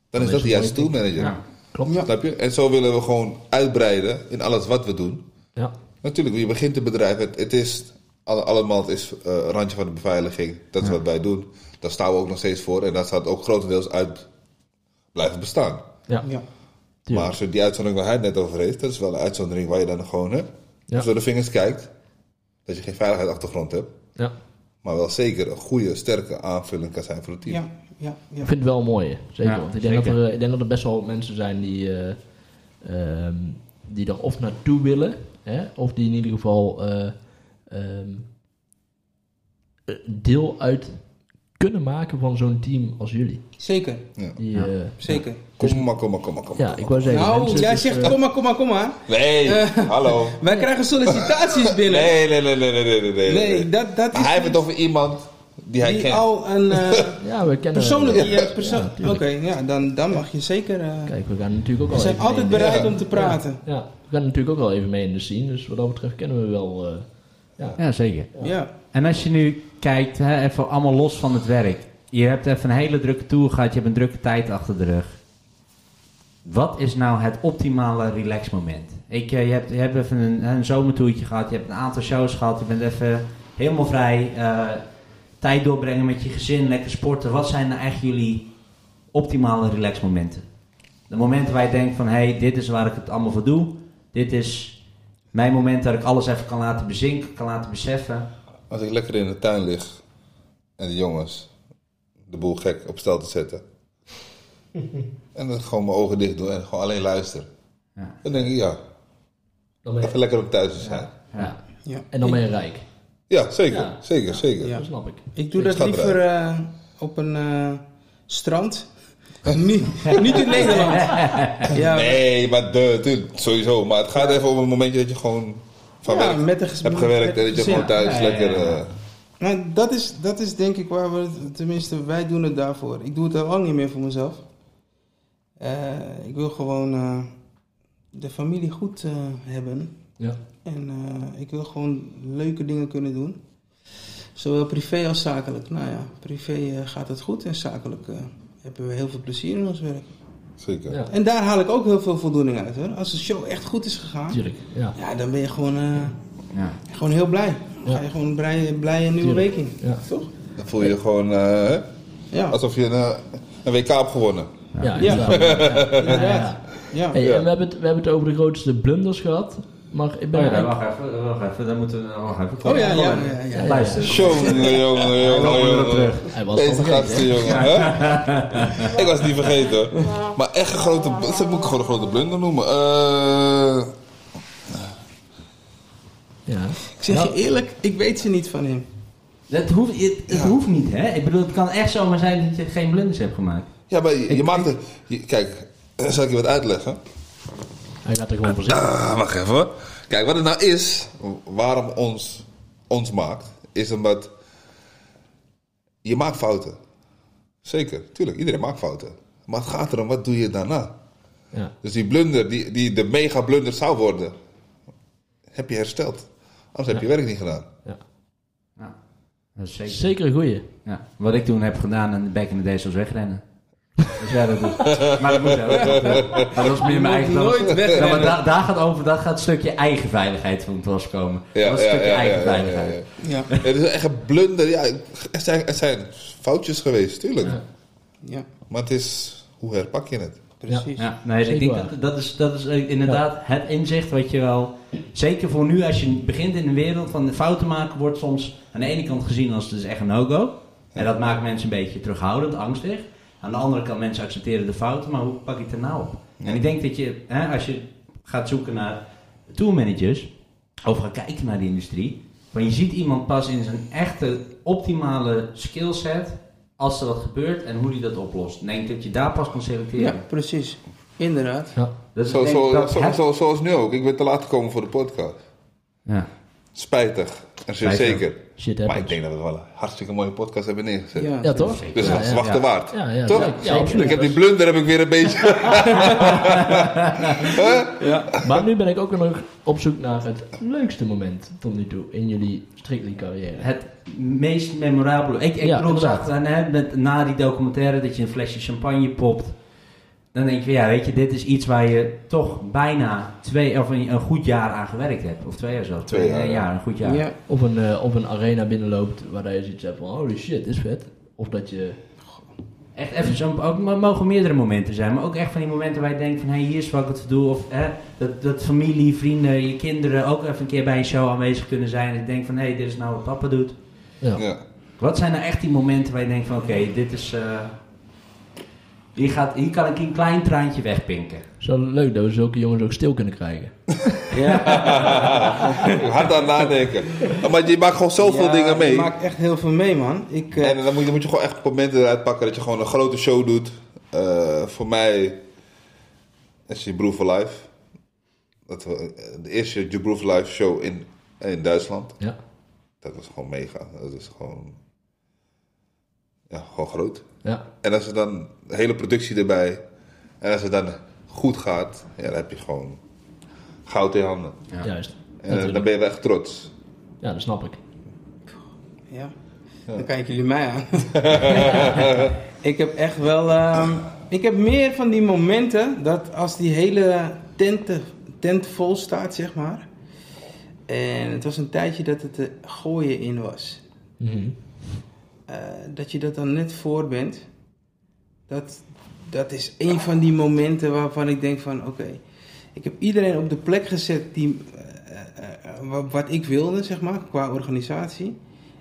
Speaker 5: dan is dat de juiste toolmanager.
Speaker 2: Klopt.
Speaker 5: Snap je? En zo willen we gewoon uitbreiden in alles wat we doen.
Speaker 2: Ja.
Speaker 5: Natuurlijk, je begint een bedrijf, het, het is alle- allemaal het is eh, randje van de beveiliging. Dat is wat wij doen. Daar staan we ook nog steeds voor en dat staat ook grotendeels uit blijven bestaan.
Speaker 2: Ja.
Speaker 4: Ja.
Speaker 2: Tuurlijk.
Speaker 5: Maar zo die uitzondering waar hij het net over heeft, dat is wel een uitzondering waar je dan gewoon hè,
Speaker 2: Ja.
Speaker 5: door de vingers kijkt. Dat je geen veiligheidsachtergrond hebt.
Speaker 2: Ja.
Speaker 5: Maar wel zeker een goede, sterke aanvulling kan zijn voor het team.
Speaker 4: Ja, ja, ja.
Speaker 2: Ik vind het wel mooi, zeker.
Speaker 1: Ja,
Speaker 2: want ik denk,
Speaker 1: zeker.
Speaker 2: Dat er, ik denk dat er best wel mensen zijn die, eh, ehm, die er of naartoe willen, hè, of die in ieder geval eh, ehm, eh, deel uit kunnen maken van zo'n team als jullie.
Speaker 4: Zeker,
Speaker 2: Die,
Speaker 1: Ja.
Speaker 2: eh,
Speaker 4: zeker.
Speaker 5: Kom maar, kom maar, kom maar, kom maar.
Speaker 2: ja, ik wou zeggen.
Speaker 4: nou,
Speaker 2: mensen,
Speaker 4: jij
Speaker 2: het is,
Speaker 4: zegt
Speaker 2: eh,
Speaker 4: kom maar, kom maar, kom maar.
Speaker 5: Nee,
Speaker 4: Eh,
Speaker 5: hallo.
Speaker 4: Wij krijgen sollicitaties binnen.
Speaker 5: Nee, nee, nee, nee, nee, nee, nee. nee, nee.
Speaker 4: Nee, dat, dat
Speaker 5: Maar
Speaker 4: is
Speaker 5: hij heeft het over iemand die hij
Speaker 4: die
Speaker 5: kent.
Speaker 4: al een eh,
Speaker 2: ja, we kennen
Speaker 4: persoonlijke... ja, perso-
Speaker 2: Ja,
Speaker 4: Oké,
Speaker 2: tuurlijk.
Speaker 4: ja, dan, dan mag je zeker... eh,
Speaker 2: Kijk, we gaan natuurlijk ook al
Speaker 4: we zijn
Speaker 2: even mee
Speaker 4: altijd
Speaker 2: in de-
Speaker 4: bereid om te praten.
Speaker 2: Ja, we gaan natuurlijk ook al even mee in de scene, dus wat dat betreft kennen we wel. eh,
Speaker 1: Ja, zeker.
Speaker 4: Ja.
Speaker 1: En als je nu kijkt, hè, even allemaal los van het werk. Je hebt even een hele drukke tour gehad, je hebt een drukke tijd achter de rug. Wat is nou het optimale relaxmoment? Ik, eh, je, hebt, je hebt even een, een zomertoertje gehad, je hebt een aantal shows gehad, je bent even helemaal vrij. eh, tijd doorbrengen met je gezin, lekker sporten. Wat zijn nou echt jullie optimale relaxmomenten? De momenten waar je denkt van, hé, hey, dit is waar ik het allemaal voor doe. Dit is mijn moment dat ik alles even kan laten bezinken, kan laten beseffen.
Speaker 5: Als ik lekker in de tuin lig en de jongens de boel gek op stel te zetten. en dan gewoon mijn ogen dicht doen en gewoon alleen luisteren.
Speaker 1: Ja.
Speaker 5: Dan denk ik, ja,
Speaker 2: dan ben je-
Speaker 5: even lekker op thuis te zijn.
Speaker 1: Ja.
Speaker 4: ja.
Speaker 2: en dan ben je rijk.
Speaker 5: Ja, zeker,
Speaker 2: Ja.
Speaker 5: zeker, zeker.
Speaker 4: Ja.
Speaker 2: Dat snap ik.
Speaker 4: Ik doe
Speaker 5: Ik
Speaker 4: dat
Speaker 5: ga
Speaker 4: liever eh, op een eh, strand. niet, niet in Nederland. Ja,
Speaker 5: Nee, maar de, tuurlijk, sowieso. Maar het gaat even om een momentje dat je gewoon van
Speaker 4: Ja,
Speaker 5: werk
Speaker 4: met een ges-
Speaker 5: hebt gewerkt en dat je
Speaker 4: gezin.
Speaker 5: gewoon thuis
Speaker 1: Ja, ja, ja,
Speaker 5: lekker...
Speaker 1: ja.
Speaker 5: eh,
Speaker 4: Nou, dat, is, dat is denk ik waar we, het- tenminste, wij doen het daarvoor. Ik doe het al lang niet meer voor mezelf. Eh, ik wil gewoon eh, de familie goed eh, hebben.
Speaker 2: Ja.
Speaker 4: En eh, ik wil gewoon leuke dingen kunnen doen. Zowel privé als zakelijk. Nou ja, privé eh, gaat het goed en zakelijk eh, hebben we heel veel plezier in ons werk.
Speaker 5: zeker.
Speaker 2: Ja.
Speaker 4: En daar haal ik ook heel veel voldoening uit hoor. Als de show echt goed is gegaan,
Speaker 2: Tuurlijk, ja.
Speaker 4: ja, dan ben je gewoon, eh,
Speaker 1: Ja.
Speaker 4: gewoon heel blij. Dan
Speaker 2: Ja.
Speaker 4: ga je gewoon blij, blij een nieuwe
Speaker 2: Tuurlijk,
Speaker 4: week in.
Speaker 2: ja.
Speaker 4: Toch?
Speaker 5: Dan voel je je gewoon eh,
Speaker 4: Ja.
Speaker 5: alsof je een, eh, een WK hebt gewonnen.
Speaker 2: Ja,
Speaker 4: Ja.
Speaker 2: inderdaad. ja. ja,
Speaker 4: Inderdaad.
Speaker 2: ja.
Speaker 4: Ja.
Speaker 2: Hey,
Speaker 5: Ja.
Speaker 2: en we, hebben het, we hebben het over de grootste blunders gehad. Maar ik ben
Speaker 1: Oh ja,
Speaker 2: eigenlijk-
Speaker 1: wacht even, wacht even, dan moeten we nog even.
Speaker 4: Oh ja, ja, ja. ja.
Speaker 1: Luister.
Speaker 5: Jongen, jongen, jongen, jongen.
Speaker 2: Hij was al
Speaker 5: Deze gasten,
Speaker 2: vergeten. hè?
Speaker 5: jongen. hè? Ik was het niet vergeten. hoor. Maar echt een grote... Ze moet ik gewoon een grote blunder noemen. Eh,
Speaker 2: Ja.
Speaker 4: Ik zeg
Speaker 2: Nou,
Speaker 4: je eerlijk, ik weet ze niet van hem.
Speaker 1: Het hoeft, het, het hoeft niet, hè? Ik bedoel, het kan echt zomaar zijn dat je geen blunders hebt gemaakt.
Speaker 5: ja, maar je, je maakt het... je- kijk, eh, zal ik je wat uitleggen?
Speaker 2: Hij gaat er gewoon voor zitten.
Speaker 5: Ah, wacht even. hoor. Kijk, wat het nou is, waarom ons, ons maakt, is omdat je maakt fouten. Zeker, tuurlijk, iedereen maakt fouten. Maar het gaat erom, wat doe je daarna?
Speaker 2: Ja.
Speaker 5: Dus die blunder, die, die de mega blunder zou worden, heb je hersteld. Anders heb je werk niet gedaan.
Speaker 2: Ja.
Speaker 1: Dat is zeker.
Speaker 2: Zeker een goeie.
Speaker 1: Ja. Wat ik toen heb gedaan en back in the days was wegrennen. Dus ja, dat doet. Maar dat moet ook. Maar dat was meer mijn eigen. dat was-
Speaker 4: Nooit wegrennen.
Speaker 1: Ja, maar da- daar gaat over, daar gaat het stukje eigen veiligheid van het was komen.
Speaker 5: Ja,
Speaker 1: dat was een
Speaker 5: ja,
Speaker 1: stukje
Speaker 5: ja,
Speaker 1: eigen
Speaker 5: ja, ja,
Speaker 1: veiligheid.
Speaker 5: ja, ja.
Speaker 4: Ja,
Speaker 5: Het is echt een blunder. Ja, er, zijn, er zijn foutjes geweest, tuurlijk.
Speaker 2: Ja.
Speaker 4: ja.
Speaker 5: Maar het is, hoe herpak je het?
Speaker 4: precies.
Speaker 1: Ja, nee,
Speaker 2: Zeker
Speaker 1: ik denk
Speaker 2: waar.
Speaker 1: dat, dat, is, dat is eh, inderdaad het inzicht wat je wel... Zeker voor nu, als je begint in de wereld van de fouten maken... wordt soms aan de ene kant gezien als het is echt een no-go. En dat maakt mensen een beetje terughoudend, angstig. Aan de andere kant, mensen accepteren de fouten, maar hoe pak ik het er nou op? En ik denk dat je, hè, als je gaat zoeken naar toolmanagers... of gaat kijken naar de industrie... want je ziet iemand pas in zijn echte optimale skillset... als er wat gebeurt en hoe die dat oplost. Ik denk dat je daar pas kan selecteren.
Speaker 4: Ja, precies. Inderdaad.
Speaker 1: Dat is
Speaker 5: Zo,
Speaker 1: denk Dus ik
Speaker 5: zo,
Speaker 1: dat
Speaker 5: zo,
Speaker 1: het-
Speaker 5: zo- zoals nu ook. Ik ben te laat gekomen voor de podcast.
Speaker 1: Ja.
Speaker 5: Spijtig. En zeer
Speaker 1: Spijtig.
Speaker 5: zeker.
Speaker 2: Shit
Speaker 5: Maar ik
Speaker 2: happens.
Speaker 5: denk dat we wel een hartstikke mooie podcast hebben neergezet.
Speaker 4: Ja.
Speaker 2: Ja, toch?
Speaker 5: Dus
Speaker 2: Ja,
Speaker 5: dat is
Speaker 2: ja.
Speaker 5: wachten
Speaker 1: ja.
Speaker 5: waard.
Speaker 2: Ja, ja,
Speaker 5: toch?
Speaker 2: zeker. Ja, absoluut.
Speaker 5: Ik heb die blunder heb ik weer een beetje.
Speaker 2: Maar nu ben ik ook weer nog op zoek naar het leukste moment tot nu toe in jullie strictly carrière.
Speaker 1: Het meest memorabele. Ik, ik
Speaker 2: Ja,
Speaker 1: bedoel,
Speaker 2: inderdaad.
Speaker 1: zag, hè, met, na die documentaire dat je een flesje champagne popt. Dan denk je, ja, weet je, dit is iets waar je toch bijna twee, of een, een goed jaar aan gewerkt hebt. Of twee jaar zelfs.
Speaker 5: Twee jaar,
Speaker 1: Een
Speaker 5: ja.
Speaker 1: jaar, een goed
Speaker 4: Ja.
Speaker 1: jaar.
Speaker 2: Of een, eh, of een arena binnenloopt waar je zoiets hebt van holy shit, dit is vet. Of dat je...
Speaker 1: Echt even zo'n, ook maar mogen meerdere momenten zijn. Maar ook echt van die momenten waar je denkt van, hé, hier is wat ik het voor doe. Of hè, dat, dat familie, vrienden, je kinderen ook even een keer bij een show aanwezig kunnen zijn. En ik denk van, hé, dit is nou wat papa doet.
Speaker 2: Ja.
Speaker 5: Ja.
Speaker 1: Wat zijn nou echt die momenten waar je denkt van oké, dit is... eh, hier, gaat, hier kan ik een klein traantje wegpinken.
Speaker 2: Zo leuk dat we zulke jongens ook stil kunnen krijgen.
Speaker 5: Hard aan nadenken. Maar je maakt gewoon zoveel
Speaker 4: Ja,
Speaker 5: dingen mee.
Speaker 4: Je maakt echt heel veel mee, man. Ik, eh,
Speaker 5: En dan moet, je, moet je gewoon echt momenten eruit pakken dat je gewoon een grote show doet. Eh, voor mij is je Brew for Life. Dat we, eh, de eerste Je Brew for Life show in, in Duitsland.
Speaker 2: Ja.
Speaker 5: Dat was gewoon mega. Dat is gewoon, ja, gewoon groot.
Speaker 2: Ja.
Speaker 5: En als er dan de hele productie erbij. En als het dan goed gaat, ja, dan heb je gewoon goud in handen.
Speaker 2: Juist.
Speaker 5: En eh, dan
Speaker 2: Natuurlijk.
Speaker 5: ben je wel echt trots.
Speaker 2: Ja, dat snap ik.
Speaker 4: Ja. Dan kijken jullie mij aan. ik heb echt wel. ehm, ik heb meer van die momenten dat als die hele tent, tent vol staat, zeg maar. En het was een tijdje dat het er gooien in was.
Speaker 2: Mhm.
Speaker 4: Eh, dat je dat dan net voor bent. Dat, dat is een van die momenten waarvan ik denk van oké, ik heb iedereen op de plek gezet die, eh, eh, eh, wat, wat ik wilde, zeg maar, qua organisatie.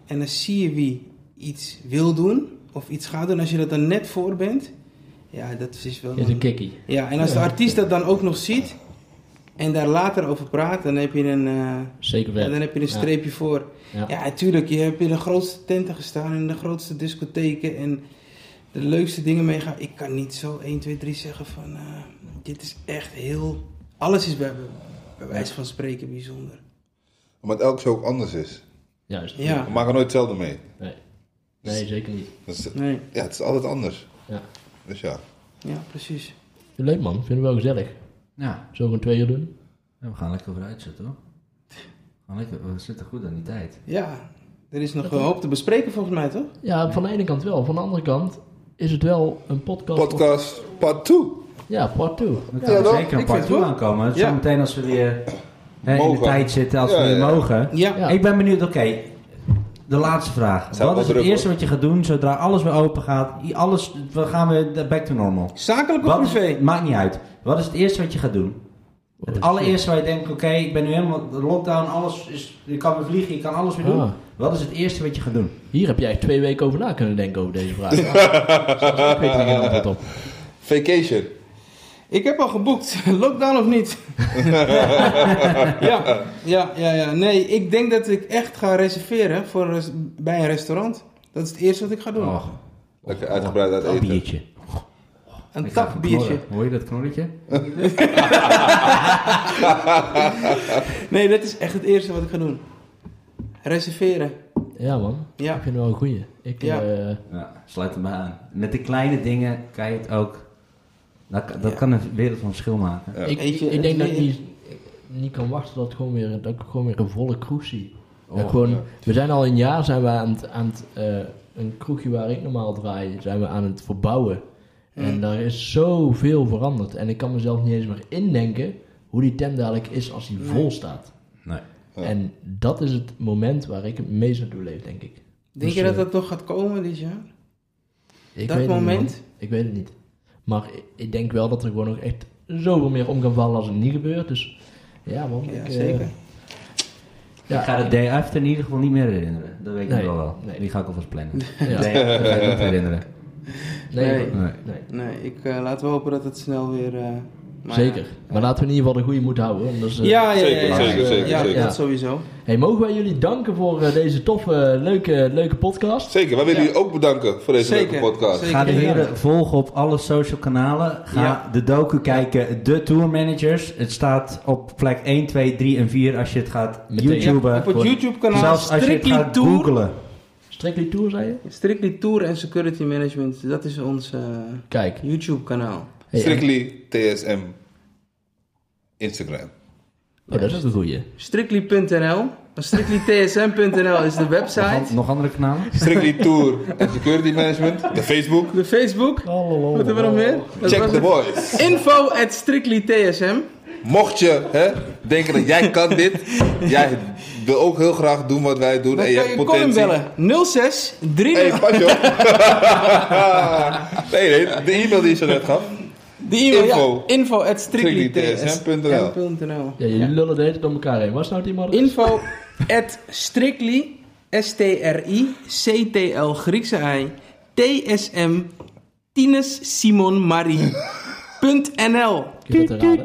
Speaker 4: En dan zie je wie iets wil doen of iets gaat doen. Als je dat dan net voor bent, ja, dat is wel...
Speaker 2: Is
Speaker 4: een-
Speaker 2: een kikkie.
Speaker 4: ja, en als de artiest dat dan ook nog ziet en daar later over praat, dan heb je een... eh,
Speaker 2: Zeker
Speaker 4: en
Speaker 2: vet.
Speaker 4: dan heb je een
Speaker 2: Ja.
Speaker 4: streepje voor.
Speaker 2: Ja.
Speaker 4: Ja. tuurlijk. Je hebt in de grootste tenten gestaan, in de grootste discotheken en de leukste dingen meegaan. Ik kan niet zo 1, 2, 3 zeggen van eh, dit is echt heel. Alles is bij, bij wijze van spreken bijzonder.
Speaker 5: Omdat elke show ook anders is.
Speaker 2: Juist.
Speaker 4: Ja,
Speaker 5: We maken nooit hetzelfde mee.
Speaker 2: Nee. nee, zeker niet.
Speaker 5: Dus,
Speaker 4: nee.
Speaker 5: ja, het is altijd anders.
Speaker 2: Ja.
Speaker 5: Dus ja.
Speaker 4: Ja, precies.
Speaker 2: Leuk man, vinden we wel gezellig.
Speaker 1: Ja,
Speaker 2: Zo gewoon twee uur doen.
Speaker 1: we gaan lekker vooruit zitten hoor. We gaan Lekker, we zitten goed aan die tijd.
Speaker 4: Ja, er is nog een hoop te bespreken volgens mij, toch?
Speaker 2: Ja, van de ene kant wel. Van de andere kant is het wel een podcast.
Speaker 5: Podcast part 2.
Speaker 2: of- ja, part 2.
Speaker 1: We kunnen
Speaker 5: toch?
Speaker 1: zeker een
Speaker 4: Ik
Speaker 1: part
Speaker 4: vind het
Speaker 1: 2
Speaker 4: goed.
Speaker 1: aankomen. Het is
Speaker 4: Ja.
Speaker 1: Zometeen als we weer hè, in de
Speaker 5: Mogen.
Speaker 1: tijd zitten, als
Speaker 5: Ja,
Speaker 1: we weer
Speaker 5: ja.
Speaker 1: mogen.
Speaker 4: Ja.
Speaker 2: Ja.
Speaker 1: Ik ben benieuwd, oké. de laatste vraag.
Speaker 5: Zou
Speaker 1: wat
Speaker 5: wel
Speaker 1: is het
Speaker 5: druk,
Speaker 1: eerste wat je gaat doen zodra alles weer open gaat? i- Alles, we gaan weer back to normal.
Speaker 4: Zakelijk of
Speaker 1: Wat is-
Speaker 4: privé?
Speaker 1: maakt niet uit. Wat is het eerste wat je gaat doen? Het allereerste waar je denkt, oké, ik ben nu helemaal de lockdown, alles is, je kan weer vliegen, je kan alles weer doen.
Speaker 2: Ah.
Speaker 1: Wat is het eerste wat je gaat doen?
Speaker 2: Hier heb jij echt twee weken over na kunnen denken over deze vraag. Ja. Ik weet er geen antwoord op.
Speaker 5: Vacation.
Speaker 4: Ik heb al geboekt. Lockdown of niet? ja, ja, ja, ja. Nee, ik denk dat ik echt ga reserveren voor een res- bij een restaurant. Dat is het eerste wat ik ga doen.
Speaker 1: Och,
Speaker 5: Lekker uitgebreid uit
Speaker 1: Oh. een
Speaker 5: eten.
Speaker 1: biertje.
Speaker 4: een
Speaker 1: Ik ga even
Speaker 4: tapbiertje.
Speaker 1: knorren. Hoor je dat knorretje?
Speaker 4: Nee, dat is echt het eerste wat ik ga doen. Reserveren.
Speaker 2: Ja man,
Speaker 4: Ja.
Speaker 2: ik vind het wel een goeie. Ik,
Speaker 4: Ja.
Speaker 2: eh,
Speaker 1: Ja, sluit hem maar aan. Met de kleine dingen kan je het ook, dat, kan- dat kan een wereld van verschil maken.
Speaker 5: Ja.
Speaker 2: ik,
Speaker 4: Weet je,
Speaker 2: ik denk dat
Speaker 4: het
Speaker 2: ik
Speaker 4: weer-
Speaker 2: niet, niet kan wachten dat, ik gewoon weer, dat ik gewoon weer een volle kroeg zie.
Speaker 5: Oh,
Speaker 2: Dat gewoon, We zijn al een jaar zijn we aan het, aan het eh, een kroegje waar ik normaal draai, zijn we aan het verbouwen. En daar is zoveel veranderd. En ik kan mezelf niet eens meer indenken hoe die tent dadelijk is als die vol staat.
Speaker 1: Nee.
Speaker 5: Ja.
Speaker 2: En dat is het moment waar ik het meest naartoe leef, denk ik.
Speaker 4: Denk
Speaker 2: Dus,
Speaker 4: je dat
Speaker 2: eh,
Speaker 4: dat nog gaat komen dit jaar?
Speaker 2: Ik weet
Speaker 4: dat
Speaker 2: het niet,
Speaker 4: moment?
Speaker 2: man. ik weet het niet. Maar ik- ik denk wel dat er gewoon nog echt zoveel meer om kan vallen als het niet gebeurt. Dus ja, man. ik,
Speaker 4: Ja,
Speaker 2: eh,
Speaker 4: zeker.
Speaker 2: ja,
Speaker 1: ik ga de day after in ieder geval niet meer herinneren. Dat weet ik
Speaker 2: Nee,
Speaker 1: wel wel.
Speaker 2: nee.
Speaker 1: Die ga ik alvast plannen.
Speaker 2: Ja.
Speaker 1: Day after ga ik niet herinneren.
Speaker 2: Nee,
Speaker 4: Nee.
Speaker 2: nee.
Speaker 1: Nee.
Speaker 4: Nee, ik eh, laat wel hopen dat het snel weer... eh, maar
Speaker 2: Zeker.
Speaker 4: ja.
Speaker 2: Maar laten we in ieder geval de goede moed houden. Anders, eh,
Speaker 4: Ja, ja, ja, ja,
Speaker 5: Zeker,
Speaker 4: ja.
Speaker 5: zeker, zeker,
Speaker 4: Ja,
Speaker 5: zeker.
Speaker 4: dat sowieso.
Speaker 2: Hey, mogen wij jullie danken voor eh, deze toffe, leuke, leuke podcast?
Speaker 5: Zeker, wij willen
Speaker 4: Ja.
Speaker 5: jullie ook bedanken voor deze
Speaker 4: Zeker,
Speaker 5: leuke podcast.
Speaker 4: zeker.
Speaker 1: Ga de
Speaker 2: Ja.
Speaker 1: heren volgen op alle social kanalen. Ga
Speaker 4: Ja.
Speaker 1: de docu kijken. De Tour Managers. Het staat op plek 1, 2, 3 en 4 als je het gaat
Speaker 2: Meteen.
Speaker 1: YouTuben.
Speaker 4: Ja, op het YouTube-kanaal
Speaker 1: Zelfs als je het
Speaker 4: Strictly
Speaker 1: gaat
Speaker 4: Tour.
Speaker 1: googlen.
Speaker 2: Strictly Tour, zei je?
Speaker 4: Strictly Tour en Security Management, dat is ons eh,
Speaker 2: Kijk.
Speaker 4: YouTube-kanaal.
Speaker 2: Hey,
Speaker 5: Strictly TSM Instagram.
Speaker 2: en- oh, dat is een goeie.
Speaker 4: Strictly.nl. StrictlyTSM.nl is de
Speaker 1: Nog,
Speaker 4: website.
Speaker 1: nog andere kanalen?
Speaker 5: Strictly Tour en Security Management. De Facebook.
Speaker 4: De Facebook. Wat hebben we nog meer? Dat
Speaker 5: Check
Speaker 4: was
Speaker 5: the
Speaker 4: het.
Speaker 5: boys.
Speaker 4: Info at StrictlyTSM.
Speaker 5: Mocht je hè, denken dat jij kan dit, jij wil ook heel graag doen wat wij doen
Speaker 4: Dan
Speaker 5: en je
Speaker 4: kan
Speaker 5: hebt
Speaker 4: je Colin
Speaker 5: potentie.
Speaker 4: bellen. 06 30.
Speaker 5: hey, pas op. nee, nee, de e-mail die je zo net gaf.
Speaker 4: de e-mail.
Speaker 5: info.
Speaker 4: Ja, info at
Speaker 5: StrictlyTSM.nl.
Speaker 4: StrictlyTSM.nl.
Speaker 2: Ja, jullie lullen de hele tijd om elkaar heen. Wat is nou die man?
Speaker 4: Info at Strictly, S-T-R-I, C-T-L, Griekse I, T-S-M, Tinus Simon Marie, punt NL.
Speaker 2: Oké,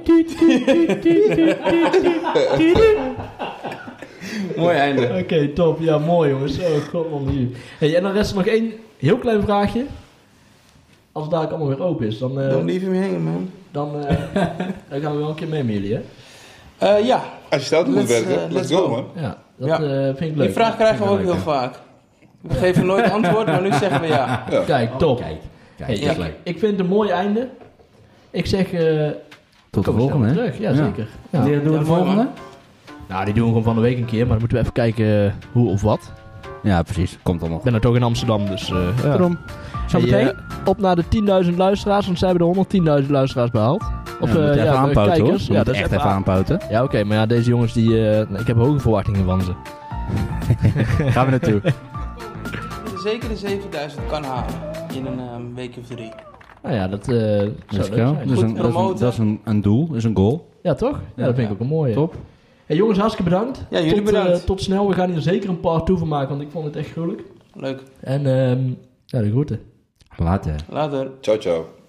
Speaker 4: Mooi einde.
Speaker 2: top. Ja, mooi jongens. Zo, god man. hier. Hey, en dan rest er nog één heel klein vraagje. Als het dadelijk allemaal weer open is, dan, eh,
Speaker 4: Don't leave him hanging, man.
Speaker 2: dan, eh, dan gaan we wel een keer mee met jullie, hè?
Speaker 4: Eh, ja,
Speaker 5: Als je stout moet
Speaker 4: Let's,
Speaker 5: werken,
Speaker 4: eh,
Speaker 5: let's,
Speaker 4: let's
Speaker 5: go,
Speaker 4: go.
Speaker 5: man.
Speaker 2: Ja, dat
Speaker 4: Ja.
Speaker 2: eh, vind ik leuk.
Speaker 4: die vraag krijgen we ook heel vaak. We geven nooit antwoord, maar nu zeggen we ja.
Speaker 2: Oh, Kijk, top.
Speaker 1: Kijk, kijk
Speaker 2: Hey,
Speaker 1: dat is
Speaker 4: ja.
Speaker 1: leuk.
Speaker 2: Ik vind het een mooi einde. Ik zeg... eh
Speaker 1: Tot de
Speaker 2: kom
Speaker 1: volgende.
Speaker 2: snel
Speaker 1: hè?
Speaker 2: terug. Ja, zeker.
Speaker 1: Ja.
Speaker 2: Ja.
Speaker 1: Doen we
Speaker 4: Ja,
Speaker 1: de
Speaker 4: mooi,
Speaker 1: volgende?
Speaker 4: man.
Speaker 2: Nou, die doen we gewoon van de week een keer, maar dan moeten we even kijken eh, hoe of wat.
Speaker 1: Ja, precies. Komt allemaal.
Speaker 2: Ik ben er toch in Amsterdam, dus... eh ja.
Speaker 1: Daarom. Zometeen?
Speaker 2: Hey, eh, op naar de 10.000 luisteraars, want zij hebben de 110.000 luisteraars behaald. Of,
Speaker 1: Ja, we moeten
Speaker 2: eh,
Speaker 1: even
Speaker 2: ja, de
Speaker 1: aanpoten hoor.
Speaker 2: kijkers.
Speaker 1: We
Speaker 2: Ja,
Speaker 1: moeten
Speaker 2: dat is
Speaker 1: echt
Speaker 2: even
Speaker 1: even
Speaker 2: aan-
Speaker 1: aanpoten.
Speaker 2: Ja, oké, maar ja, deze jongens die... eh, ik heb hoge verwachtingen van ze.
Speaker 1: Gaan we naartoe.
Speaker 4: Zeker de 7000 kan halen in een eh, week of drie.
Speaker 2: Nou ja, dat eh, zou
Speaker 1: Let's
Speaker 2: leuk
Speaker 1: go.
Speaker 2: zijn.
Speaker 1: Dat is, een, dat, is
Speaker 4: Goed
Speaker 1: een,
Speaker 4: promoten.
Speaker 1: dat is een, een doel, dat is een goal.
Speaker 2: Ja, toch? Dus Ja, dat vind ik ook een mooie.
Speaker 1: Top.
Speaker 2: Hey, jongens, hartstikke bedankt.
Speaker 4: Ja, jullie
Speaker 2: tot,
Speaker 4: bedankt.
Speaker 2: eh, tot snel. We gaan hier zeker een paar toe van maken, want ik vond het echt gruwelijk.
Speaker 4: Leuk,
Speaker 2: En ehm ja, de groeten.
Speaker 1: Later.
Speaker 4: later.
Speaker 5: Ciao, ciao.